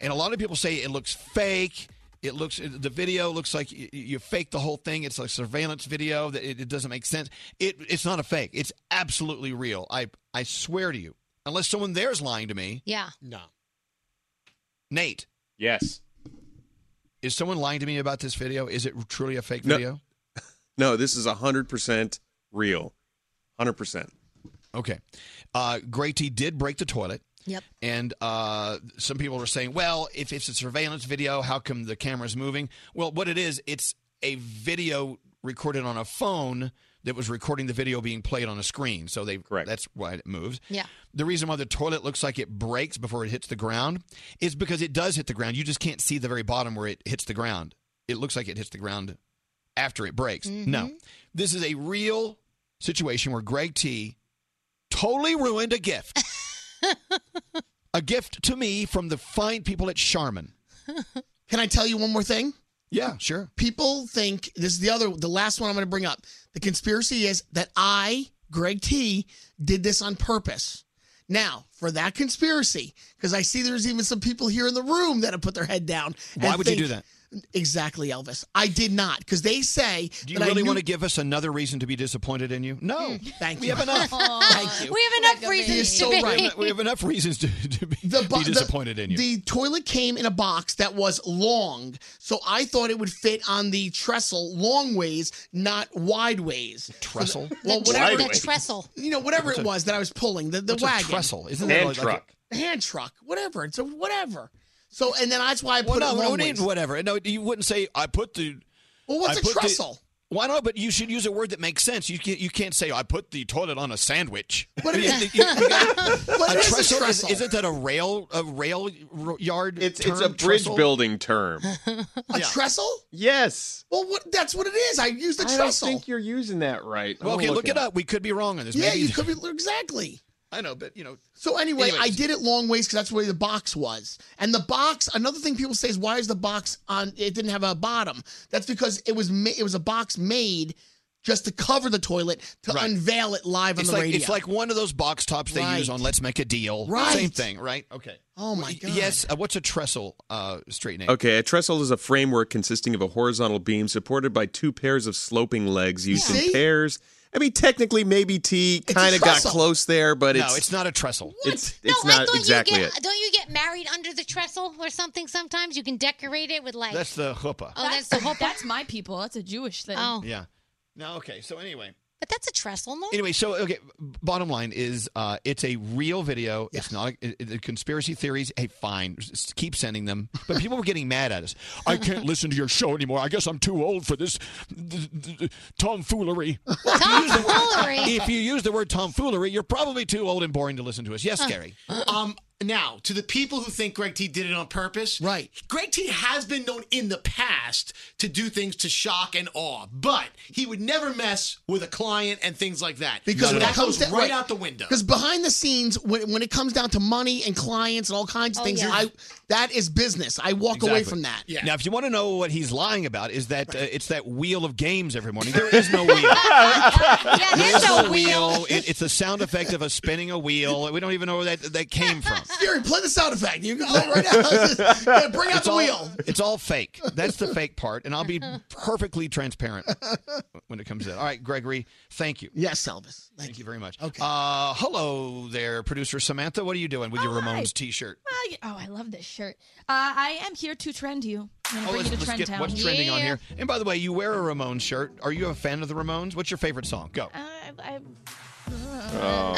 And a lot of people say it looks fake. It looks the video looks like you, you faked the whole thing. It's like surveillance video that it, it doesn't make sense. It it's not a fake. It's absolutely real. I I swear to you. Unless someone there's lying to me.
Yeah.
No. Nate.
Yes.
Is someone lying to me about this video? Is it truly a fake video?
No, this is 100% real. 100%.
Okay. Uh, Gray T did break the toilet.
Yep.
And uh, some people are saying, well, if it's a surveillance video, how come the camera's moving? Well, what it is, it's a video recorded on a phone that was recording the video being played on a screen. So they Correct. that's why it moves.
Yeah.
The reason why the toilet looks like it breaks before it hits the ground is because it does hit the ground. You just can't see the very bottom where it hits the ground. It looks like it hits the ground after it breaks.
Mm-hmm.
No. This is a real situation where Greg T totally ruined a gift. a gift to me from the fine people at Charmin.
Can I tell you one more thing?
Yeah, sure.
People think this is the other, the last one I'm going to bring up. The conspiracy is that I, Greg T, did this on purpose. Now, for that conspiracy, because I see there's even some people here in the room that have put their head down. and
Why would you
think-
do that?
Exactly, Elvis. I did not, because they say.
Do you
that I
really
knew- Mm.
want to give us another reason to be disappointed in you? No.
Thank
we
you.
have enough.
Thank you.
We have enough reasons
He is
to
so
be.
right.
We have enough reasons to, to be,
The bo-
be disappointed in you.
The toilet came in a box that was long, so I thought it would fit on the trestle long ways, not wide ways.
Trestle?
well,
The
whatever
tre- the trestle.
You know, whatever
What's
it
a-
was that I was pulling, the, the
what's a
wagon.
trestle? Isn't that Hand like- like a- truck.
hand truck, whatever. It's a whatever. So, and then that's why I put
well,
it
no,
long
it ain't
ways.
whatever. No, you wouldn't say I put the.
Well, what's
a
a trestle?
why not? But you should use a word that makes sense. You can't, you can't say I put the toilet on a sandwich.
But it-
You- you- you got-
What
a
is a
trestle,
trestle?
Is, not that a rail a rail r- yard?
It's it's a
term,
bridge
trestle?
building term.
A trestle?
Yes.
Well, what? That's what it is. I used a
I don't
trestle.
think you're using that right.
Well,
I'm
okay, look
looking.
it up. We could be wrong on this.
yeah,
Maybe
you could be exactly.
I know, but you know.
So anyway, I
Anyways.
did it long ways because that's where the box was. And the box, another thing people say is why is the box on? It didn't have a bottom. That's because it was ma- it was a box made just to cover the toilet to unveil it live
It's
on the
like
radio.
it's like one of those box tops they use
Right.
on Let's Make a Deal.
Right.
Same thing, right? Okay.
oh my god.
Yes. Uh, what's a trestle? Uh, straight name.
Okay, a trestle is a framework consisting of a horizontal beam supported by two pairs of sloping legs used
Yeah.
in
See?
pairs. I mean, technically, maybe T
a
kind of got
trestle.
close there, but
no,
it's
it's not a trestle.
it's,
No,
it's
I
not
thought
exactly
you get,
it.
Don't you get married under the trestle or something? Sometimes you can decorate it with like.
That's the hoopah.
oh, that's the whole.
That's my people. That's a Jewish thing.
Oh,
Yeah. No. Okay. So anyway.
but that's a trestle, no?
Anyway, so okay. Bottom line is, uh, it's a real video. It's not a, it- the conspiracy theories. Hey, fine, s- keep sending them. But people were getting mad at us. I can't listen to your show anymore. I guess I'm too old for this th- th- th- tomfoolery. Well, if you use the word-
Tomfoolery.
If you use the word tomfoolery, you're probably too old and boring to listen to us. Yes, Gary.
Um, now to the people who think Greg T did it on purpose, right? Greg T has been known in the past to do things to shock and awe, but he would never mess with a client and things like that
Because
So
when
that
it
goes
comes down-
right
right.
out the window.
Because behind the scenes, when, when it comes down to money and clients and all kinds of
Oh,
things,
yeah.
I, that is business. I walk away
Exactly.
from that.
Now, if you want to know what he's lying about, is that uh, it's that wheel of games every morning. There is no wheel. there is no wheel. It, it's the sound effect of us spinning a wheel. We don't even know where that that came from.
Gary, play the sound effect. You go right out. Yeah, bring out
It's
the
all-
wheel.
It's all fake. That's the fake part, and I'll be perfectly transparent when it comes to that. All right, Gregory, thank you.
Yes, Elvis.
Thank, you very much. Okay. Uh, hello there, producer Samantha. What are you doing with your Ramones T-shirt?
Well, you- oh, I love this shirt. Uh, I am here to trend you. I'm gonna
Oh, let's,
bring you to
let's
Trend
get
Town.
what's trending on here. And by the way, you wear a Ramones shirt. Are you a fan of the Ramones? What's your favorite song? Go.
Uh, I,
Oh,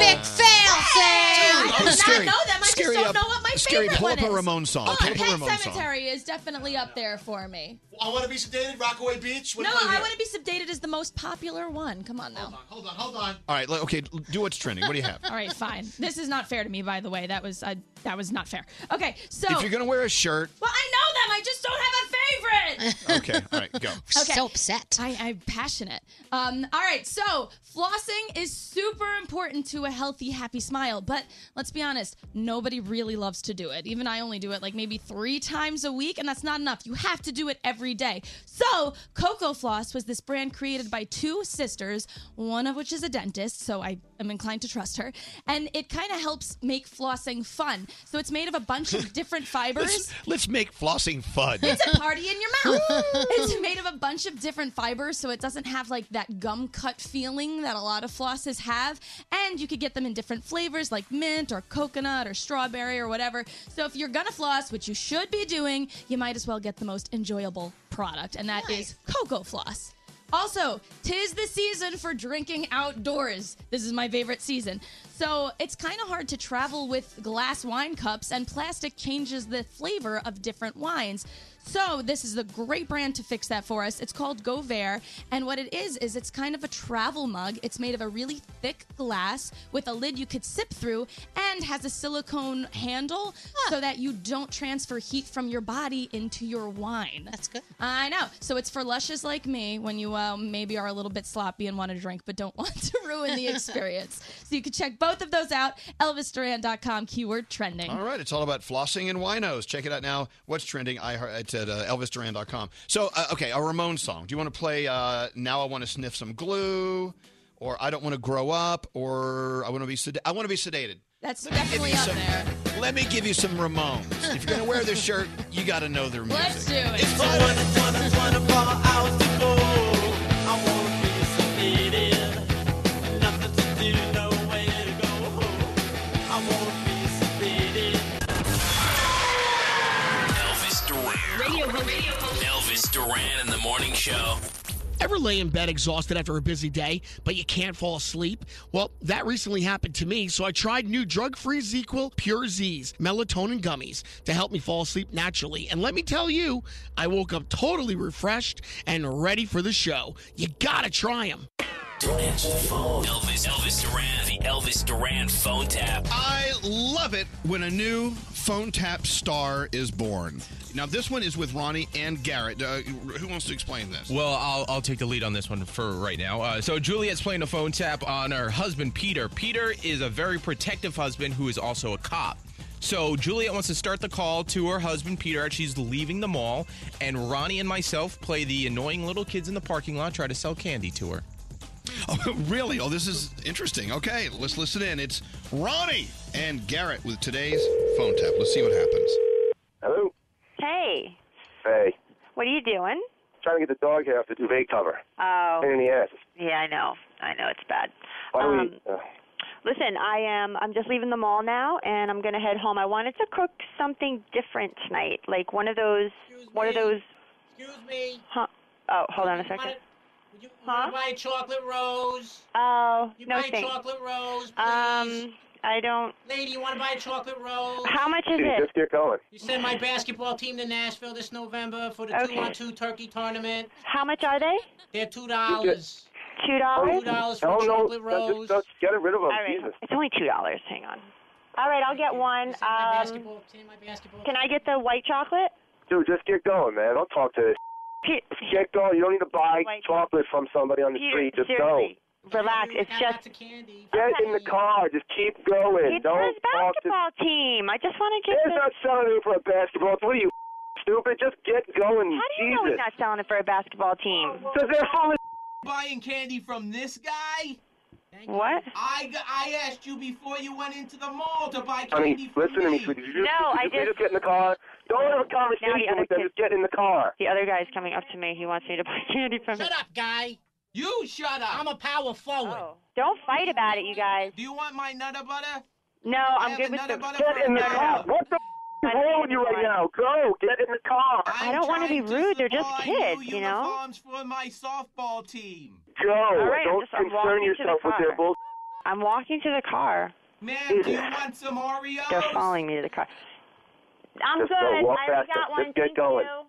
Epic fail, Sam.
I did not know them. I
Oh, Scary
just don't
up-
know what my
Scary,
favorite
pull
one
up a
is.
Ramon song.
Hold
Pull
on,
up a
Pet
Ramon song.
Cemetery is definitely up there for me.
I want to be sedated, Rockaway Beach. What do
no,
you wanna
I
hear?
want to be subdated as the most popular one. Come on now.
Hold on, hold on.
All right, le- okay, l- do what's trending. What do you have?
All right, fine. This is not fair to me, by the way. That was uh, that was not fair. Okay, so
if you're gonna wear a shirt,
well, I know them. I just don't have a favorite.
Okay, all right, go.
so upset.
I, I'm passionate. Um, all right, so flossing is super important to a healthy, happy smile. But let's be honest, nobody really loves to do it. Even I only do it like maybe three times a week, and that's not enough. You have to do it every day. So, Coco Floss was this brand created by two sisters, one of which is a dentist, so I am inclined to trust her. And it kind of helps make flossing fun. So, it's made of a bunch of different fibers.
Let's, let's make flossing fun.
It's a party in your mouth. it's made of a bunch of different fibers, so it doesn't have like that gum cut feeling that a lot of flosses have. And you could get them in different flavors like mint or coconut or strawberry or whatever. So if you're gonna floss, which you should be doing, you might as well get the most enjoyable product, and that is cocoa floss. Also, tis the season for drinking outdoors. This is my favorite season. So it's kind of hard to travel with glass wine cups, and plastic changes the flavor of different wines. So this is the great brand to fix that for us. It's called Govair, and what it is is it's kind of a travel mug. It's made of a really thick glass with a lid you could sip through, and has a silicone handle so that you don't transfer heat from your body into your wine. That's
good.
I know. So it's for lushes like me when you uh, maybe are a little bit sloppy and want to drink but don't want to ruin the experience. so you can check both of those out. ElvisDuran.com keyword trending.
All right, it's all about flossing and winos. Check it out now. What's trending? I heard it's at uh, elvisduran.com. So, uh, okay, a Ramon song. Do you want to play uh, "Now I Want to Sniff Some Glue," or "I Don't Want to Grow Up," or "I Want to Be Sed- I Want to Be Sedated"?
That's definitely up there.
Let me give you some Ramones. If you're gonna wear this shirt, you got to know their music.
Let's do it.
Elvis Duran. Radio Elvis Duran in the morning show.
Ever lay in bed exhausted after a busy day, but you can't fall asleep? Well, that recently happened to me, so I tried new drug free ZQL Pure Z's melatonin gummies to help me fall asleep naturally. And let me tell you, I woke up totally refreshed and ready for the show. You gotta try them.
Don't answer the phone. Elvis, Elvis Duran, the Elvis Duran phone tap.
I love it when a new phone tap star is born. Now, this one is with Ronnie and Garrett. Uh, who wants to explain this?
Well, I'll, I'll take the lead on this one for right now. Uh, so, Juliet's playing a phone tap on her husband, Peter. Peter is a very protective husband who is also a cop. So, Juliet wants to start the call to her husband, Peter, as she's leaving the mall. And Ronnie and myself play the annoying little kids in the parking lot, try to sell candy to her.
Oh, really? Oh, this is interesting. Okay, let's listen in. It's Ronnie and Garrett with today's phone tap. Let's see what happens.
Hello.
Hey,
Hey.
what are you doing?
Trying to get the dog hair off the duvet cover.
Oh,
Pain in the ass.
yeah, I know. I know it's bad.
Why do
Um,
we? Uh,
Listen, I am. I'm just leaving the mall now, and I'm gonna head home. I wanted to cook something different tonight, like one of those, one of those.
Excuse me.
Huh? Oh, hold on a second.
Would you, huh? buy a chocolate rose?
Oh,
You
no
buy
thanks.
a chocolate rose,
Um, I don't.
lady. You want to buy a chocolate rose?
How much is
dude,
it?
Just get going.
You send my basketball team to Nashville this November for the
Okay.
two-on-two turkey tournament.
How much are they?
They're two dollars.
Two dollars.
Two dollars for a chocolate rose.
Just get rid of them.
All right.
Jesus.
It's only two dollars. Hang on. All right, I'll get one. Um, can I get the white chocolate?
Dude, just get going, man. Don't talk to this. Get going. You don't need to buy chocolate from somebody on the
Peter,
street. Just
seriously, relax. It's just
go. Get in the car. Just keep going.
it's for
don't
his
talk to.
basketball team. I just want to get.
They're
the-
not selling it for a basketball. What are you stupid? Just get going.
How do you know he's
Jesus.
not selling it for a basketball team?
Because they're full of
Buying candy from this guy?
What?
I, g- I asked you before you went into the mall to buy
I
candy.
mean, listen to me. Could you just,
No,
could
I
you please
just-
just get in the car? Don't have a
Now the
conversation
other
with them.
kid-
Just get in the car.
The other guy's coming up to me. He wants me to buy candy from him.
shut up, guy. You shut up. I'm a power forward.
Oh. Don't fight about it, you guys.
Do you want my nutter butter?
No, I'm good with the.
Get in the
No, no, no.
car. What the f- is wrong with you right now? Go. Get in the car.
I don't want to be rude. They're just kids, you know.
Arms for my softball team.
Go.
All right, I'm
don't
just- I'm
concern
walking to the
yourself with their
car.
bull.
I'm walking to the car.
Man, do you want some
They're
Oreos?
following me to the car. I'm
Just
good.
go. Walk
I
past
already got
them.
one.
Just get
Thank
going.
you.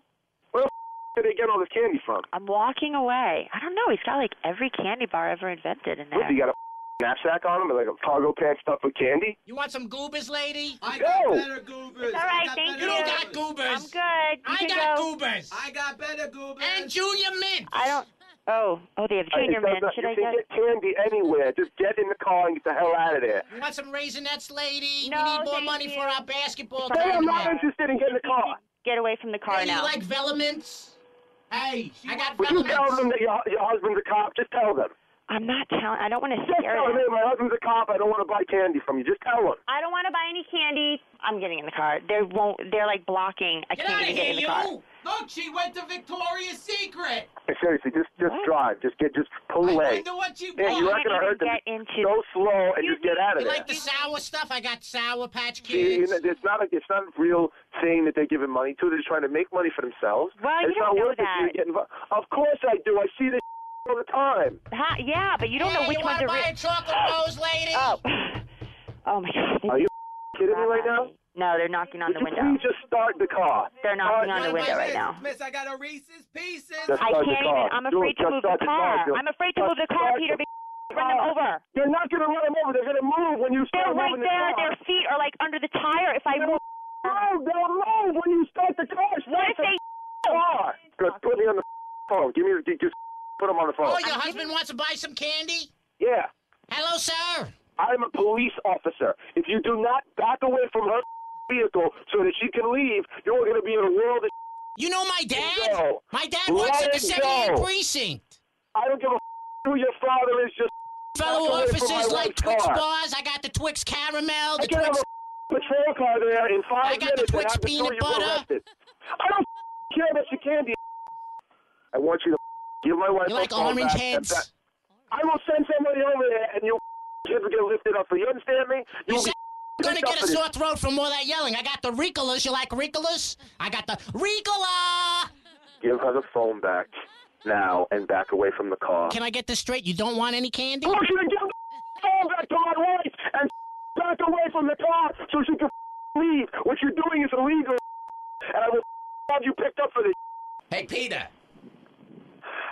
Where the f- did they get all this candy from?
I'm walking away. I don't know. He's got like every candy bar ever invented in there.
What, you got a knapsack on him, and like a cargo pants stuffed with candy.
You want some goobers, lady? I
got better
goobers.
all right, I got thank better you.
You got goobers. I'm good. I
can
got
go.
goobers. I got better goobers. And junior mint.
I don't. Oh, oh, they have
I-
junior
it does
men.
not-
Should
you
I
can
go?
get candy anywhere. Just get in the car and get the hell out of there.
You want some raisinets, lady? we need more money for our basketball
Hey, I'm
tournament.
not interested in getting the car.
Get away from the car
Hey, you
now.
like Velements? Hey, I got
Would you tell
Velements.
them that your, your husband's a cop? Just tell them.
I'm not telling. I don't want to
Just
scare
tell them,
them.
hey, my husband's a cop. I don't want to buy candy from you. Just tell them.
I don't want to buy any candy. I'm getting in the car. They won't. They're like blocking. I
Get
can't
out of
even get
here,
in the
you!
car.
Look, she went to Victoria's Secret.
Hey, seriously, just just drive. Just get just pull away.
wonder what you
Man,
want.
you're not gonna hurt them.
Get
Just Go slow and just get out of
You
there.
like the sour stuff? I got Sour Patch
See, you
Kids.
know, it's not a it's not a real thing that they're giving money to. They're just trying to make money for themselves.
Well, you
it's not
don't know
worth it. for you
that.
to get involved. Of course I do. I see this all the time.
Ha, yeah, but you don't
Hey,
know which
you
ones
wanna
are
buy
real.
a chocolate rose, lady?
Oh. oh my God!
Are you kidding me right now?
No, they're knocking on
Would
the
you
window.
please just start the car?
They're knocking
Start
on the window right now.
Miss, I got a Reese's Pieces.
Just
I
start the
can't
car.
even. I'm
Do it.
afraid to
Just
move
start the
the
car.
car.
Do it.
I'm afraid to move the car,
Start
Peter.
the
because Run them
car.
over.
They're not gonna run them over. They're gonna move when you
They're
start
right
moving
there.
the car.
Their feet are like under the tire. If I move.
No, they'll move when you start the car.
What if
the
they?
car. Good. Put me on the phone. Give me the just put him on the phone.
Oh, your husband wants to buy some candy?
Yeah.
Hello, sir.
I'm a police officer. If you do not back away from her vehicle so that she can leave, you're going to be in a world of.
You know my dad?
Go.
My dad works
Let
at the
it
78
go.
precinct.
I don't give a who your father is. Just
Fellow
back away from my
officers like
wife's
Twix
car.
bars. I got the Twix caramel,
I
the
can have
Twix.
a patrol car there in five
I got the
minutes and
Twix
have to throw
peanut
you
butter.
arrested. I don't care about your candy. I want you to give my wife
You
a
like
call
orange
back and
heads?
back- I will send somebody over there and your kids will get lifted up. You understand me? You will be
I'm gonna
picked up
get a
for this.
sore throat from all that yelling. I got the Ricolas. You like Ricolas? I got the Ricola.
Give her the phone back now and back away from the car.
Can I get this straight? You don't want any candy?
I want you to give the phone back to my wife and back away from the car so she can leave. What you're doing is illegal, and I will have you picked up for this.
Hey, Peter.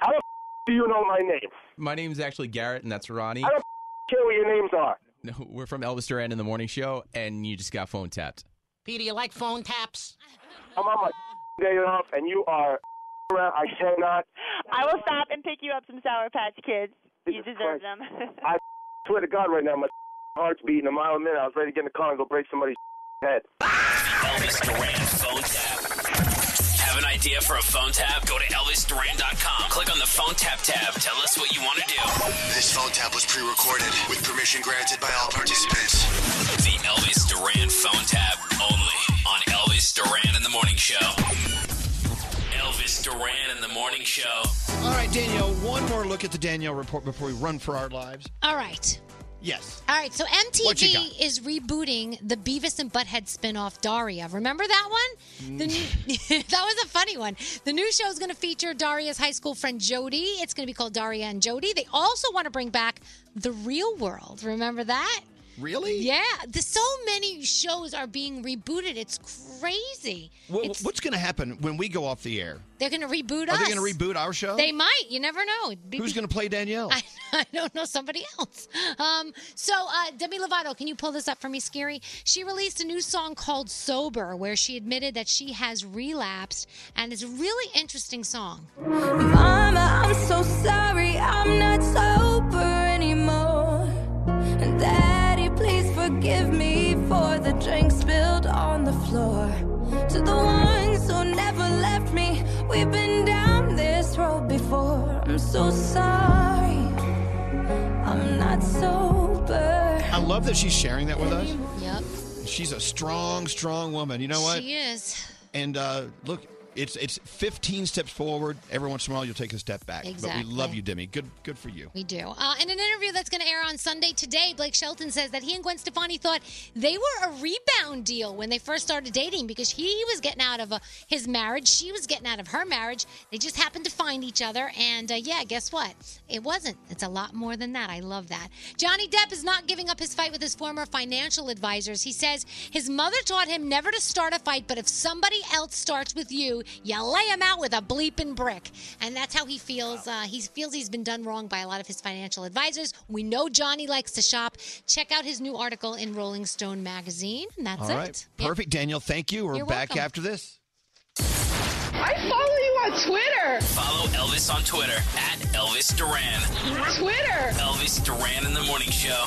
How the do you know my name?
My name is actually Garrett, and that's Ronnie.
I don't care what your names are.
No, we're from Elvis Duran in the Morning Show, and you just got phone tapped.
Peter, you like phone taps?
I'm on my day off, and you are around. I cannot.
I will stop and pick you up some Sour Patch Kids. You deserve them.
I swear to God, right now, my heart's beating a mile a minute. I was ready to get in the car and go break somebody's head.
Elvis Duran phone tap. Have an idea for a phone tap? Go to ElvisDuran.com. Click on the phone tap tab. Tell us what you want to do.
This phone tap was pre-recorded with permission granted by all participants.
The Elvis Duran phone tap only on Elvis Duran in the Morning Show. Elvis Duran in the Morning Show.
All right, Danielle, one more look at the Danielle report before we run for our lives.
All right.
Yes.
All right, so
What you
MTV
got?
is rebooting the Beavis and Butthead spin-off Daria. Remember that one? The
Mm.
new, that was a funny one. The new show is going to feature Daria's high school friend Jody. It's going to be called Daria and Jody. They also want to bring back The Real World. Remember that?
Really?
Yeah. The, so many shows are being rebooted. It's crazy.
Wha- what's going to happen when we go off the air?
They're going to reboot
Are
us.
they going to reboot our show?
They might. You never know. It'd be-
Who's going to play Danielle?
I, I don't know somebody else. Um, so uh, Demi Lovato, can you pull this up for me, Scary? She released a new song called "Sober," where she admitted that she has relapsed, and it's a really interesting song.
Mama, I'm so sorry, I'm not sober anymore. And Daddy, please forgive me for the drink spilled on the floor. To the ones who never left me, we've been down this road before. I'm so sorry, I'm not sober.
I love that she's sharing that with us.
Yep,
She's a strong, strong woman. You know what?
she is.
And uh, look, it's it's 15 steps forward. Every once in a while, you'll take a step back.
Exactly.
But we love you, Demi. Good, good for you.
We do. Uh, in an interview that's going to air on Sunday today, Blake Shelton says that he and Gwen Stefani thought they were a rebound deal when they first started dating because he was getting out of uh his marriage, she was getting out of her marriage. They just happened to find each other, and uh, yeah, guess what? It wasn't. It's a lot more than that. I love that. Johnny Depp is not giving up his fight with his former financial advisors. He says his mother taught him never to start a fight, but if somebody else starts with you, you lay him out with a bleeping brick. And that's how he feels. Uh, he feels he's been done wrong by a lot of his financial advisors. We know Johnny likes to shop. Check out his new article in Rolling Stone magazine. And that's
All
it.
right. Perfect, Daniel. Thank you. We're
You're
back
welcome.
after this.
I follow you on Twitter.
Follow Elvis on Twitter at Elvis Duran.
Twitter.
Elvis Duran in the Morning Show.